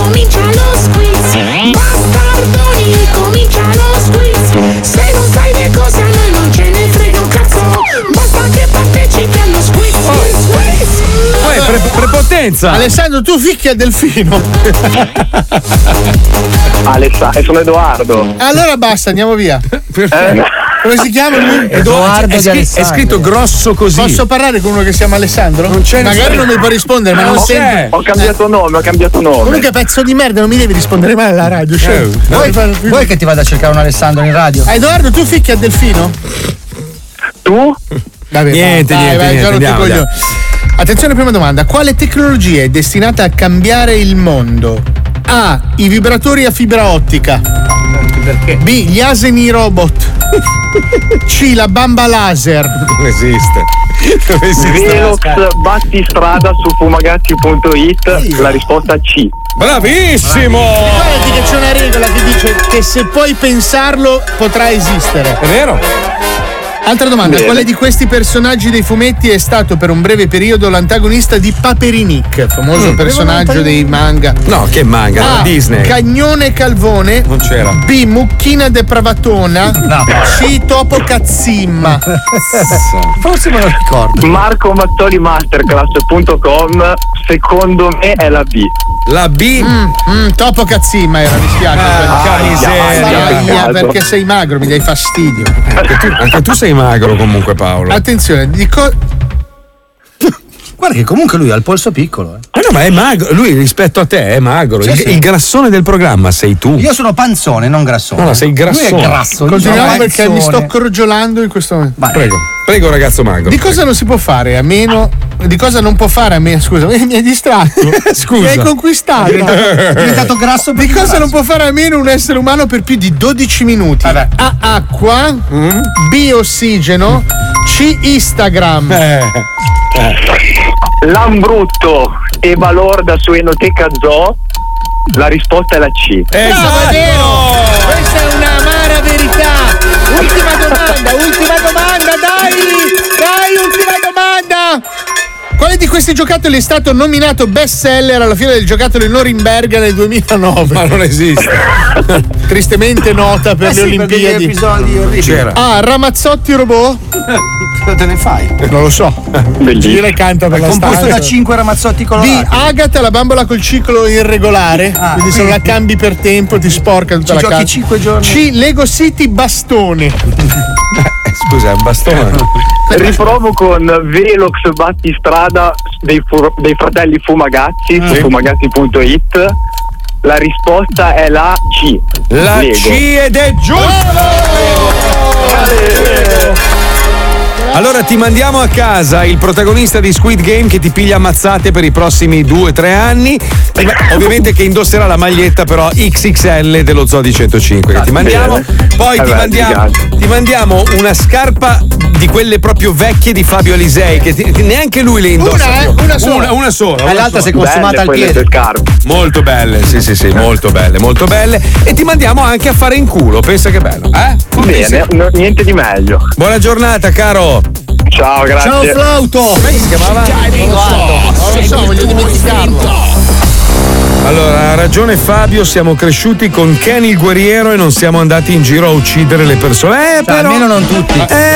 [SPEAKER 5] Comincia lo squiz Bastardoni Comincia lo squiz Se non sai le cose a noi non ce ne frega un cazzo Basta che partecipi allo squiz squiz, squiz.
[SPEAKER 2] prepotenza!
[SPEAKER 4] Alessandro, tu ficchia il delfino.
[SPEAKER 23] Alessandro, sono Edoardo.
[SPEAKER 4] allora basta, andiamo via. Come si chiama lui?
[SPEAKER 2] Edoardo È scri- di Alessandria. è scritto grosso così.
[SPEAKER 4] Posso parlare con uno che si chiama Alessandro? Cioè, Non Eh,
[SPEAKER 2] c'è
[SPEAKER 4] Magari
[SPEAKER 2] nessuno.
[SPEAKER 4] non mi può rispondere, ma
[SPEAKER 2] No,
[SPEAKER 4] non
[SPEAKER 2] c'è.
[SPEAKER 4] sento.
[SPEAKER 23] Ho cambiato nome, ho cambiato nome.
[SPEAKER 4] Comunque pezzo di merda, non mi devi rispondere mai alla radio. cioè.
[SPEAKER 10] Eh,
[SPEAKER 4] scemo.
[SPEAKER 10] vuoi, vuoi che ti vada a cercare un Alessandro in radio?
[SPEAKER 4] Ah, Edoardo, tu ficchia il delfino?
[SPEAKER 23] Tu?
[SPEAKER 2] Niente, niente, niente, andiamo,
[SPEAKER 4] Attenzione, prima domanda. Quale tecnologia è destinata a cambiare il mondo? A. I vibratori a fibra ottica. B. Gli asini robot. C. La bamba laser.
[SPEAKER 2] Non esiste. Non
[SPEAKER 23] Velox battistrada su fumagazzi.it la risposta C.
[SPEAKER 2] Bravissimo!
[SPEAKER 4] Guardati che c'è una regola che dice che se puoi pensarlo potrà esistere. È
[SPEAKER 2] vero?
[SPEAKER 4] Altra domanda,
[SPEAKER 2] Bene.
[SPEAKER 4] quale di questi personaggi dei fumetti è stato per un breve periodo l'antagonista di Paperinik, famoso
[SPEAKER 2] Mm.
[SPEAKER 4] personaggio dei manga?
[SPEAKER 2] No, che manga,
[SPEAKER 10] Ah,
[SPEAKER 4] A.
[SPEAKER 2] Disney.
[SPEAKER 4] Cagnone Calvone.
[SPEAKER 2] Non c'era.
[SPEAKER 4] B. Mucchina depravatona.
[SPEAKER 2] No.
[SPEAKER 4] C. Topo Cazzimma.
[SPEAKER 10] Forse me lo ricordo.
[SPEAKER 23] Marco Mazzoli Masterclass.com secondo me è la B.
[SPEAKER 2] La B?
[SPEAKER 4] Mm, topo Cazzimma era, mi spiace.
[SPEAKER 2] Porca
[SPEAKER 4] Aia,
[SPEAKER 2] miseria.
[SPEAKER 4] aia, perché sei magro, mi dai fastidio.
[SPEAKER 2] Anche tu, anche tu sei magro comunque Paolo.
[SPEAKER 4] Attenzione, dico.
[SPEAKER 10] Guarda che comunque lui ha il polso piccolo. eh.
[SPEAKER 2] Ma Eh no, ma è magro, lui rispetto a te è magro.
[SPEAKER 10] Sì,
[SPEAKER 2] il,
[SPEAKER 10] sì.
[SPEAKER 2] il grassone del programma sei tu.
[SPEAKER 10] Io sono panzone, non grassone.
[SPEAKER 2] No, no, sei grassone.
[SPEAKER 10] Lui è grasso. io
[SPEAKER 4] Continuiamo
[SPEAKER 10] sono
[SPEAKER 4] perché mi
[SPEAKER 10] panzone.
[SPEAKER 4] sto crogiolando in questo momento.
[SPEAKER 2] Prego, prego ragazzo magro.
[SPEAKER 4] Di cosa non si può fare a meno. Di cosa non può fare a meno. Scusa, mi hai distratto.
[SPEAKER 2] Scusa.
[SPEAKER 4] Mi hai conquistato.
[SPEAKER 2] È diventato- è diventato
[SPEAKER 4] grasso Di cosa non può fare a meno un essere umano per più di 12 minuti? A. Acqua.
[SPEAKER 10] Mm.
[SPEAKER 4] B. Ossigeno. C. Instagram.
[SPEAKER 10] Eh.
[SPEAKER 23] Lambrutto e Balorda su Enoteca Zoo la risposta è la C.
[SPEAKER 4] Bravo, è vero! Questa è una amara verità! Ultima domanda, ultima domanda, dai! Dai, ultima domanda! Quale di questi giocattoli è stato nominato best seller alla fine del giocattolo in Norimberga nel 2009?
[SPEAKER 2] Ma non esiste.
[SPEAKER 4] Tristemente nota per
[SPEAKER 10] Eh
[SPEAKER 4] le
[SPEAKER 10] sì, per degli
[SPEAKER 4] Olimpiadi.
[SPEAKER 10] episodi orribili. C'era.
[SPEAKER 4] Ah, Ramazzotti robot?
[SPEAKER 10] Cosa te ne fai?
[SPEAKER 4] Non lo so.
[SPEAKER 10] Bellissimo.
[SPEAKER 4] Gira e canta per
[SPEAKER 10] È
[SPEAKER 4] la
[SPEAKER 10] composto
[SPEAKER 4] stanza.
[SPEAKER 10] da cinque ramazzotti colorati.
[SPEAKER 4] Di Agata la bambola col ciclo irregolare.
[SPEAKER 10] Ah,
[SPEAKER 4] quindi se non la cambi per tempo ti sporca tutta
[SPEAKER 10] Ci
[SPEAKER 4] la
[SPEAKER 10] giochi
[SPEAKER 4] casa.
[SPEAKER 10] cinque giorni.
[SPEAKER 4] C Lego City bastone.
[SPEAKER 2] Eh, Scusa, è un bastone.
[SPEAKER 23] Riprovo con Velox Battistrada dei, fu- dei fratelli Fumagazzi
[SPEAKER 2] Ah,
[SPEAKER 23] su fumagazzi.it. La risposta è la C.
[SPEAKER 2] La
[SPEAKER 23] Lego.
[SPEAKER 2] C ed è giusto! Allora ti mandiamo a casa il protagonista di Squid Game che ti piglia ammazzate per i prossimi 2-3 anni. Ma Ovviamente che indosserà la maglietta però XXL dello Zoo di 105 che ti mandiamo.
[SPEAKER 9] Bene.
[SPEAKER 2] Poi
[SPEAKER 9] Eh
[SPEAKER 2] ti
[SPEAKER 9] beh,
[SPEAKER 2] mandiamo, ti mandiamo una scarpa di quelle proprio vecchie di Fabio Alisei che ti- neanche lui le indossa
[SPEAKER 4] Una, eh?
[SPEAKER 2] più.
[SPEAKER 4] Una sola.
[SPEAKER 2] Una, una sola.
[SPEAKER 4] Eh,
[SPEAKER 2] una
[SPEAKER 4] l'altra
[SPEAKER 2] sola.
[SPEAKER 4] si è consumata Belle al quelle piede.
[SPEAKER 2] Molto belle, sì sì sì, molto belle, molto belle. E ti mandiamo anche a fare in culo, pensa che bello. Eh?
[SPEAKER 23] Bene, no- niente di meglio.
[SPEAKER 2] Buona giornata caro.
[SPEAKER 23] Ciao, grazie.
[SPEAKER 4] Ciao Flauto! Come si chiamava? Non lo so, non lo so, voglio dimenticarlo.
[SPEAKER 2] Allora, ha ragione Fabio, siamo cresciuti con Ken il guerriero e non siamo andati in giro a uccidere le persone.
[SPEAKER 10] Cioè,
[SPEAKER 4] Cioè,
[SPEAKER 2] Eh, però...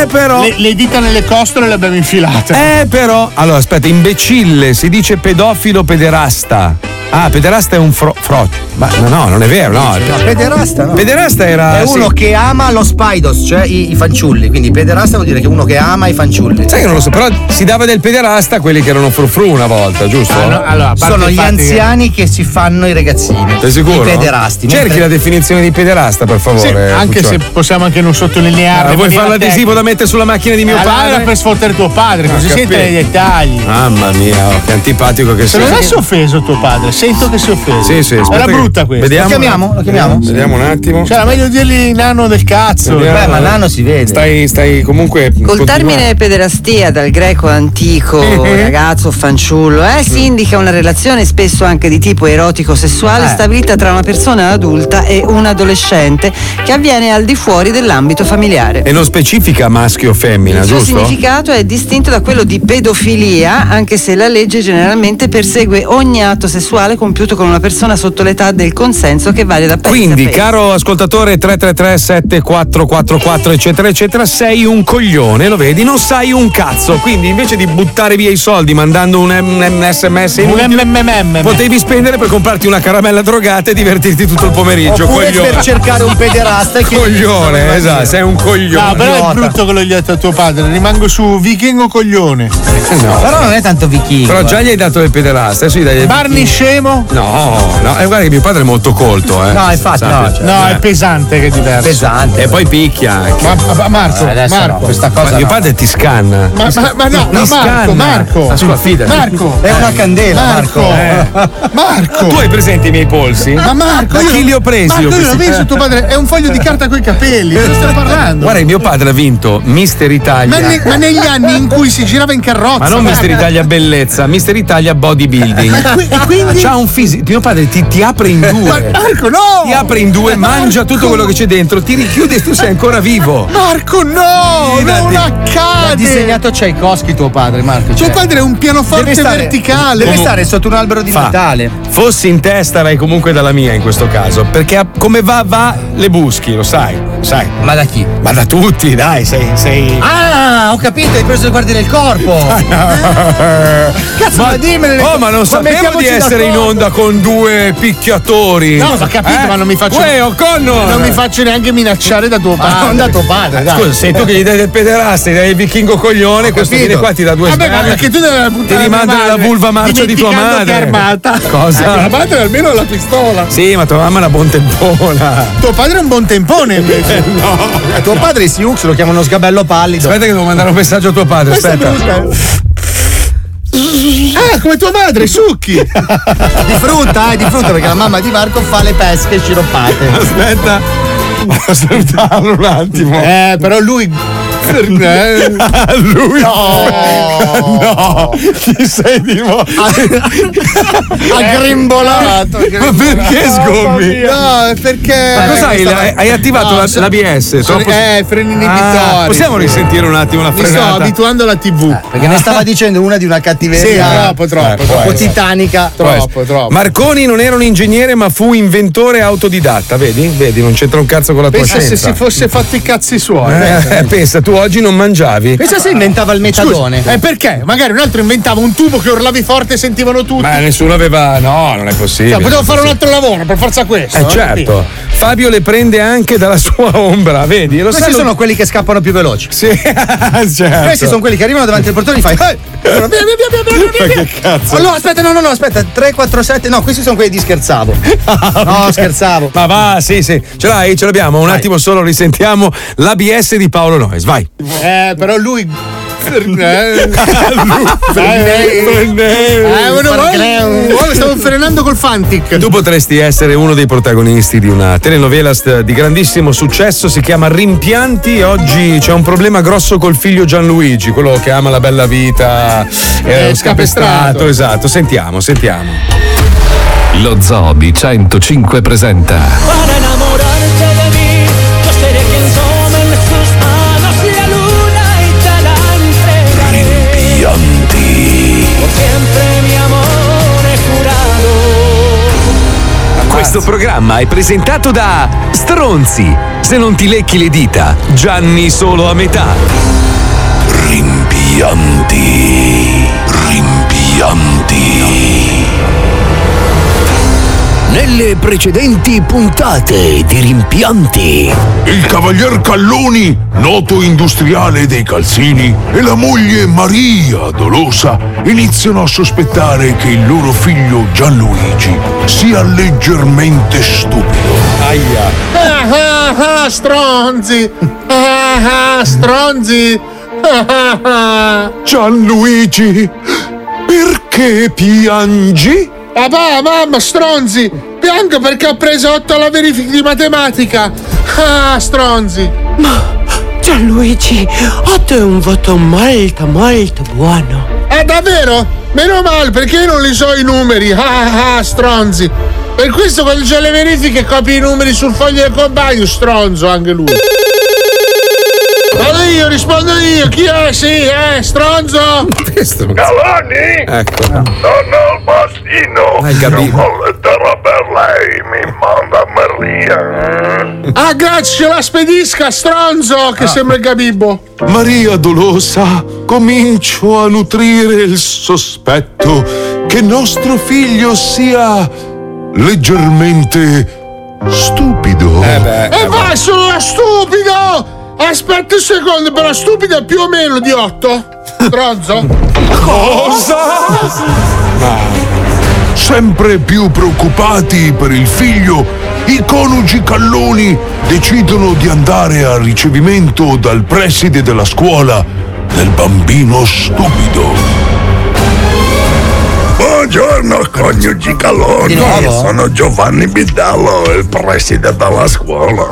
[SPEAKER 2] Eh, però.
[SPEAKER 4] Le, le dita nelle costole le abbiamo infilate.
[SPEAKER 2] Eh, però. Allora, aspetta, imbecille, si dice pedofilo pederasta. Ah, pederasta è un fro- frocio. Ma no, no, non è vero, no.
[SPEAKER 10] Cioè, No, pederasta no.
[SPEAKER 2] Pederasta era-
[SPEAKER 10] È uno
[SPEAKER 2] sì.
[SPEAKER 10] che ama lo spaidos, cioè i, i fanciulli. Quindi pederasta vuol dire che è uno che ama i fanciulli.
[SPEAKER 2] Sai che non lo so, però si dava del pederasta a quelli che erano frufru una volta, giusto?
[SPEAKER 10] Ah, no, allora, a parte Sono il gli fatto che- anziani che si fanno i ragazzini.
[SPEAKER 2] Sei sicuro?
[SPEAKER 10] I pederasti.
[SPEAKER 2] Cerchi
[SPEAKER 10] mentre-
[SPEAKER 2] la definizione di pederasta, per favore.
[SPEAKER 4] Sì, anche
[SPEAKER 2] Puccioni.
[SPEAKER 4] se possiamo anche non sottolineare.
[SPEAKER 2] Ah,
[SPEAKER 4] in
[SPEAKER 2] vuoi
[SPEAKER 4] maniera
[SPEAKER 2] fare l'adesivo
[SPEAKER 4] tecnica.
[SPEAKER 2] da mettere sulla macchina di mio
[SPEAKER 4] Allora
[SPEAKER 2] padre?
[SPEAKER 4] era per sfottere tuo padre,
[SPEAKER 2] Ah,
[SPEAKER 4] così si entra nei
[SPEAKER 2] capito.
[SPEAKER 4] dettagli.
[SPEAKER 2] Mamma mia, oh, che antipatico che sei.
[SPEAKER 4] Se non è offeso tuo padre, sento che si è offeso.
[SPEAKER 2] Sì, sì, aspetta
[SPEAKER 4] Era
[SPEAKER 2] che-
[SPEAKER 4] brutta questa.
[SPEAKER 2] vediamo. Lo chiamiamo? Lo chiamiamo? Vediamo un attimo.
[SPEAKER 4] Cioè, era meglio dirgli nano del cazzo.
[SPEAKER 2] Vediamo. Beh, ma nano
[SPEAKER 10] si vede.
[SPEAKER 2] Stai, stai comunque.
[SPEAKER 3] Col
[SPEAKER 2] continua.
[SPEAKER 3] termine pederastia, dal greco antico, ragazzo, fanciullo, eh, si indica una relazione spesso anche di tipo erotico-sessuale
[SPEAKER 10] Eh.
[SPEAKER 3] stabilita tra una persona adulta e un adolescente che avviene al di fuori dell'ambito familiare.
[SPEAKER 2] E non specifica maschio o femmina,
[SPEAKER 3] Il suo
[SPEAKER 2] Eh, giusto?
[SPEAKER 3] significato è distinto da quello di pedofilia, anche se la legge generalmente persegue ogni atto sessuale compiuto con una persona sotto l'età del consenso che varia da paese
[SPEAKER 2] Quindi,
[SPEAKER 3] a paese.
[SPEAKER 2] caro ascoltatore 333 7444 eccetera eccetera, sei un coglione, lo vedi? Non sai un cazzo. Quindi, invece di buttare via i soldi mandando un, M- un SMS
[SPEAKER 4] Un
[SPEAKER 2] inutile,
[SPEAKER 4] MMM.
[SPEAKER 2] potevi spendere per comprarti una caramella drogata e divertirti tutto il pomeriggio,
[SPEAKER 10] Oppure
[SPEAKER 2] coglione.
[SPEAKER 10] per cercare un pederasta e chiedere-
[SPEAKER 2] Coglione, esatto, sei un coglione.
[SPEAKER 4] No, però è
[SPEAKER 2] Idiota.
[SPEAKER 4] brutto quello che gli ha detto a tuo padre. Rimango su vichingo coglione.
[SPEAKER 2] Eh, No.
[SPEAKER 10] Però non è tanto vichingo.
[SPEAKER 2] Però già gli hai dato del pederasta, adesso gli dai del
[SPEAKER 4] Eh, Barney scemo?
[SPEAKER 2] No, no, eh, guarda che mio padre è molto colto, eh.
[SPEAKER 4] No, infatti,
[SPEAKER 2] Sappi,
[SPEAKER 4] no,
[SPEAKER 2] cioè,
[SPEAKER 4] no,
[SPEAKER 2] eh.
[SPEAKER 4] è pesante che è diverso.
[SPEAKER 10] Pesante.
[SPEAKER 2] E poi picchia anche.
[SPEAKER 4] Ma, ma- Marco,
[SPEAKER 2] Eh, adesso
[SPEAKER 4] Marco,
[SPEAKER 2] no, Ma mio padre ti scanna.
[SPEAKER 4] Ma, ma- ma no,
[SPEAKER 2] Ti
[SPEAKER 4] no, Marco,
[SPEAKER 2] scanna.
[SPEAKER 4] Marco.
[SPEAKER 2] Ascolta, fidati.
[SPEAKER 4] Marco.
[SPEAKER 2] È una
[SPEAKER 10] candela,
[SPEAKER 4] Marco.
[SPEAKER 2] Eh.
[SPEAKER 4] Marco.
[SPEAKER 2] Tu hai presente i miei polsi?
[SPEAKER 4] Ma Marco,
[SPEAKER 2] da
[SPEAKER 4] io-
[SPEAKER 2] chi li ho presi?
[SPEAKER 4] Marco,
[SPEAKER 2] io
[SPEAKER 4] io l'ho
[SPEAKER 2] questi- Eh.
[SPEAKER 4] visto tuo padre, è un foglio di carta coi capelli, di cosa stiamo parlando?
[SPEAKER 2] Guarda, mio padre ha vinto Mister Italia.
[SPEAKER 4] ma, ne- ma negli anni in cui si girava in carrozza.
[SPEAKER 2] Ma non
[SPEAKER 4] guarda.
[SPEAKER 2] Mister Italia bellezza, Mister Italia bodybuilding.
[SPEAKER 4] Ma qui- e quindi-
[SPEAKER 2] C'ha un fisico. Mio padre ti, ti apre in due.
[SPEAKER 4] Ma- Marco, no!
[SPEAKER 2] Ti apre in due, mangia tutto quello che c'è dentro, ti richiude e tu sei ancora vivo.
[SPEAKER 4] Marco, no! Oh, non
[SPEAKER 10] Ha
[SPEAKER 4] accade!
[SPEAKER 10] disegnato Tchaikovsky tuo padre, Marco.
[SPEAKER 4] Tuo
[SPEAKER 10] cioè.
[SPEAKER 4] padre è un pianoforte
[SPEAKER 10] Deve stare-
[SPEAKER 4] verticale.
[SPEAKER 10] Deve stare sotto un albero di
[SPEAKER 2] Fa.
[SPEAKER 10] Natale.
[SPEAKER 2] Fossi in testa, vai comunque dalla mia in questo caso. Perché a- come va, va, le buschi, lo sai, lo sai.
[SPEAKER 10] Ma da chi?
[SPEAKER 2] Ma da tutti, dai, sei. sei...
[SPEAKER 10] Ah, ho capito, hai preso le guardie del corpo.
[SPEAKER 4] Ah.
[SPEAKER 10] Cazzo, ma, dimmelo le
[SPEAKER 2] Oh,
[SPEAKER 10] cose.
[SPEAKER 2] ma non sapevo
[SPEAKER 10] mettiamoci
[SPEAKER 2] di essere in
[SPEAKER 10] d'accordo.
[SPEAKER 2] onda con due picchiatori.
[SPEAKER 4] No, ho capito, ma non mi faccio.
[SPEAKER 2] Uè, O'Connor!
[SPEAKER 4] Non mi faccio neanche minacciare da tuo padre.
[SPEAKER 2] non da
[SPEAKER 4] tuo padre,
[SPEAKER 2] Scusa, sei tu che gli dai del pederasta, gli dai il vichingo coglione, questo
[SPEAKER 4] capito.
[SPEAKER 2] viene qua ti dà due
[SPEAKER 4] Vabbè, ma
[SPEAKER 2] sberle,
[SPEAKER 4] perché tu devi
[SPEAKER 2] ti
[SPEAKER 4] puntare
[SPEAKER 2] rimanda
[SPEAKER 4] mia
[SPEAKER 2] la
[SPEAKER 4] madre,
[SPEAKER 2] vulva mancia di tua
[SPEAKER 4] dimenticando che
[SPEAKER 2] madre.
[SPEAKER 4] è armata.
[SPEAKER 2] Cosa?
[SPEAKER 4] Eh, mia madre almeno ha la pistola.
[SPEAKER 2] Sì, ma tua mamma è una buontempona.
[SPEAKER 4] Tuo padre è un buon tempone invece.
[SPEAKER 10] Eh, Tuo padre si Siux lo chiamano sgabello pallido.
[SPEAKER 2] Aspetta che devo mandare un messaggio a tuo padre,
[SPEAKER 4] Questo è
[SPEAKER 2] aspetta.
[SPEAKER 10] eh.
[SPEAKER 4] Ah, come tua madre, succhi!
[SPEAKER 10] Di frutta, eh, di frutta, perché la mamma di Marco fa le pesche sciroppate.
[SPEAKER 2] Aspetta. Vado a salutarlo un attimo.
[SPEAKER 4] Eh, però lui.
[SPEAKER 2] Ah, lui
[SPEAKER 4] no,
[SPEAKER 2] no, chi sei di mo?
[SPEAKER 4] ha grimbolato.
[SPEAKER 2] Ma perché sgommi?
[SPEAKER 4] No, perché.
[SPEAKER 2] Ma cos'hai?
[SPEAKER 4] Stava-
[SPEAKER 2] L'hai- hai attivato la-
[SPEAKER 4] se-
[SPEAKER 2] l'ABS?
[SPEAKER 4] fre-
[SPEAKER 2] Troppo-
[SPEAKER 4] Eh, freni inibitori.
[SPEAKER 2] Ah, possiamo risentire un attimo la
[SPEAKER 4] Mi sto
[SPEAKER 2] frenata?
[SPEAKER 4] abituando alla TV.
[SPEAKER 10] Eh, Perché ne stava dicendo una di una cattiveria.
[SPEAKER 4] Sì, troppo, troppo,
[SPEAKER 10] Un po'
[SPEAKER 2] troppo.
[SPEAKER 10] titanica.
[SPEAKER 4] troppo, troppo.
[SPEAKER 2] Marconi non era un ingegnere, ma fu inventore autodidatta, vedi? Vedi, non c'entra un cazzo con la
[SPEAKER 4] Pensa
[SPEAKER 2] tua
[SPEAKER 4] se
[SPEAKER 2] scienza.
[SPEAKER 4] si fosse fatto i cazzi suoi.
[SPEAKER 2] Eh, pensa, tu oggi non mangiavi.
[SPEAKER 10] Pensa se inventava il metadone.
[SPEAKER 4] Scusa, eh, perché? Magari un altro inventava un tubo che urlavi forte e sentivano tutti.
[SPEAKER 2] Ma nessuno aveva. No, non è possibile.
[SPEAKER 4] Cioè, potevo fare un altro lavoro, per forza questo.
[SPEAKER 2] Eh certo, Fabio le prende anche dalla sua ombra, vedi? Lo
[SPEAKER 10] Questi
[SPEAKER 2] sai, lo-
[SPEAKER 10] sono quelli che scappano più veloci.
[SPEAKER 2] Sì, certo.
[SPEAKER 10] Questi sono quelli che arrivano davanti al portone e gli fai. "Ehi!" Allora, via, via, via, via,
[SPEAKER 2] Eh,
[SPEAKER 10] via, via, via. Allora, aspetta, no, no, no, aspetta. 3, 4, 7. No, questi sono quelli di scherzavo. No, scherzavo.
[SPEAKER 2] Ma va, sì, sì, ce l'hai, ce l'abbiamo. Un attimo solo risentiamo l'ABS di Paolo Noyes, vai.
[SPEAKER 4] Eh, però lui
[SPEAKER 15] Eh, eh, eh, guarda, guarda, stavo frenando col Fantic.
[SPEAKER 2] Tu potresti essere uno dei protagonisti di una telenovela st- di grandissimo successo, si chiama Rimpianti. Oggi c'è un problema grosso col figlio Gianluigi, quello che ama la bella vita. È
[SPEAKER 15] Eh, scapestrato.
[SPEAKER 2] scapestrato, esatto. Sentiamo, sentiamo.
[SPEAKER 1] Lo Zoo di 105 presenta
[SPEAKER 16] Para enamorarte de mí, yo seré quien tome en sus manos la luna y te la entregaré. Por siempre mi amor he jurado.
[SPEAKER 25] Questo programma è presentato da Stronzi. Se non ti lecchi le dita, Gianni solo a metà.
[SPEAKER 26] Rimpianti. Rimpianti.
[SPEAKER 5] Nelle precedenti puntate di Rimpianti.
[SPEAKER 14] Il cavalier Calloni, noto industriale dei calzini, e la moglie Maria Dolosa iniziano a sospettare che il loro figlio Gianluigi sia leggermente stupido. Aia.
[SPEAKER 15] Ah, ah, ah, stronzi! Ah, ah, stronzi! Ah,
[SPEAKER 14] Gianluigi, perché piangi?
[SPEAKER 15] Papà, mamma, stronzi! Piango perché ho preso 8 alla verifica di matematica! Ah, stronzi!
[SPEAKER 16] Ma Gianluigi, 8 è un voto molto molto buono.
[SPEAKER 15] Ah, davvero? Meno male, perché io non li so i numeri! Ah, ah, stronzi! Per questo quando c'è le verifiche copi i numeri sul foglio del compagno, stronzo anche lui! Vado io, rispondo io! Chi è? Sì, eh, stronzo!
[SPEAKER 12] Galani?
[SPEAKER 2] Ecco.
[SPEAKER 12] Sono il bastino. Hai capito? Ho lettera per lei, mi manda Maria.
[SPEAKER 15] Ah, grazie, ce la spedisca, stronzo! Che sembra il Gabibbo!
[SPEAKER 14] Maria Dolosa, comincio a nutrire il sospetto che nostro figlio sia leggermente stupido. Eh
[SPEAKER 15] E vai, sono la stupido! Aspetta un secondo, però stupido è più o meno di 8. Stronzo? Cosa?
[SPEAKER 14] Sempre più preoccupati per il figlio, i coniugi Calloni decidono di andare al ricevimento dal preside della scuola del bambino stupido.
[SPEAKER 12] Buongiorno, coniugi Caloni.
[SPEAKER 14] Di nuovo?
[SPEAKER 12] Sono Giovanni Bidello, il preside della scuola.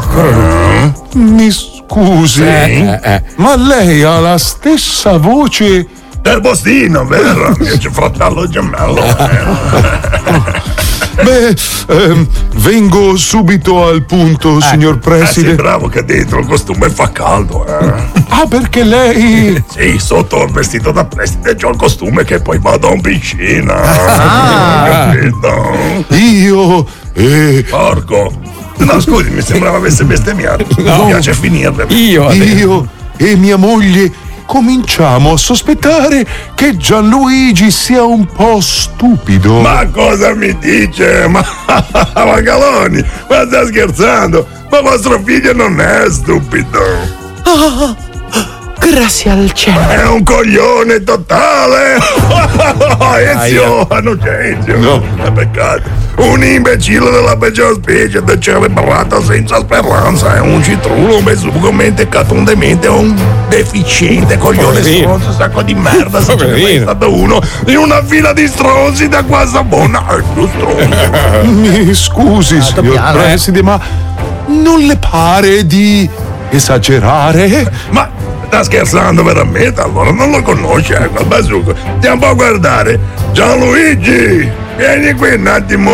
[SPEAKER 14] Mi scusi,
[SPEAKER 12] Eh,
[SPEAKER 14] ma lei ha la stessa voce
[SPEAKER 12] Del Bostino, vero? Mio fratello gemello.
[SPEAKER 14] Eh, Beh, ehm, vengo subito al punto, signor Preside.
[SPEAKER 12] Eh sì, bravo che dentro il costume fa caldo. Eh.
[SPEAKER 14] Ah, perché lei.
[SPEAKER 12] Sì, sotto ho il vestito da preside c'ho il costume che poi vado in piscina. Capito?
[SPEAKER 14] Ah. Io. Eh...
[SPEAKER 12] Porco. No, scusi, mi sembrava avesse bestemmiato. Mi piace finirle.
[SPEAKER 14] Io e mia moglie cominciamo a sospettare che Gianluigi sia un po' stupido.
[SPEAKER 12] Ma cosa mi dice? Ma, ma Galoni, ma sta scherzando? Ma vostro figlio non è stupido.
[SPEAKER 11] Ah,
[SPEAKER 16] Oh, grazie al cielo.
[SPEAKER 12] È un coglione totale! Ezio, non c'è Ezio! No. È peccato! Un imbecille della peggior specie, decelebrata senza speranza, è un citrullo, un besugamente, catundemente, un deficiente coglione
[SPEAKER 14] Poverino.
[SPEAKER 12] stronzo, sacco di merda, se ce n'è mai
[SPEAKER 14] Poverino.
[SPEAKER 12] stato uno, in una fila di stronzi da qua a Sabona, è più stronzo!
[SPEAKER 14] Mi scusi, signor
[SPEAKER 12] piano, eh.
[SPEAKER 14] Preside, ma non le pare di esagerare?
[SPEAKER 12] Ma sta scherzando veramente? Allora non lo conosce, ecco, il bazooka. Stiamo un po' a guardare. Gianluigi, vieni qui un attimo.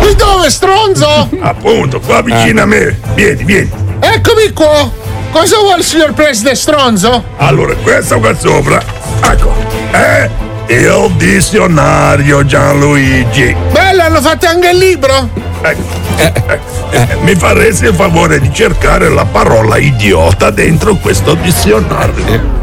[SPEAKER 15] Qui dove, stronzo?
[SPEAKER 12] Appunto, qua vicino a me. Vieni, vieni.
[SPEAKER 15] Eccomi qua! Cosa vuole il signor preside stronzo?
[SPEAKER 12] Allora, questo qua sopra, ecco, è il dizionario Gianluigi.
[SPEAKER 15] Bello, hanno fatto anche il libro!
[SPEAKER 12] Ecco. Eh, Mi faresti il favore di cercare la parola idiota dentro questo dizionario.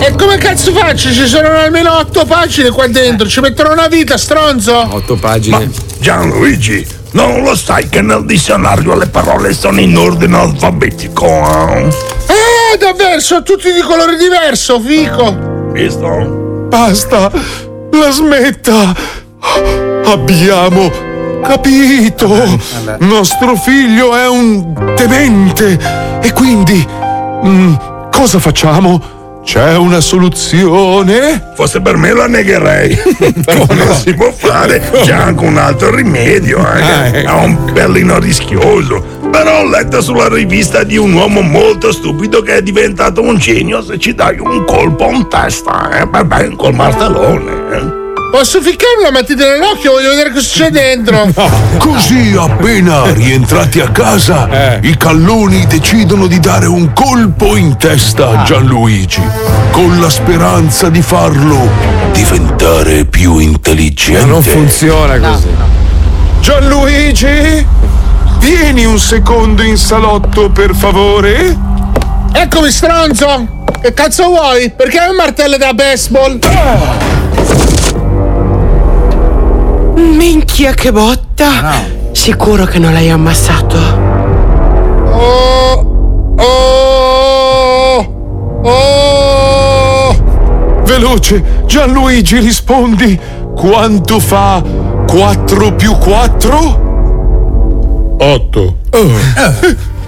[SPEAKER 15] E come cazzo faccio? Ci sono almeno 8 pagine qua dentro, ci mettono una vita, stronzo!
[SPEAKER 2] 8 pagine.
[SPEAKER 12] Gianluigi, non lo sai che nel dizionario le parole sono in ordine alfabetico? eh?
[SPEAKER 15] Eh, davvero, sono tutti di colore diverso, fico!
[SPEAKER 12] Visto?
[SPEAKER 14] Basta, la smetta. Abbiamo capito. Nostro figlio è un demente. E quindi, mm, cosa facciamo? C'è una soluzione? Forse per me la negherei. Come si può fare? C'è anche un altro rimedio, eh. È un bellino rischioso. Però ho letto sulla rivista di un uomo molto stupido che è diventato un genio se ci dai un colpo in testa, eh. Vabbè, col martellone, eh.
[SPEAKER 4] Posso ficcarlo? Mettete nell'occhio, voglio vedere cosa c'è dentro.
[SPEAKER 14] Così appena rientrati a casa,
[SPEAKER 2] Eh.
[SPEAKER 14] i calloni decidono di dare un colpo in
[SPEAKER 2] Ah.
[SPEAKER 14] testa a Gianluigi, con la speranza di farlo diventare più intelligente.
[SPEAKER 2] non funziona così.
[SPEAKER 14] Gianluigi, vieni un secondo in salotto per favore.
[SPEAKER 4] Eccomi, Ecco, stronzo! Che cazzo vuoi? Perché hai un martello da baseball?
[SPEAKER 11] Minchia che botta! Sicuro che non l'hai ammassato.
[SPEAKER 14] Oh! Oh! Veloce, Gianluigi, rispondi. Quanto fa 4 più 4? 8. Oh.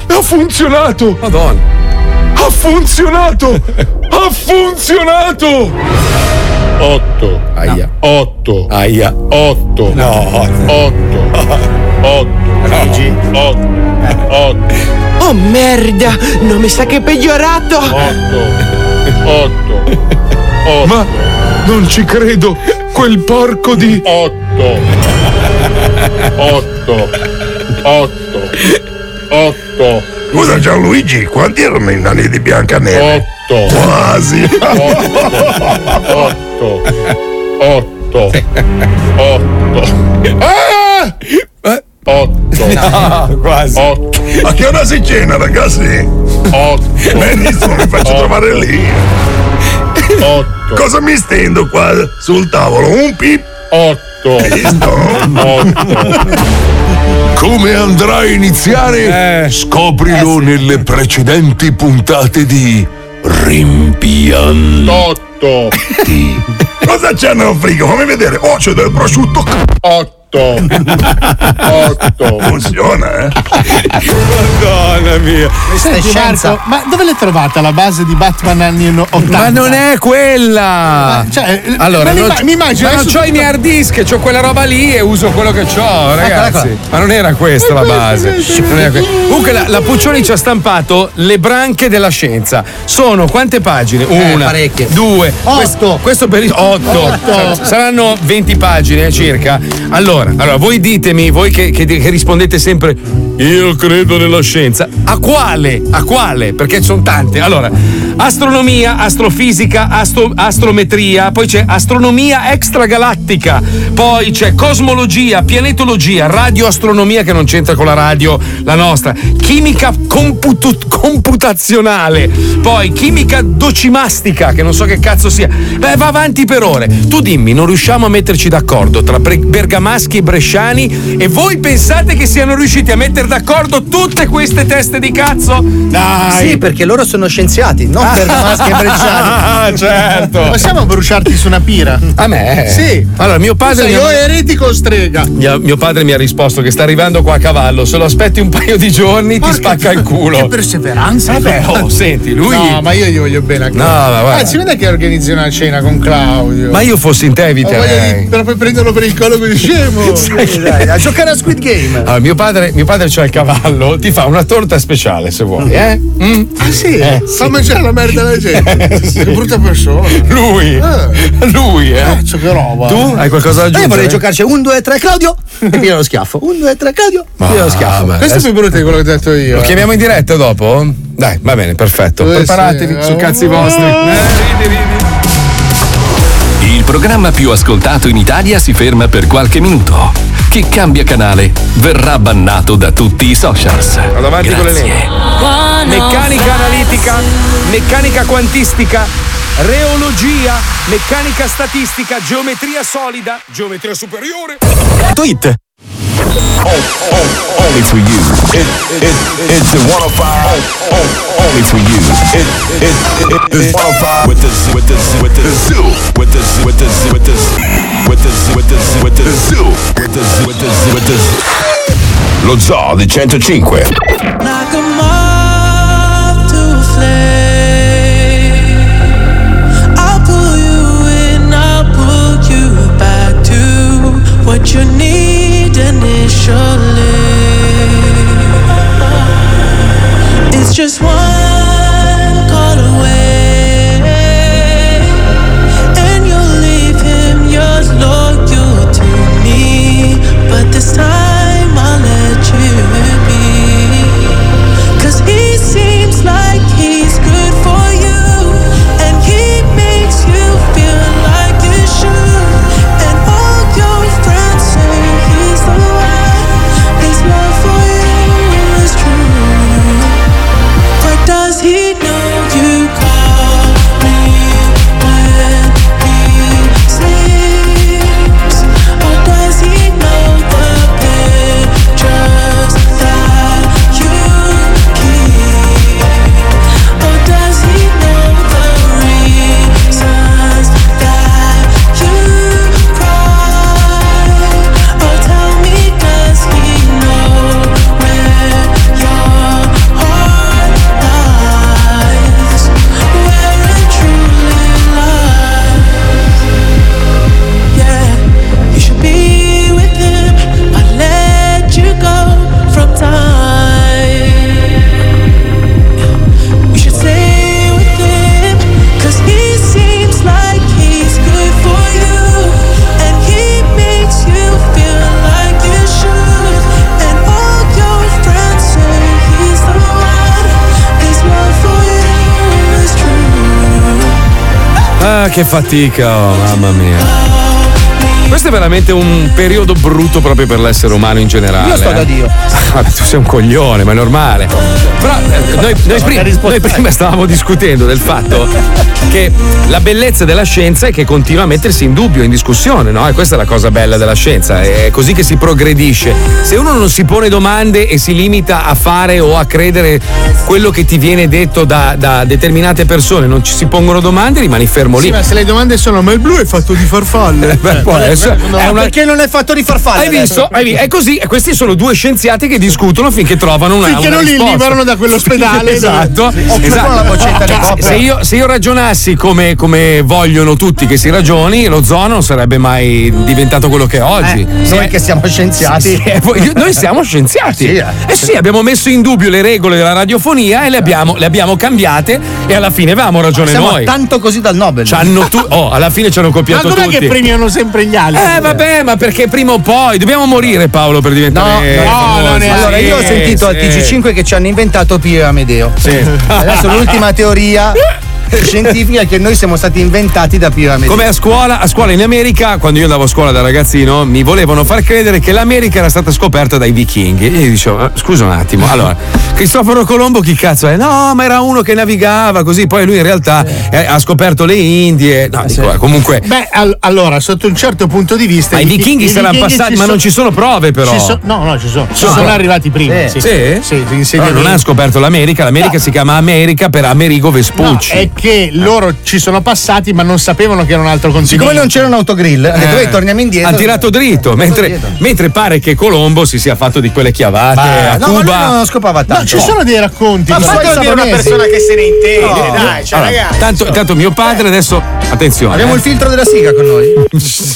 [SPEAKER 14] Ha funzionato!
[SPEAKER 2] Madonna!
[SPEAKER 14] Ha funzionato! ha funzionato! 8. Aia. 8.
[SPEAKER 2] Aia.
[SPEAKER 14] 8. No. 8. 8. 8. 8.
[SPEAKER 11] Oh merda, non mi sa che è peggiorato!
[SPEAKER 14] 8. Ma non ci credo! Quel porco di. 8. 8. 8. 8.
[SPEAKER 15] Scusa Gianluigi, quanti erano i nani di Biancaneve?
[SPEAKER 14] Otto.
[SPEAKER 15] Quasi.
[SPEAKER 14] Otto. Otto. Otto.
[SPEAKER 15] Ah!
[SPEAKER 4] Eh!
[SPEAKER 14] Otto.
[SPEAKER 15] quasi. A che ora si cena, ragazzi?
[SPEAKER 14] Otto.
[SPEAKER 15] Benissimo, mi faccio trovare lì. Otto. Cosa mi stendo qua sul tavolo? Un pip.
[SPEAKER 14] Otto. Come andrà a iniziare? Scoprilo nelle precedenti puntate di
[SPEAKER 15] Otto. Cosa c'è nel frigo? Fammi vedere. Oh, c'è del prosciutto.
[SPEAKER 14] Otto.
[SPEAKER 15] Otto. Funziona, eh?
[SPEAKER 2] Madonna mia.
[SPEAKER 4] Senti Marco, ma dove l'hai trovata la base di Batman anni no- 80?
[SPEAKER 2] Ma non è quella!
[SPEAKER 4] cioè,
[SPEAKER 2] allora,
[SPEAKER 4] ma li-
[SPEAKER 2] non,
[SPEAKER 4] mi immagino
[SPEAKER 2] ma non
[SPEAKER 4] adesso Ecco,
[SPEAKER 2] c'ho i miei hard disk, c'ho quella roba lì e uso quello che c'ho, ragazzi.
[SPEAKER 4] eccola.
[SPEAKER 2] Ma non era questa la base. Non era que- Comunque, la, la Puccioni ci ha stampato le branche della scienza. Sono quante pagine? Una, due, questo, questo per il otto.
[SPEAKER 4] Otto.
[SPEAKER 2] Saranno 20 pagine eh, circa. Allora, allora voi ditemi, voi che, che- che rispondete sempre, io credo nella scienza. A quale? A quale? Perché sono tante. Allora, astronomia, astrofisica, astro- astrometria, poi c'è astronomia extragalattica, poi c'è cosmologia, pianetologia, radioastronomia che non c'entra con la radio, la nostra, chimica computu- computazionale, poi chimica docimastica, che non so che cazzo sia. Beh, va avanti per ore. Tu dimmi, non riusciamo a metterci d'accordo tra bre- bergamaschi e bresciani e voi pensate che siano riusciti a mettere d'accordo tutte queste teste di cazzo? Dai!
[SPEAKER 10] Sì, perché loro sono scienziati, non per maschi e brecciani.
[SPEAKER 2] Ah, certo.
[SPEAKER 4] Possiamo bruciarti su una pira?
[SPEAKER 2] A me?
[SPEAKER 4] Sì.
[SPEAKER 2] Allora, mio padre
[SPEAKER 4] Scusa,
[SPEAKER 2] mi ha-
[SPEAKER 4] io eretico o strega?
[SPEAKER 2] Mio, mio padre mi ha risposto che sta arrivando qua a cavallo, se lo aspetti un paio di giorni ti spacca il culo.
[SPEAKER 4] Che perseveranza.
[SPEAKER 2] Vabbè, oh, senti, lui-
[SPEAKER 4] No, ma io gli voglio bene a
[SPEAKER 2] No, ma guarda.
[SPEAKER 4] Anzi, non è che organizzi una cena con Claudio.
[SPEAKER 2] Ma io fossi in te
[SPEAKER 4] Ho voglia
[SPEAKER 2] eviterei.
[SPEAKER 4] di però poi prenderlo per il collo così scemo.
[SPEAKER 2] che-
[SPEAKER 4] Dai, a giocare a Squid Game.
[SPEAKER 2] Allora, mio padre, mio padre c'ha il cavallo, ti fa una torta speciale se vuoi, eh?
[SPEAKER 4] Ah sì? Fa mangiare la merda alla gente. Che brutta persona.
[SPEAKER 2] Eh, Lui. Lui, eh.
[SPEAKER 4] Cazzo, che roba.
[SPEAKER 2] Tu hai qualcosa da
[SPEAKER 10] Io
[SPEAKER 2] aggiungere?
[SPEAKER 10] Eh, vorrei giocarci un, due, tre, Claudio. E piglia lo schiaffo. Un, due, tre, Claudio. e Piglia lo schiaffo.
[SPEAKER 2] ma- eh,
[SPEAKER 4] Questo è più brutto di quello che ho detto io.
[SPEAKER 2] Lo chiamiamo in diretta dopo? Dai, va bene, perfetto.
[SPEAKER 4] Eh,
[SPEAKER 2] Preparatevi
[SPEAKER 4] sì.
[SPEAKER 2] su cazzi vostri. eh,
[SPEAKER 1] Il programma più ascoltato in Italia si ferma per qualche minuto. Chi cambia canale verrà bannato da tutti i socials.
[SPEAKER 2] Avanti con le
[SPEAKER 1] Grazie.
[SPEAKER 2] leve. Meccanica analitica, meccanica quantistica, reologia, meccanica statistica, geometria solida, geometria superiore.
[SPEAKER 1] Tweet.
[SPEAKER 23] Only for you. It, it, it's the 105. Oh, oh, only for you. It, it, it, it's 105 with the zoo, with the zoo, with the zoo, with the zoo, with the zoo, with the zoo, with the zoo, with the zoo, with the zoo, with the zoo, with the zoo, with the zoo. Lo zoo di 105.
[SPEAKER 7] Like a moth to a flame.
[SPEAKER 16] just one call away, and you'll leave him your loyal to me. But this time I'll let you be, 'cause he seems like he's good for you, and he makes you feel like you should. And all your friends say he's the one. His love for you is true. But does he know you call me when he sleeps? Or does he know the pictures that you keep? Or does he know the reasons that you cry? Or tell me, does he know where your heart lies? Where it truly lies? Yeah. You should be with him. I let you go from time. You should stay with him, 'cause he seems like he's good for you. And he makes you feel like you should. And all your friends say he's the one. His love for you is true.
[SPEAKER 2] Ah, che fatica, oh, mamma mia. Questo è veramente un periodo brutto proprio per l'essere umano in generale.
[SPEAKER 10] Io sto
[SPEAKER 2] eh.
[SPEAKER 10] da Dio.
[SPEAKER 2] Vabbè, tu sei un coglione, ma è normale. Però eh, noi, noi prima, noi prima stavamo discutendo del fatto che la bellezza della scienza è che continua a mettersi in dubbio, in discussione, no? E questa è la cosa bella della scienza, è così che si progredisce. Se uno non si pone domande e si limita a fare o a credere quello che ti viene detto da, da determinate persone, non ci si pongono domande, rimani fermo lì.
[SPEAKER 4] Sì, ma se le domande sono: ma il blu è fatto di farfalle? Eh,
[SPEAKER 2] Beh, può essere. È una-
[SPEAKER 4] Perché non è fatto di farfalle?
[SPEAKER 2] Hai visto? Hai vi- È così, e questi sono due scienziati che discutono finché trovano una.
[SPEAKER 4] Finché
[SPEAKER 2] una
[SPEAKER 4] non li
[SPEAKER 2] risposta.
[SPEAKER 4] liberano da quell'ospedale.
[SPEAKER 2] esatto.
[SPEAKER 4] Sì, sì, sì.
[SPEAKER 2] esatto.
[SPEAKER 4] Oppure la boccetta di
[SPEAKER 2] Se-
[SPEAKER 4] Popper.
[SPEAKER 2] se, io, se io ragionassi come, come vogliono tutti che si ragioni, lo zoo non sarebbe mai diventato quello che è oggi.
[SPEAKER 10] Eh, noi che siamo scienziati.
[SPEAKER 2] Sì, sì, eh, voi- noi siamo scienziati.
[SPEAKER 10] Sì, eh.
[SPEAKER 2] Eh sì, abbiamo messo in dubbio le regole della radiofonia e le abbiamo, le abbiamo cambiate e alla fine avevamo ragione
[SPEAKER 10] Siamo
[SPEAKER 2] noi.
[SPEAKER 10] tanto così dal Nobel.
[SPEAKER 2] C'hanno tu- oh, alla fine ci hanno
[SPEAKER 4] Ma
[SPEAKER 2] copiato
[SPEAKER 4] com'è
[SPEAKER 2] tutti.
[SPEAKER 4] che premiano sempre gli altri?
[SPEAKER 2] Eh vabbè, ma perché prima o poi dobbiamo morire Paolo per diventare
[SPEAKER 10] No,
[SPEAKER 2] famosi.
[SPEAKER 10] allora io ho
[SPEAKER 2] Sì,
[SPEAKER 10] sentito al
[SPEAKER 2] sì.
[SPEAKER 10] TG5 che ci hanno inventato Pio e Amedeo.
[SPEAKER 2] Sì.
[SPEAKER 10] Adesso l'ultima teoria scientifica è che noi siamo stati inventati da Pio e Amedeo.
[SPEAKER 2] Come a scuola, a scuola in America, quando io andavo a scuola da ragazzino, mi volevano far credere che l'America era stata scoperta dai vichinghi. E io dicevo, "Eh, scusa un attimo, allora, Cristoforo Colombo chi cazzo è? No, ma era uno che navigava così, poi lui in realtà eh, ha scoperto le Indie. No, dico, eh, comunque...
[SPEAKER 4] Beh, al- allora, sotto un certo punto di vista.
[SPEAKER 2] Ma i vichinghi saranno passati, ma non ci sono prove, però.
[SPEAKER 4] Ci so- no, no, ci sono.
[SPEAKER 2] Ci
[SPEAKER 4] sono
[SPEAKER 2] sono.
[SPEAKER 4] arrivati prima.
[SPEAKER 2] Sì?
[SPEAKER 4] Sì,
[SPEAKER 2] Sì,
[SPEAKER 4] gli
[SPEAKER 2] Però non
[SPEAKER 4] insediamenti.
[SPEAKER 2] ha scoperto l'America, l'America si chiama America per Amerigo
[SPEAKER 4] No,
[SPEAKER 2] Vespucci.
[SPEAKER 4] è che loro ci sono passati, ma non sapevano che era un altro continente.
[SPEAKER 2] Siccome non
[SPEAKER 4] c'era
[SPEAKER 10] un autogrill, ha
[SPEAKER 2] Eh, Ha tirato dritto, mentre, mentre pare che Colombo si sia fatto di quelle chiavate
[SPEAKER 10] Ma-
[SPEAKER 2] a
[SPEAKER 10] no, ma
[SPEAKER 2] Cuba.
[SPEAKER 10] lui non scopava tanto.
[SPEAKER 4] No, ci sono dei racconti.
[SPEAKER 10] Ma
[SPEAKER 4] di-
[SPEAKER 10] fatelo
[SPEAKER 4] Poi
[SPEAKER 10] dire una
[SPEAKER 4] Savonese.
[SPEAKER 10] persona che se ne intende,
[SPEAKER 4] No.
[SPEAKER 10] dai, cioè,
[SPEAKER 2] Eh, Allora,
[SPEAKER 10] ragazzi,
[SPEAKER 2] tanto, tanto mio padre adesso. Attenzione.
[SPEAKER 10] Abbiamo
[SPEAKER 2] eh.
[SPEAKER 10] il filtro della siga con noi.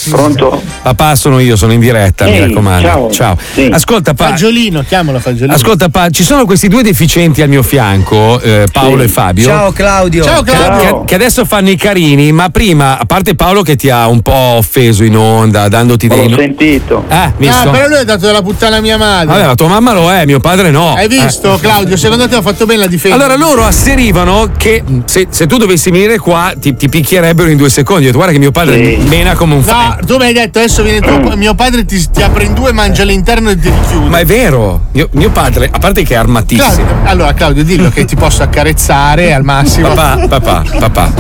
[SPEAKER 2] Pronto? Papà, sono io, sono in diretta, mi
[SPEAKER 4] Ehi,
[SPEAKER 2] raccomando.
[SPEAKER 4] ciao.
[SPEAKER 2] Ascolta, papà.
[SPEAKER 4] Fagiolino, chiamalo Fagiolino.
[SPEAKER 2] Ascolta, pa, ci sono questi due deficienti al mio fianco, eh, Paolo
[SPEAKER 4] Sì.
[SPEAKER 2] e Fabio.
[SPEAKER 4] Ciao, Claudio. Ciao,
[SPEAKER 2] Che-
[SPEAKER 4] Claudio.
[SPEAKER 2] Che, che adesso fanno i carini, ma prima, a parte Paolo che ti ha un po' offeso in onda, dandoti dei. Ho sentito. Eh, visto?
[SPEAKER 4] Ah, però lui ha dato della puttana a mia madre.
[SPEAKER 2] Vabbè, ma tua mamma lo è, mio padre no.
[SPEAKER 4] Hai visto,
[SPEAKER 2] Eh.
[SPEAKER 4] Claudio? Secondo te ho fatto bene la difesa?
[SPEAKER 2] Allora loro asserivano che mm, se, se tu dovessi venire qua ti, ti picchierebbero in due secondi. Ho detto, guarda che mio padre mena come un fa.
[SPEAKER 4] No, tu mi hai detto adesso viene tuo pa- mio padre ti, ti apre in due, mangia l'interno e ti richiude.
[SPEAKER 2] Ma è vero, mio, mio padre, a parte che è armatissimo.
[SPEAKER 4] Claudio, allora Claudio, dillo che ti posso accarezzare al massimo.
[SPEAKER 2] Papà, papà, papà.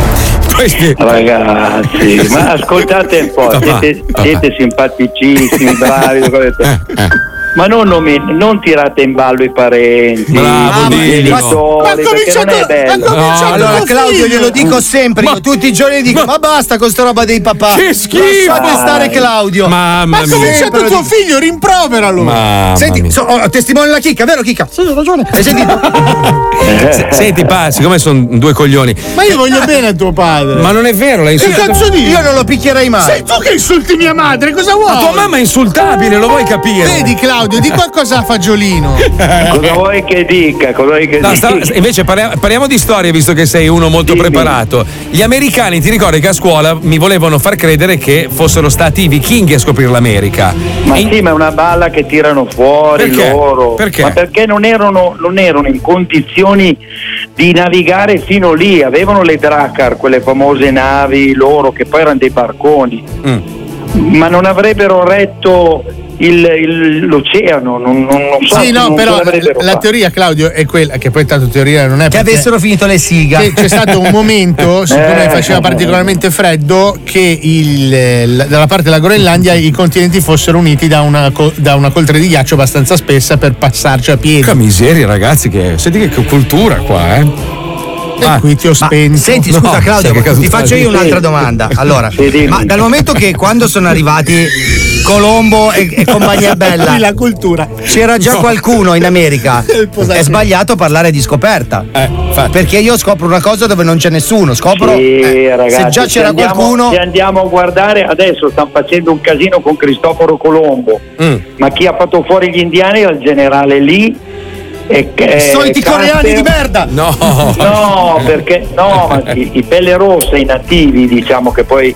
[SPEAKER 19] Ragazzi, ma ascoltate un po',
[SPEAKER 2] Papà,
[SPEAKER 19] siete,
[SPEAKER 2] papà. Eh,
[SPEAKER 19] siete simpaticissimi, bravi, come- ma non, nomi- non tirate in ballo i parenti,
[SPEAKER 2] Bravo,
[SPEAKER 19] i
[SPEAKER 2] dillo.
[SPEAKER 19] genitori, perché non è bello.
[SPEAKER 10] No, allora Claudio glielo dico sempre, io tutti i giorni dico ma, basta con sta roba dei papà.
[SPEAKER 4] Che schifo!
[SPEAKER 10] Fate stare Claudio.
[SPEAKER 2] Mamma Eh.
[SPEAKER 4] Ma ha cominciato tuo figlio, rimproveralo!
[SPEAKER 2] Mamma
[SPEAKER 10] Senti,
[SPEAKER 2] mia.
[SPEAKER 10] so, oh, testimone la chicca, vero chicca? Sì, hai ragione. Hai sentito?
[SPEAKER 2] Se- Senti, pa, siccome sono due coglioni.
[SPEAKER 4] Ma io voglio bene a tuo padre.
[SPEAKER 2] Ma non è vero, l'hai
[SPEAKER 4] Che
[SPEAKER 2] insultato.
[SPEAKER 4] cazzo dici?
[SPEAKER 2] Io non lo picchierei mai.
[SPEAKER 4] Sei tu che insulti mia madre, cosa vuoi?
[SPEAKER 2] Ma tua mamma è insultabile, lo vuoi capire?
[SPEAKER 4] Vedi, Claudio, Claudio, di qualcosa a fagiolino.
[SPEAKER 23] Cosa vuoi che dica? Cosa vuoi che
[SPEAKER 2] No,
[SPEAKER 23] dica?
[SPEAKER 2] sta- invece parliamo, parliamo di storie, visto che sei uno molto preparato. Gli americani, ti ricordi che a scuola mi volevano far credere che fossero stati i vichinghi a scoprire l'America.
[SPEAKER 23] Ma sì, ma è una balla che tirano fuori
[SPEAKER 2] Perché?
[SPEAKER 23] loro.
[SPEAKER 2] Perché?
[SPEAKER 23] Ma perché non erano, non erano in condizioni di navigare fino lì? Avevano le Drakkar, quelle famose navi loro, che poi erano dei barconi. Ma non avrebbero retto il- il- l'oceano, non, non, non so.
[SPEAKER 4] Sì, no,
[SPEAKER 23] non
[SPEAKER 4] però
[SPEAKER 23] ce l'avrebbero
[SPEAKER 4] la
[SPEAKER 23] fatta.
[SPEAKER 4] teoria, Claudio, è quella, che poi tanto teoria non è
[SPEAKER 10] Che
[SPEAKER 4] perché-
[SPEAKER 10] avessero finito le siga.
[SPEAKER 4] Che c'è stato un momento, siccome
[SPEAKER 10] Eh.
[SPEAKER 4] faceva particolarmente freddo, che il- la- dalla parte della Groenlandia i continenti fossero uniti da una, co- da una coltre di ghiaccio abbastanza spessa per passarci a piedi.
[SPEAKER 2] Che miseria, ragazzi, che senti che cultura qua, eh?
[SPEAKER 4] E qui ti ho spento.
[SPEAKER 10] Ah, Senti, scusa Claudio, ma ti faccio io un'altra domanda. Allora, ma dal momento che quando sono arrivati Colombo e, e compagnia bella,
[SPEAKER 4] Qui la cultura.
[SPEAKER 10] c'era già
[SPEAKER 4] No.
[SPEAKER 10] qualcuno in America. È sbagliato parlare di scoperta.
[SPEAKER 4] Eh,
[SPEAKER 10] perché io scopro una cosa dove non c'è nessuno. Scopro
[SPEAKER 23] Sì,
[SPEAKER 10] eh,
[SPEAKER 23] ragazzi,
[SPEAKER 10] se già c'era
[SPEAKER 23] andiamo-
[SPEAKER 10] qualcuno.
[SPEAKER 23] se andiamo a guardare adesso stanno facendo un casino con Cristoforo Colombo
[SPEAKER 2] Mm.
[SPEAKER 23] ma chi ha fatto fuori gli indiani era il generale lì e che-
[SPEAKER 10] soliti
[SPEAKER 23] Carter-
[SPEAKER 10] coreani di merda!
[SPEAKER 2] No,
[SPEAKER 23] no perché no ma i, i pelle rossa i nativi diciamo che poi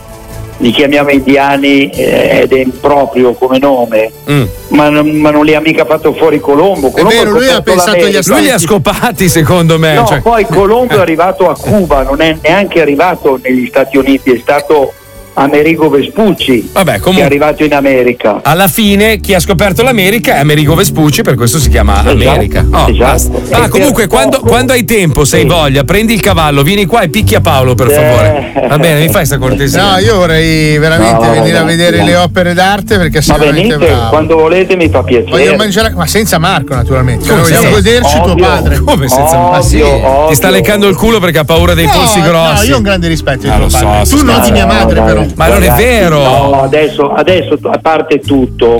[SPEAKER 23] li chiamiamo indiani eh, ed è improprio come nome
[SPEAKER 2] Mm.
[SPEAKER 23] ma, non- ma non li ha mica fatto fuori Colombo, Colombo ha scoperto l'America.
[SPEAKER 2] Lui li ha scopati, secondo me.
[SPEAKER 23] No,
[SPEAKER 2] cioè-
[SPEAKER 23] poi Colombo è arrivato a Cuba, non è neanche arrivato negli Stati Uniti, è stato Amerigo Vespucci che è arrivato in America.
[SPEAKER 2] Alla fine chi ha scoperto l'America è Amerigo Vespucci, per questo si chiama
[SPEAKER 23] Esatto,
[SPEAKER 2] America. Oh, basta. Ah, comunque quando, quando hai tempo, se hai voglia, prendi il cavallo, vieni qua e picchia Paolo, per favore. Va bene, mi fai sta cortesia.
[SPEAKER 4] No, io vorrei veramente
[SPEAKER 2] No,
[SPEAKER 4] venire a
[SPEAKER 2] ragazzi,
[SPEAKER 4] vedere
[SPEAKER 2] no.
[SPEAKER 4] le opere d'arte perché
[SPEAKER 23] Ma
[SPEAKER 4] sicuramente
[SPEAKER 23] venite
[SPEAKER 4] bravo.
[SPEAKER 23] quando volete mi fa piacere.
[SPEAKER 4] Voglio mangiare, ma senza Marco naturalmente.
[SPEAKER 2] Come
[SPEAKER 4] Cioè, vogliamo
[SPEAKER 2] senza-
[SPEAKER 4] goderci tuo
[SPEAKER 2] Ovvio.
[SPEAKER 4] padre.
[SPEAKER 2] Come senza
[SPEAKER 4] Marco?
[SPEAKER 2] Ah, sì? Ti sta leccando il culo perché ha paura dei
[SPEAKER 4] No,
[SPEAKER 2] polsi grossi.
[SPEAKER 4] No, io ho un grande rispetto di
[SPEAKER 2] Ah,
[SPEAKER 4] tuo
[SPEAKER 2] lo so,
[SPEAKER 4] padre.
[SPEAKER 2] si
[SPEAKER 4] tu non
[SPEAKER 2] sta-
[SPEAKER 4] di mia madre,
[SPEAKER 2] dai.
[SPEAKER 4] però.
[SPEAKER 2] Ma non è
[SPEAKER 23] Ragazzi,
[SPEAKER 2] vero. Eh?
[SPEAKER 23] No, adesso, adesso a parte tutto,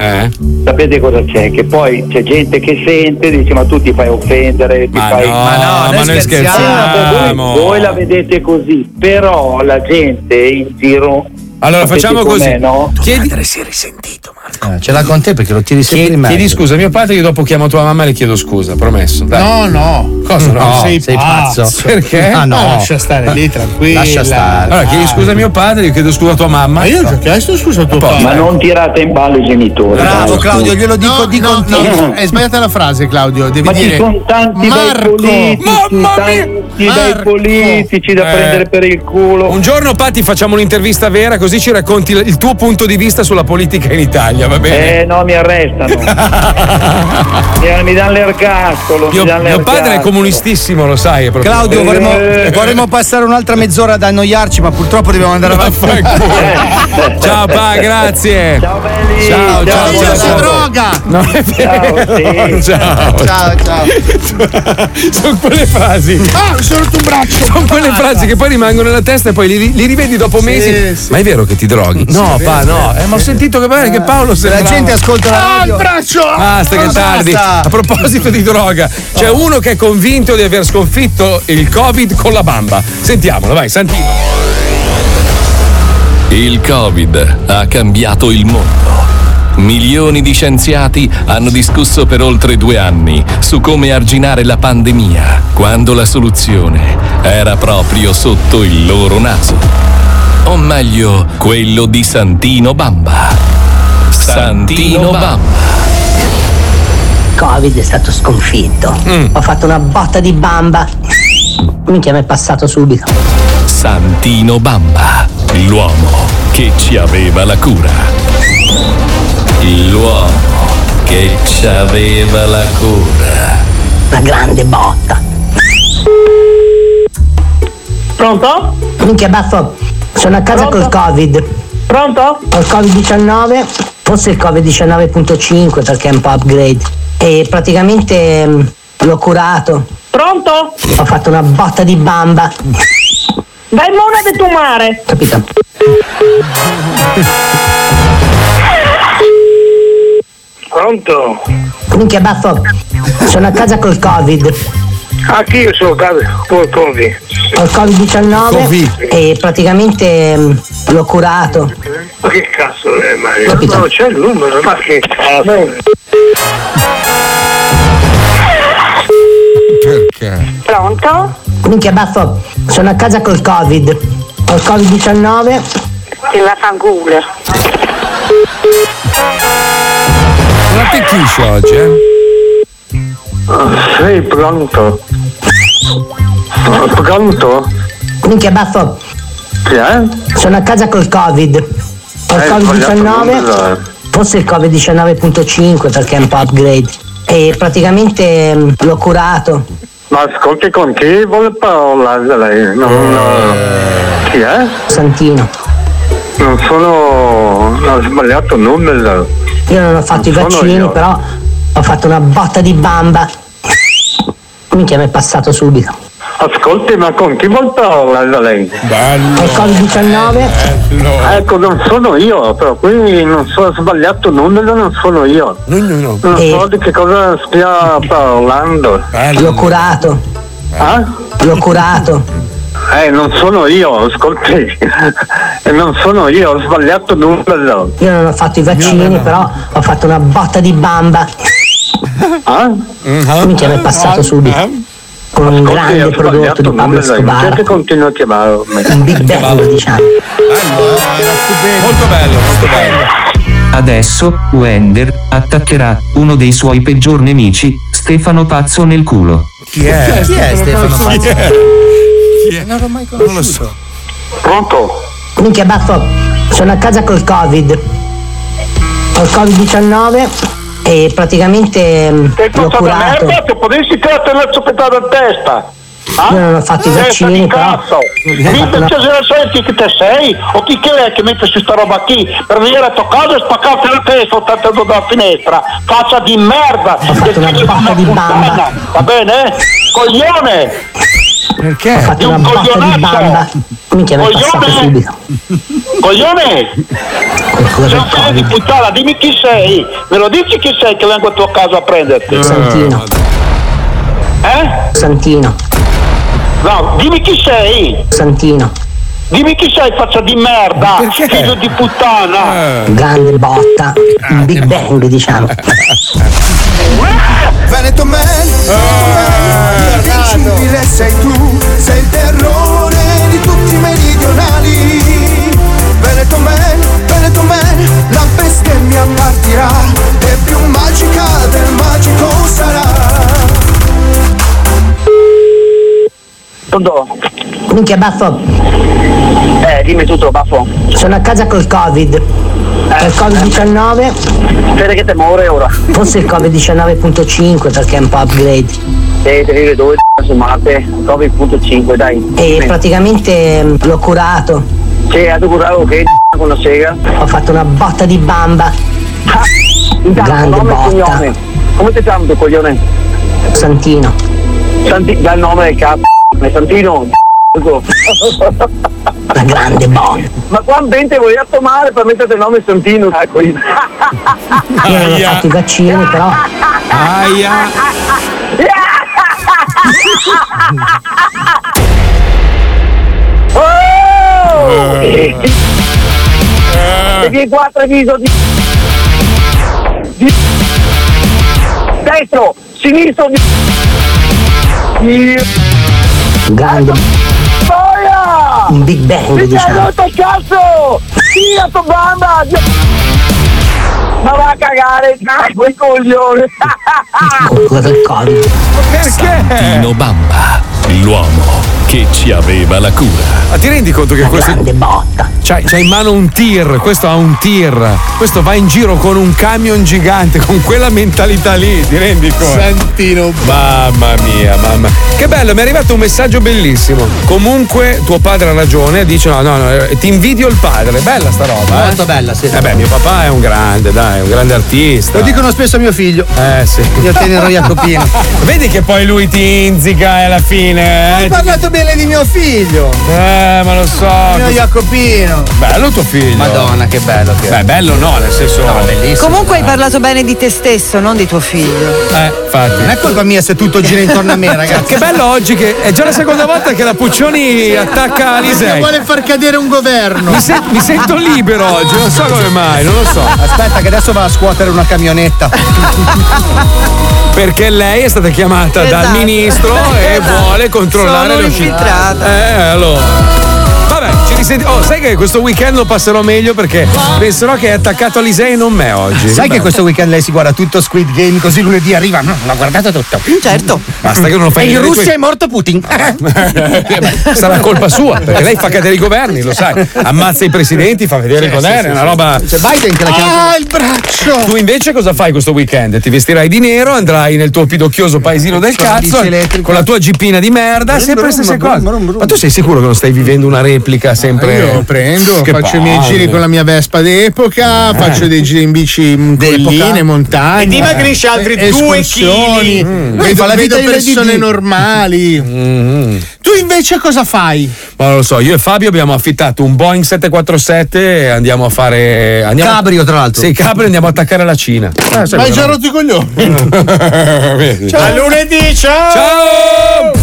[SPEAKER 23] sapete cosa c'è? Che poi c'è gente che sente, dice ma tu ti fai offendere, ti fai...
[SPEAKER 2] no, Ma no, noi ma noi scherziamo. scherziamo.
[SPEAKER 23] Voi, voi la vedete così, però la gente in giro...
[SPEAKER 2] Allora
[SPEAKER 23] sapete
[SPEAKER 2] facciamo
[SPEAKER 23] com'è,
[SPEAKER 2] così.
[SPEAKER 23] No?
[SPEAKER 2] Chiedi...
[SPEAKER 10] Eh, ce l'ha con te perché lo tiri sempre in mezzo.
[SPEAKER 2] Chiedi scusa a mio padre, io dopo chiamo tua mamma e le chiedo scusa, promesso. Dai.
[SPEAKER 4] No, no. Cosa no? sei, pazzo.
[SPEAKER 2] Perché?
[SPEAKER 4] Ah, no. Lascia stare lì, tranquilla.
[SPEAKER 2] Lascia stare. Allora, chiedi scusa a mio padre, io chiedo scusa a tua mamma. Ma
[SPEAKER 4] io ho chiesto scusa a tuo padre.
[SPEAKER 23] Ma non tirate in ballo i genitori. dai.
[SPEAKER 4] glielo dico di no, no, È sbagliata la frase, Claudio. Devi
[SPEAKER 23] Eh, Ma ci
[SPEAKER 4] dire
[SPEAKER 23] sono tanti bei
[SPEAKER 4] Marco.
[SPEAKER 23] politici, tanti bei politici da prendere per il culo.
[SPEAKER 2] Eh. Un giorno, Patti, facciamo un'intervista vera, così ci racconti il- il tuo punto di vista sulla politica in Italia, va bene?
[SPEAKER 23] Eh no, mi arrestano. mi, mi danno l'ergastolo.
[SPEAKER 2] Mio,
[SPEAKER 23] mi danno
[SPEAKER 2] mio
[SPEAKER 23] l'ergastolo.
[SPEAKER 2] padre è comunistissimo, lo sai. è proprio-
[SPEAKER 10] Claudio, vorremmo,
[SPEAKER 23] Eh,
[SPEAKER 10] vorremmo passare un'altra mezz'ora ad annoiarci, ma purtroppo dobbiamo andare avanti.
[SPEAKER 2] Ciao, pa, grazie. Ciao, belli. Ciao, ciao,
[SPEAKER 10] Ciao,
[SPEAKER 2] ciao.
[SPEAKER 10] sei
[SPEAKER 4] droga.
[SPEAKER 2] Non è vero. Ciao,
[SPEAKER 4] Ciao, ciao.
[SPEAKER 2] Sono quelle frasi.
[SPEAKER 4] Ah, mi sono rotto un braccio.
[SPEAKER 2] Sono quelle frasi che poi rimangono nella testa e poi li, li rivedi dopo mesi. Ma è vero che ti droghi? No, pa, no. Eh, ma ho sentito che pare che Paolo se
[SPEAKER 10] La gente ascolta la
[SPEAKER 4] Ah, il
[SPEAKER 10] radio.
[SPEAKER 4] braccio!
[SPEAKER 2] Basta che è tardi. A proposito di droga, c'è uno che è convinto di aver sconfitto il Covid con la bamba. Sentiamolo, vai, Santino.
[SPEAKER 1] Il Covid ha cambiato il mondo. Milioni di scienziati hanno discusso per oltre due anni su come arginare la pandemia, quando la soluzione era proprio sotto il loro naso. O meglio, quello di Santino Bamba. Santino Bamba.
[SPEAKER 18] Covid è stato sconfitto. Ho fatto una botta di bamba. Minchia, mi è passato subito.
[SPEAKER 1] Santino Bamba, l'uomo che ci aveva la cura. L'uomo che ci aveva la
[SPEAKER 2] Eh,
[SPEAKER 1] cura.
[SPEAKER 18] Una grande botta. Pronto? Minchia, baffo. Sono a casa col Covid. Pronto? Ho il Covid-19, forse il Covid-19.5 perché è un po' upgrade. E praticamente mm, l'ho curato. Pronto? Ho fatto una botta di bamba. Dai mona del tuo mare. Capito?
[SPEAKER 5] Pronto?
[SPEAKER 18] Minchia baffo, sono a casa col Covid.
[SPEAKER 5] Anche io sono col Covid.
[SPEAKER 18] Ho il Covid-19 e praticamente mm, l'ho curato.
[SPEAKER 5] Ma che cazzo è Mario? Non c'è il numero, ma che cazzo? Tac.
[SPEAKER 18] Pronto? Minchia baffo, sono a casa col Covid. Ho il Covid-19. Che la fangula.
[SPEAKER 2] Non attecchisce oggi, eh?
[SPEAKER 5] Ah, Sei pronto? Pronto?
[SPEAKER 18] Minchia baffo,
[SPEAKER 5] Chi è? Eh,
[SPEAKER 18] sono a casa col Covid. Ho il
[SPEAKER 5] Hai sbagliato
[SPEAKER 18] Covid-19.
[SPEAKER 5] numero.
[SPEAKER 18] Forse il Covid-19.5 perché è un po' upgrade. E praticamente mm, l'ho curato.
[SPEAKER 5] Ma ascolti con chi vuole parlare lei? Non, eh, Chi è?
[SPEAKER 18] Santino.
[SPEAKER 5] Non sono... ho sbagliato numero.
[SPEAKER 18] Io non ho fatto
[SPEAKER 5] Non
[SPEAKER 18] i
[SPEAKER 5] sono
[SPEAKER 18] vaccini,
[SPEAKER 5] io.
[SPEAKER 18] però ho fatto una botta di bamba. Minchia, mi è passato subito.
[SPEAKER 5] Ascolti, ma con chi vuole parlare lei?
[SPEAKER 18] Ho il Covid-19.
[SPEAKER 5] Ecco, non sono io, però quindi non so, ho sbagliato numero, non sono io. Non
[SPEAKER 10] Eh.
[SPEAKER 5] so di che cosa stia parlando.
[SPEAKER 18] L'ho curato. L'ho curato.
[SPEAKER 5] Eh, non sono io, ascolti. Eh, non sono io, ho sbagliato numero.
[SPEAKER 18] Io non ho fatto i vaccini, però ho fatto una botta di bamba. Mm-hmm. Minchia, mi è passato subito. Con un
[SPEAKER 5] Eh? Ascolti, ho
[SPEAKER 18] grande prodotto
[SPEAKER 5] sbagliato
[SPEAKER 18] di Pablo
[SPEAKER 5] numero, perché
[SPEAKER 18] Escobar.
[SPEAKER 5] continua a chiamarmi?
[SPEAKER 18] Un big bang, diciamo.
[SPEAKER 2] Molto bello, molto bello.
[SPEAKER 21] Adesso, Wender attaccherà uno dei suoi peggior nemici, Stefano Pazzo nel culo.
[SPEAKER 10] Chi è? Chi è Stefano Pazzo?
[SPEAKER 2] Chi è?
[SPEAKER 10] Non l'ho mai conosciuto. Non lo so.
[SPEAKER 5] Pronto?
[SPEAKER 18] Minchia, baffo, sono a casa col Covid. Ho il Covid-19 e praticamente mm, l'ho
[SPEAKER 5] Cosa da
[SPEAKER 24] Eh,
[SPEAKER 18] curato.
[SPEAKER 5] merda, ti potessi tirare la soppettata in testa? Ah?
[SPEAKER 18] Io non ho
[SPEAKER 24] Eh,
[SPEAKER 18] fatto i
[SPEAKER 5] Testa
[SPEAKER 18] vaccini,
[SPEAKER 5] di
[SPEAKER 18] però.
[SPEAKER 5] cazzo! Diteci se non sai chi che te sei tá o é chi che è che mette su sta roba qui per venire a tua casa e spaccarti la testa o tá tanto dalla finestra. Faccia di merda! Ho fatto una botta di bamba! Va bene? Coglione!
[SPEAKER 2] Perché?
[SPEAKER 18] Ho fatto una
[SPEAKER 5] Un
[SPEAKER 18] botta di
[SPEAKER 5] coglionaccio!
[SPEAKER 18] bamba. Minchia, mi è passato
[SPEAKER 5] Coglione!
[SPEAKER 18] subito.
[SPEAKER 5] Coglione! Sei un figlio di Eh, puttana, dimmi chi sei! Me lo dici chi sei che vengo a tua casa a prenderti?
[SPEAKER 18] Santino.
[SPEAKER 5] Eh?
[SPEAKER 18] Santino.
[SPEAKER 5] No, dimmi chi sei!
[SPEAKER 18] Santino.
[SPEAKER 5] Dimmi chi sei, faccia di merda! Figlio di puttana!
[SPEAKER 18] Grande botta. Un big bang, diciamo.
[SPEAKER 27] Veneto Man Invincibile sei tu Sei il terrore di tutti i meridionali Veneto Man, Veneto Man La bestemmia partirà E più magica del magico sarà
[SPEAKER 18] Pronto? Minchia, baffo. Eh, dimmi tutto, baffo. Sono a casa col Covid. Ho il Covid-19. Spero che te muore ora. Forse il Covid-19.5 perché è un po' upgrade.
[SPEAKER 24] Sì, te vive dove su Marte, 9.5 dai.
[SPEAKER 18] E praticamente mm, l'ho curato.
[SPEAKER 24] Sì, ha curato che con la sega. Ah,
[SPEAKER 18] Ho fatto una botta di bamba. Grande
[SPEAKER 24] Nome e
[SPEAKER 18] botta.
[SPEAKER 24] cognome. Come ti chiami tu coglione?
[SPEAKER 18] Santino.
[SPEAKER 24] Santi, dal nome del cazzo. Ma Santino,
[SPEAKER 18] La grande botta.
[SPEAKER 24] Ma qua ambiente voglio tomare per mettere il nome Santino, ecco.
[SPEAKER 18] Io non ho
[SPEAKER 24] Aia.
[SPEAKER 18] fatto i vaccini, però.
[SPEAKER 2] Aia.
[SPEAKER 24] Oh! E vieni qua Treviso di... di... Destro, sinistro di... di...
[SPEAKER 18] Grande.
[SPEAKER 24] Boia!
[SPEAKER 18] Un big bang,
[SPEAKER 24] Mi sei
[SPEAKER 18] diciamo.
[SPEAKER 24] rotto il cazzo! Sì, la tua bamba! Ma va a cagare, cazzo, il coglione!
[SPEAKER 18] Quello del Covid.
[SPEAKER 1] Santino Bamba, l'uomo che ci aveva la cura.
[SPEAKER 2] Ma ti rendi conto che questo. C'hai, c'hai Cioè, in mano un tir, questo ha un tir. Questo va in giro con un camion gigante, con quella mentalità lì, ti rendi conto? Santino. Mamma mia, mamma. Che bello, mi è arrivato un messaggio bellissimo. Comunque tuo padre ha ragione, dice no, no, no, eh, ti invidio il padre. Bella sta roba. Molto
[SPEAKER 10] bella, sì.
[SPEAKER 2] Vabbè, mio papà è un grande, dai, è un grande artista.
[SPEAKER 10] Lo dicono spesso a mio figlio.
[SPEAKER 2] Eh sì.
[SPEAKER 10] Io tenero Jacopino.
[SPEAKER 2] Vedi che poi lui ti inzica e alla fine.
[SPEAKER 10] Hai
[SPEAKER 2] Eh,
[SPEAKER 10] parlato bene di mio figlio.
[SPEAKER 2] Eh, ma lo so.
[SPEAKER 5] Ah,
[SPEAKER 10] Mio Jacopino.
[SPEAKER 2] Bello tuo figlio.
[SPEAKER 10] Madonna, che bello che è.
[SPEAKER 2] Beh, bello no, nel senso. No, bellissimo.
[SPEAKER 3] Comunque hai parlato bene di te stesso, non di tuo figlio.
[SPEAKER 2] Eh, infatti.
[SPEAKER 10] Non è colpa mia se tutto gira intorno a me,
[SPEAKER 4] ragazzi.
[SPEAKER 2] Che bello oggi che è già la seconda volta che la Puccioni attacca
[SPEAKER 4] Perché
[SPEAKER 2] Alisei.
[SPEAKER 4] vuole far cadere un governo.
[SPEAKER 2] Mi, sen- mi sento libero oggi, non so come mai, non lo so.
[SPEAKER 10] Aspetta, che adesso va a scuotere una camionetta.
[SPEAKER 2] Perché lei è stata chiamata dal
[SPEAKER 10] Esatto.
[SPEAKER 2] ministro e
[SPEAKER 10] Esatto.
[SPEAKER 2] vuole controllare
[SPEAKER 10] Sono
[SPEAKER 2] le uscite.
[SPEAKER 10] infiltrata.
[SPEAKER 2] Eh, allora. Vabbè, ci risentiamo. Oh, sai che questo weekend lo passerò meglio perché penserò che è attaccato Alisei e non me oggi.
[SPEAKER 10] Sai
[SPEAKER 2] Vabbè.
[SPEAKER 10] che questo weekend lei si guarda tutto Squid Game così lunedì arriva? No, l'ha guardato tutto.
[SPEAKER 3] Certo.
[SPEAKER 2] Basta che non lo fai
[SPEAKER 10] E in
[SPEAKER 2] vedere
[SPEAKER 10] Russia
[SPEAKER 2] qui.
[SPEAKER 10] è morto Putin.
[SPEAKER 2] Eh, beh, sarà colpa sua, perché lei fa cadere i governi, lo sai. Ammazza i presidenti, fa vedere
[SPEAKER 10] Sì,
[SPEAKER 2] i governi,
[SPEAKER 10] sì, sì,
[SPEAKER 2] è una
[SPEAKER 10] sì.
[SPEAKER 2] roba.
[SPEAKER 5] ah,
[SPEAKER 10] C'è Cioè, Biden che la chiama-
[SPEAKER 4] Ah, il braccio!
[SPEAKER 2] Tu invece cosa fai questo weekend? Ti vestirai di nero, andrai nel tuo pidocchioso paesino del
[SPEAKER 10] Con la bici
[SPEAKER 2] cazzo,
[SPEAKER 10] elettrica.
[SPEAKER 2] con la tua jeepina di merda,
[SPEAKER 10] Brum,
[SPEAKER 2] sempre le
[SPEAKER 10] brum,
[SPEAKER 2] stesse
[SPEAKER 10] brum,
[SPEAKER 2] cose. Ma tu sei sicuro che non stai vivendo una replica sempre?
[SPEAKER 10] Ah,
[SPEAKER 6] Eh,
[SPEAKER 4] Io prendo,
[SPEAKER 2] Che
[SPEAKER 4] faccio i miei
[SPEAKER 2] palle. Eh.
[SPEAKER 4] giri con la mia Vespa d'epoca,
[SPEAKER 6] Eh.
[SPEAKER 4] faccio dei giri in bici in colline, montagne.
[SPEAKER 6] E dimagrisce altri
[SPEAKER 4] eh,
[SPEAKER 6] due
[SPEAKER 4] escursioni.
[SPEAKER 6] chili.
[SPEAKER 4] Mm.
[SPEAKER 6] Lui
[SPEAKER 4] Vedo,
[SPEAKER 6] fa la
[SPEAKER 4] vedo
[SPEAKER 6] vita Mm-hmm. in
[SPEAKER 4] persone
[SPEAKER 6] LDD.
[SPEAKER 4] normali. Tu invece cosa fai?
[SPEAKER 2] Ma non lo so, io e Fabio abbiamo affittato un Boeing 747 e andiamo a fare. Andiamo
[SPEAKER 10] Cabrio, tra l'altro.
[SPEAKER 2] Sì, Cabrio andiamo a attaccare la Cina.
[SPEAKER 6] Eh,
[SPEAKER 4] Ma hai già rotto i coglioni.
[SPEAKER 2] Ciao.
[SPEAKER 6] A lunedì, ciao!
[SPEAKER 2] Ciao!